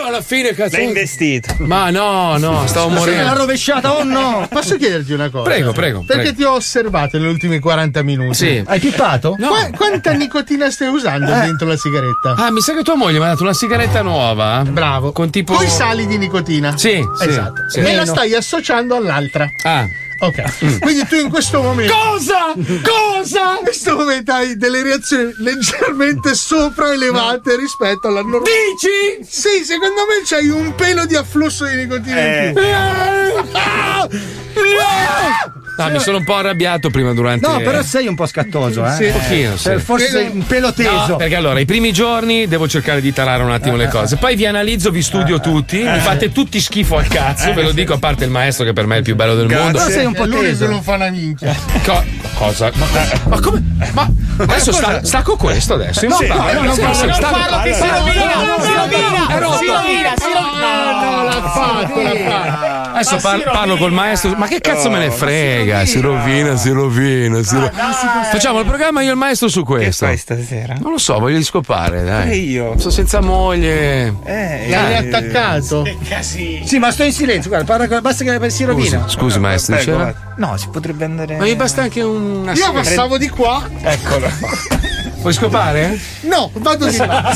S3: Alla fine cazzo. L'hai
S6: investito.
S3: Ma no, no, stavo morendo.
S5: L'ha rovesciata, oh no! Posso chiederti una cosa?
S3: Prego, prego,
S5: Perché
S3: prego.
S5: ti ho osservato negli ultimi 40 minuti.
S3: Sì.
S5: Hai pippato?
S3: No.
S5: Qua- quanta nicotina stai usando
S3: Eh.
S5: dentro la sigaretta?
S3: Ah, mi sa che tua moglie mi ha dato una sigaretta nuova. Bravo. Con tipo.
S5: Coi sali di nicotina.
S3: Sì, sì,
S5: esatto.
S3: sì. Eh,
S5: E la
S3: Meno.
S5: stai associando all'altra.
S3: Ah.
S5: Ok. Quindi tu in questo momento. Cosa? Cosa? In questo momento hai delle reazioni leggermente sopraelevate rispetto alla normale. Dici? Sì, secondo me c'hai un pelo di afflusso di nicotina in più. Ah!
S3: Eh. No, Ah, mi sono un po' arrabbiato prima durante
S7: No, però sei un po' scattoso, eh?
S3: Sì. Un pochino, sì.
S5: Cioè,
S7: Eh, Forse sei un pelo teso.
S3: No, perché allora i primi giorni devo cercare di tarare un attimo
S5: Eh.
S3: le cose, poi vi analizzo, vi studio tutti, mi fate tutti schifo al cazzo, ve lo dico a parte il maestro che per me è il più bello del mondo.
S5: Eh. Però sei un po'
S3: Lui
S5: teso.
S3: ve lo-
S5: fa una minchia.
S3: Co- cosa? Ma, eh, ma come? Ma adesso sta- stacco questo adesso.
S5: No,
S3: impara.
S5: no, no,
S3: Nel
S5: no,
S3: senso,
S5: no,
S3: stacco-
S5: parlo che si
S3: Allora,
S5: rovina,
S3: no, no,
S5: si
S3: no,
S5: rovina,
S3: è rotto.
S5: si rovina, si
S3: Ah,
S5: rovina. No, l'ha fatto, l'ha fatto.
S3: Adesso
S5: Ma
S3: par-
S5: si
S3: parlo col maestro, ma che cazzo me ne frega? Si rovina, si rovina, si rovina. Facciamo il programma io e il maestro su questo. Che stasera? Non lo so, voglio scopare,
S7: Pure
S3: dai. io. Sono senza moglie.
S7: Eh,
S3: Dai.
S7: riattaccato. Sì, ma sto in silenzio, guarda, parla con- basta che si rovina. Eh.
S3: Scusi, scusi, maestro,
S7: prego,
S3: diceva?
S7: guarda.
S6: No, si potrebbe andare.
S3: Ma mi basta anche un.
S5: Io passavo di qua.
S3: Eccolo. Vuoi scopare?
S5: No, vado di là.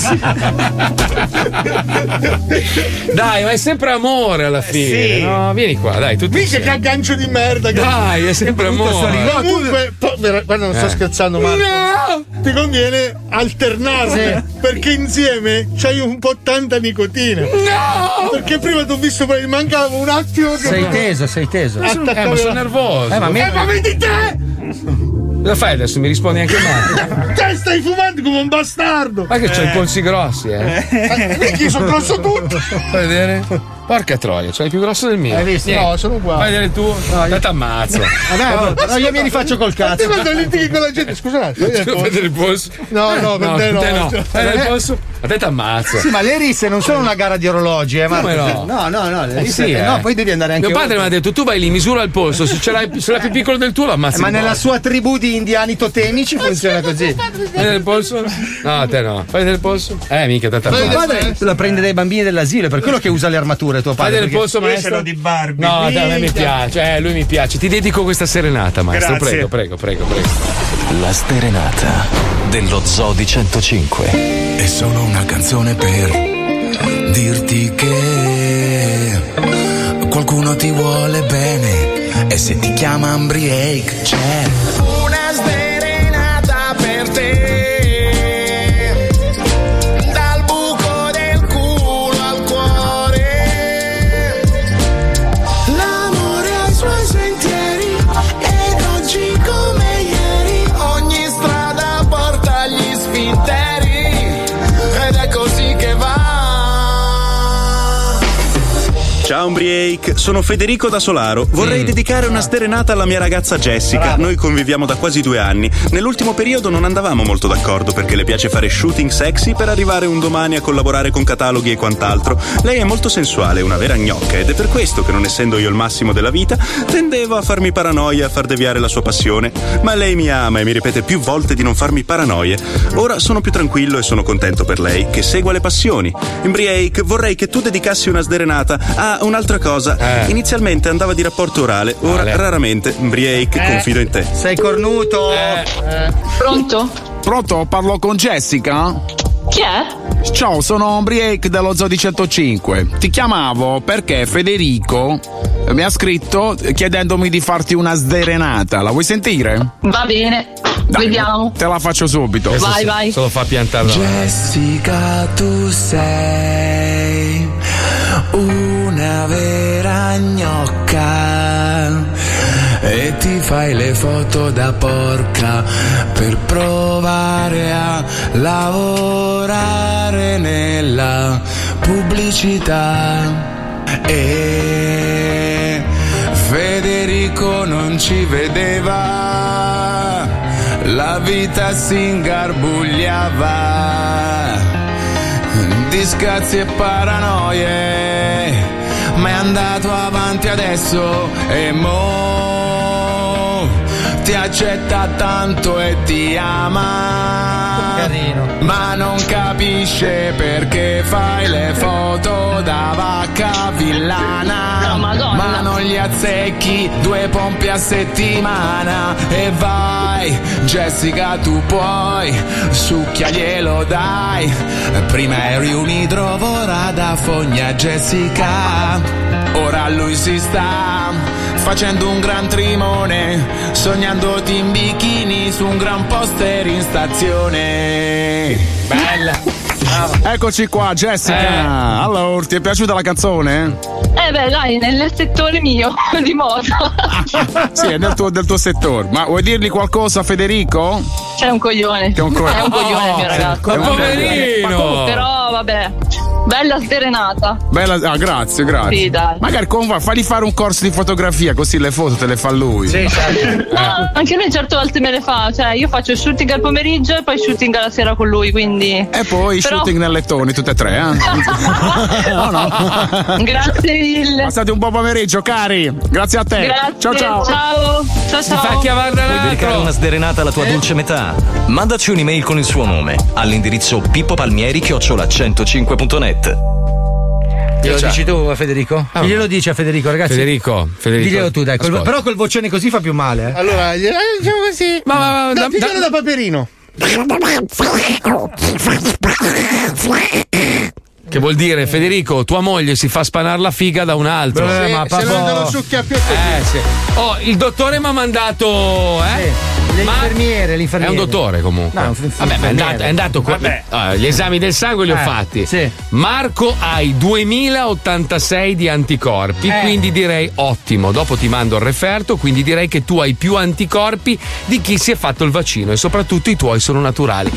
S3: Dai, ma è sempre amore alla fine.
S5: sì.
S3: No, vieni qua, dai, tutti.
S5: Mica che
S3: insieme.
S5: aggancio di merda.
S3: Dai, è sempre amore.
S5: No, comunque, po- vera- guarda, non sto
S3: Eh.
S5: scherzando, Marco. Ti conviene alternarne perché insieme c'hai un po' tanta nicotina.
S3: No!
S5: Perché prima ti ho visto, poi mi mancava un attimo. Che
S7: Sei teso, sei teso.
S5: Eh,
S3: Eh, ma sono nervoso.
S7: Eh, ma me-
S5: Eh, ma vedi te!
S3: Cosa fai adesso? Mi rispondi anche male.
S5: Te stai fumando come un bastardo!
S3: Ma che c'ho i polsi grossi, eh?
S5: Perché io sono grosso tutto!
S3: Fai vedere? Porca troia, c'hai il più grosso del mio.
S5: Hai visto?
S3: Niente.
S5: No, sono uguale.
S3: Fai vedere tu, no, ti ammazzo.
S5: Vabbè, vabbè, Ah, no, io mi rifaccio col cazzo.
S3: Fai
S5: litighi con la gente, scusate.
S3: vedere il polso.
S5: No, no, per te no.
S3: Te no.
S5: Cioè,
S3: Fai vedere il
S5: eh.
S3: polso. A te ti ammazzo.
S7: Sì, ma le risse non sono una gara di orologi, eh,
S3: Come
S7: Marco?
S3: no?
S7: No, no, no, le
S3: Eh
S7: risse.
S3: sì, eh.
S7: No, poi devi andare anche
S3: Mio padre
S7: oltre.
S3: mi ha detto: tu vai lì, misura il polso. Se ce l'hai, se l'hai più piccolo del tuo, lo ammazzi.
S7: Eh, Ma
S3: in
S7: nella
S3: posto.
S7: sua tribù di indiani totemici funziona così.
S3: Fai vedere il polso? No, te no. Fai vedere il polso? Eh, mica, te
S7: Tuo
S3: ammazzo.
S7: padre la prende dai bambini dell'asilo, è per quello che usa le armature tuo
S3: Fai
S7: padre.
S3: vedere il
S7: perché-
S3: polso, maestro.
S6: Barbie.
S3: No, dai, a me mi
S7: Minchia.
S3: piace, eh, lui mi piace. Ti dedico questa serenata, maestro.
S1: Grazie.
S3: Prego, prego, prego, prego.
S1: La Sterenata dello Zoo di 105. È solo una canzone per dirti che qualcuno ti vuole bene e se ti chiama Ambriake c'è.
S25: Una sdrenata per te, dal buco del culo al cuore. L'amore ai suoi sentieri, ed oggi come ieri, ogni strada porta agli sfinteri, ed è così che va.
S23: Ciao Umbriake, sono Federico da Solaro. Vorrei dedicare una sterenata alla mia ragazza Jessica. Noi conviviamo da quasi due anni. Nell'ultimo periodo non andavamo molto d'accordo perché le piace fare shooting sexy per arrivare un domani a collaborare con cataloghi e quant'altro. Lei è molto sensuale, una vera gnocca, ed è per questo che non essendo io il massimo della vita, tendevo a farmi paranoia, a far deviare la sua passione. Ma lei mi ama e mi ripete più volte di non farmi paranoie. Ora sono più tranquillo e sono contento per lei, che segua le passioni. Embriake, vorrei che tu dedicassi una sderenata a un'altra cosa. Inizialmente andava di rapporto orale, ora raramente. Embriake,
S7: Eh.
S23: confido in te.
S7: Sei cornuto.
S11: Eh.
S9: Pronto?
S11: Pronto, parlo con Jessica?
S9: Chi è?
S11: Ciao, sono Briake dello Zoo di 105. Ti chiamavo perché Federico mi ha scritto chiedendomi di farti una sderenata. La vuoi sentire?
S9: Va bene, vediamo.
S11: Te la faccio subito.
S9: Vai, vai.
S3: Solo fa piantare la
S11: Jessica, tu sei
S25: una vera gnocca e ti fai le foto da porca per provare a lavorare nella pubblicità e Federico non ci vedeva la vita si ingarbugliava disgrazie e paranoie. Ma è andato avanti adesso e mo ti accetta tanto e ti ama. Ma non capisce perché fai le foto da vacca villana. ma non gli azzecchi due pompe a settimana. E vai, Jessica, tu puoi, succhiaglielo dai. Prima eri un idrovora da fogna, Jessica. Ora lui si sta
S11: facendo un gran trimone, sognandoti in bikini su un gran poster in stazione. Bella. Eccoci qua, Jessica.
S9: Eh.
S11: Allora, ti è piaciuta la canzone?
S9: Eh beh, dai, nel settore mio di moda.
S11: Sì, è del tuo, del tuo settore. Ma vuoi dirgli qualcosa, Federico?
S9: C'è un coglione.
S11: C'è un coglione.
S9: È un coglione il mio
S11: Oh,
S9: ragazzo.
S11: ma poverino.
S9: Ma come? Però vabbè. Bella serenata.
S11: Bella, ah, grazie, grazie.
S9: Sì, dai.
S11: Magari conva, fagli fare un corso di fotografia, così le foto te le fa lui. Sì,
S9: No, Ah, anche lui certe volte me le fa, cioè io faccio shooting al pomeriggio e poi shooting alla sera con lui, quindi... E
S11: Poi shooting nel lettone, tutte e tre, eh?
S3: Oh,
S11: No, no.
S9: Grazie mille.
S11: Passate un buon pomeriggio, cari. Grazie a te.
S9: Grazie,
S11: Ciao, ciao.
S9: Ciao, ciao. ciao.
S10: Vuoi dedicare una sderenata alla tua
S3: Eh?
S10: dolce metà? Mandaci un'email con il suo nome all'indirizzo pippopalmieri-105.net.
S7: Glielo
S10: Cioè.
S7: dici tu, Federico? Glielo dici a Federico, ragazzi.
S3: Ah, Federico, Federico,
S7: Diglielo tu, dai. col-
S3: ascolta.
S7: però col vocione così fa più male. Eh.
S5: Allora, gli- eh, diciamo così. Ma, ma,
S7: da-
S5: da, pigione
S7: da-
S5: da paperino.
S3: Che vuol dire, Federico, tua moglie si fa spanare la figa da un altro.
S5: Se- se non te lo succhia più
S3: Eh, sì. Oh, il dottore mi ha mandato. Eh?
S7: L'infermiere, l'infermiere.
S3: È un dottore comunque.
S7: No, un f- f-
S3: Vabbè, ma è
S7: infermiere.
S3: andato, è andato co-
S7: Vabbè.
S3: Ah, gli esami del sangue li ho
S7: Eh,
S3: fatti. Marco hai 2086 di anticorpi,
S7: Eh.
S3: quindi direi ottimo. Dopo ti mando il referto, quindi direi che tu hai più anticorpi di chi si è fatto il vaccino e soprattutto i tuoi sono naturali.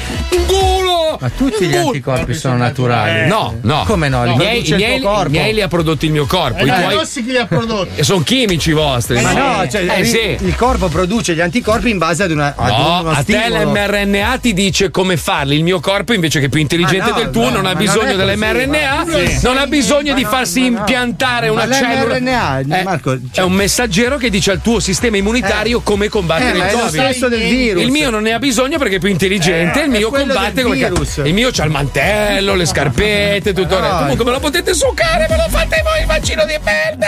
S7: Ma tutti gli anticorpi sono naturali.
S3: No, no.
S7: Come no? Li
S3: I miei,
S7: produce
S3: i
S7: il
S3: miei-
S7: tuo corpo.
S3: i miei li ha prodotti il mio corpo.
S7: Eh,
S3: I
S7: dai,
S3: tuoi-
S7: no,
S5: Chi li ha prodotti?
S3: e sono chimici vostri.
S7: Ma
S3: sì.
S7: no, cioè,
S3: eh,
S7: il,
S3: sì.
S7: il corpo produce gli anticorpi in base ad una. ad
S3: No,
S7: uno
S3: a te
S7: stimolo.
S3: l'mRNA ti dice come farli. Il mio corpo, invece che è più intelligente
S7: Ma Ah, no,
S3: del tuo,
S7: no,
S3: non
S7: ma
S3: ha
S7: non
S3: bisogno
S7: è così,
S3: dell'mRNA,
S7: ma- Sì.
S3: non ha bisogno di
S7: Ma no,
S3: farsi
S7: ma no.
S3: impiantare
S7: Ma
S3: una cellula. Eh.
S7: l'mRNA, Marco,
S3: È un messaggero che dice al tuo sistema immunitario come combattere
S7: eh, ma
S3: il
S7: è lo
S3: Covid.
S7: stesso del virus.
S3: Il mio non ne ha bisogno perché è più intelligente.
S7: Eh,
S3: il mio
S7: è quello
S3: combatte
S7: del
S3: con le ca-
S7: virus. Ah,
S3: Il mio c'ha il mantello, le scarpette, tutto il resto. Comunque me lo potete succare, me lo fate voi il vaccino di merda!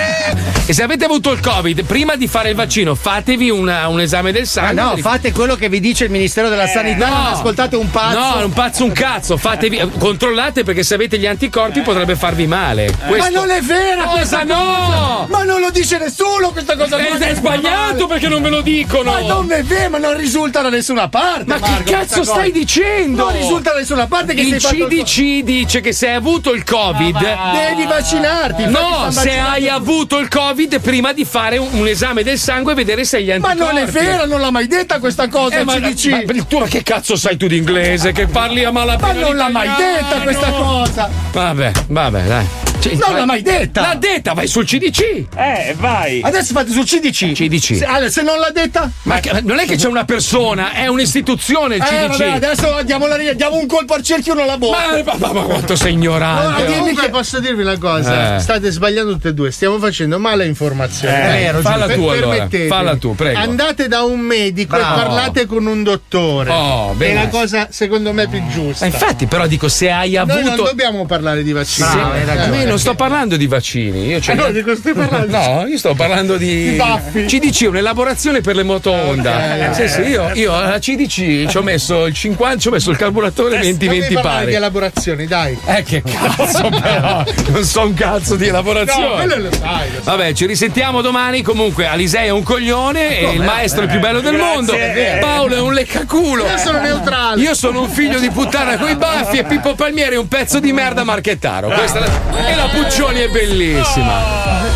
S3: E se avete avuto il Covid, prima di fare il vaccino, fatevi una- un esame del
S7: Ma
S3: sangue.
S7: Ah, no,
S3: Li-
S7: fate quello che vi dice il Ministero della Sanità. Non ascoltate un pazzo.
S3: Eh, No, un pazzo un cazzo, fatevi eh, controllate perché se avete gli anticorpi potrebbe farvi male.
S5: Eh, Ma
S3: Questo-
S5: non è vera
S3: Cosa
S5: questa
S3: no?
S5: cosa! Ma non lo dice nessuno questa cosa!
S3: Ed
S5: qua.
S3: Eh, è sbagliato perché non ve lo dicono!
S5: Ma non è vero, ma non risulta da nessuna parte!
S3: Ma
S5: Marco,
S3: che cazzo
S5: questa
S3: stai
S5: cosa.
S3: dicendo?
S5: Non risulta da nessuna parte che
S3: il
S5: sei fatto il
S3: CDC dice che se hai avuto il Covid
S5: Devi vaccinarti!
S3: No,
S5: infatti stanno
S3: se hai
S5: vaccinando-
S3: avuto il Covid prima di fare un, un esame del sangue e vedere se hai gli
S5: Ma
S3: anticorpi.
S5: non è vero, non l'ha mai detta questa cosa
S3: Eh,
S5: il
S3: ma,
S5: CDC!
S3: ma- ma tu ma che cazzo sai tu di inglese? Che parli a malapena
S5: Ma non l'ha mai
S3: l'italiano?
S5: detta questa cosa!
S3: Vabbè, vabbè, dai. Cioè,
S5: Non l'ha mai detta!
S3: L'ha detta, vai sul CDC!
S6: Eh, vai!
S5: Adesso fate sul CDC!
S3: CDC.
S5: Se, Ale, se non l'ha detta?
S3: Ma che- non è che c'è una persona, è un'istituzione il
S5: Eh,
S3: CDC.
S5: vabbè, adesso diamo, la, diamo un colpo al cerchio e non la bocca!
S3: Ma, Ah, ma- ma- ma quanto sei ignorante! oh.
S17: Allora, comunque posso dirvi una cosa:
S3: Eh.
S17: state sbagliando tutte e due, stiamo facendo male informazione.
S3: Eh, È vero, falla
S17: Per-
S3: tu allora,
S17: permettetemi.
S3: falla tu, prego.
S17: Andate da un medico
S3: Bravo.
S17: e parlate con un dottore.
S3: Oh,
S17: è
S3: bene.
S17: la cosa, secondo me, più giusta.
S3: Ma infatti, però dico, se hai
S17: Noi non
S3: avuto.
S17: dobbiamo parlare di vaccini.
S3: Sì, ma io non sto parlando di vaccini. Io c'ho-
S17: Allora, di cosa Eh, stai parlando?
S3: Eh, cioè, No, io sto parlando di.
S17: Di baffi.
S3: CDC, un'elaborazione per le moto Honda.
S17: ok. eh,
S3: Sì, sì, io, io alla CDC ci ho messo il 50, ci ho messo il carburatore 20-20
S17: Eh, parlare di
S3: pari.
S17: elaborazioni, dai.
S3: Eh, che cazzo, però. Non so un cazzo di
S17: No,
S3: elaborazione.
S17: quello lo sai. lo sai.
S3: Vabbè, ci risentiamo domani. Comunque, Alisei è un coglione e il maestro è il più bello del
S17: Eh, grazie,
S3: mondo.
S17: è vero.
S3: Paolo è un leccaculo.
S17: Io sono neutrale.
S3: Io sono un figlio di puttana coi baffi e Pippo Palmieri è un pezzo di merda marchettaro. Questa è la- E la Puccioni è
S17: Oh.
S3: bellissima.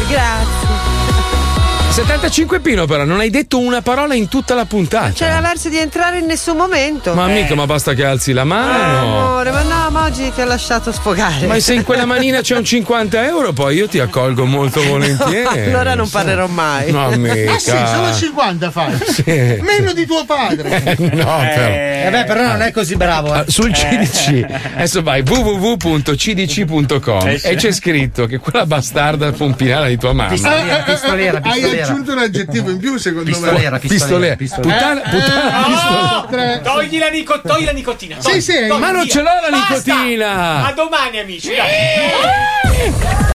S8: Grazie.
S3: 75 Pino, però, non hai detto una parola in tutta la
S17: Certo.
S3: puntata.
S8: C'era la verso di entrare in nessun momento. Eh,
S3: Ma mica, ma basta che alzi la
S17: Eh,
S3: mano.
S8: Amore, ma no, ma oggi ti ho lasciato sfogare.
S3: Ma se in quella manina c'è un 50 euro, poi io ti accolgo molto volentieri.
S8: allora non parlerò mai.
S3: No, mica.
S17: Ah, sì, solo 50 fai.
S3: Sì.
S17: Meno di tuo padre.
S3: Eh, no, però.
S7: Eh, beh, però non è così bravo.
S3: Ah,
S7: eh.
S3: Sul CDC, adesso vai www.cdc.com
S7: Eh, sì.
S3: e c'è scritto che quella bastarda pompinara di tua mamma.
S17: Ah, ah, ah, Hai aggiunto un aggettivo in più, secondo
S3: Pistolera,
S17: me. Eh?
S3: pistolera, pistolera. Puttana- puttana,
S17: no!
S4: Tre. Togli la, nico- togli la nicotina.
S17: Sì, sì,
S4: togli,
S17: ma non
S4: via.
S17: ce l'ho la
S3: Ah.
S4: Basta.
S17: nicotina.
S5: Eh!
S3: Eh.
S4: A domani, amici. dai.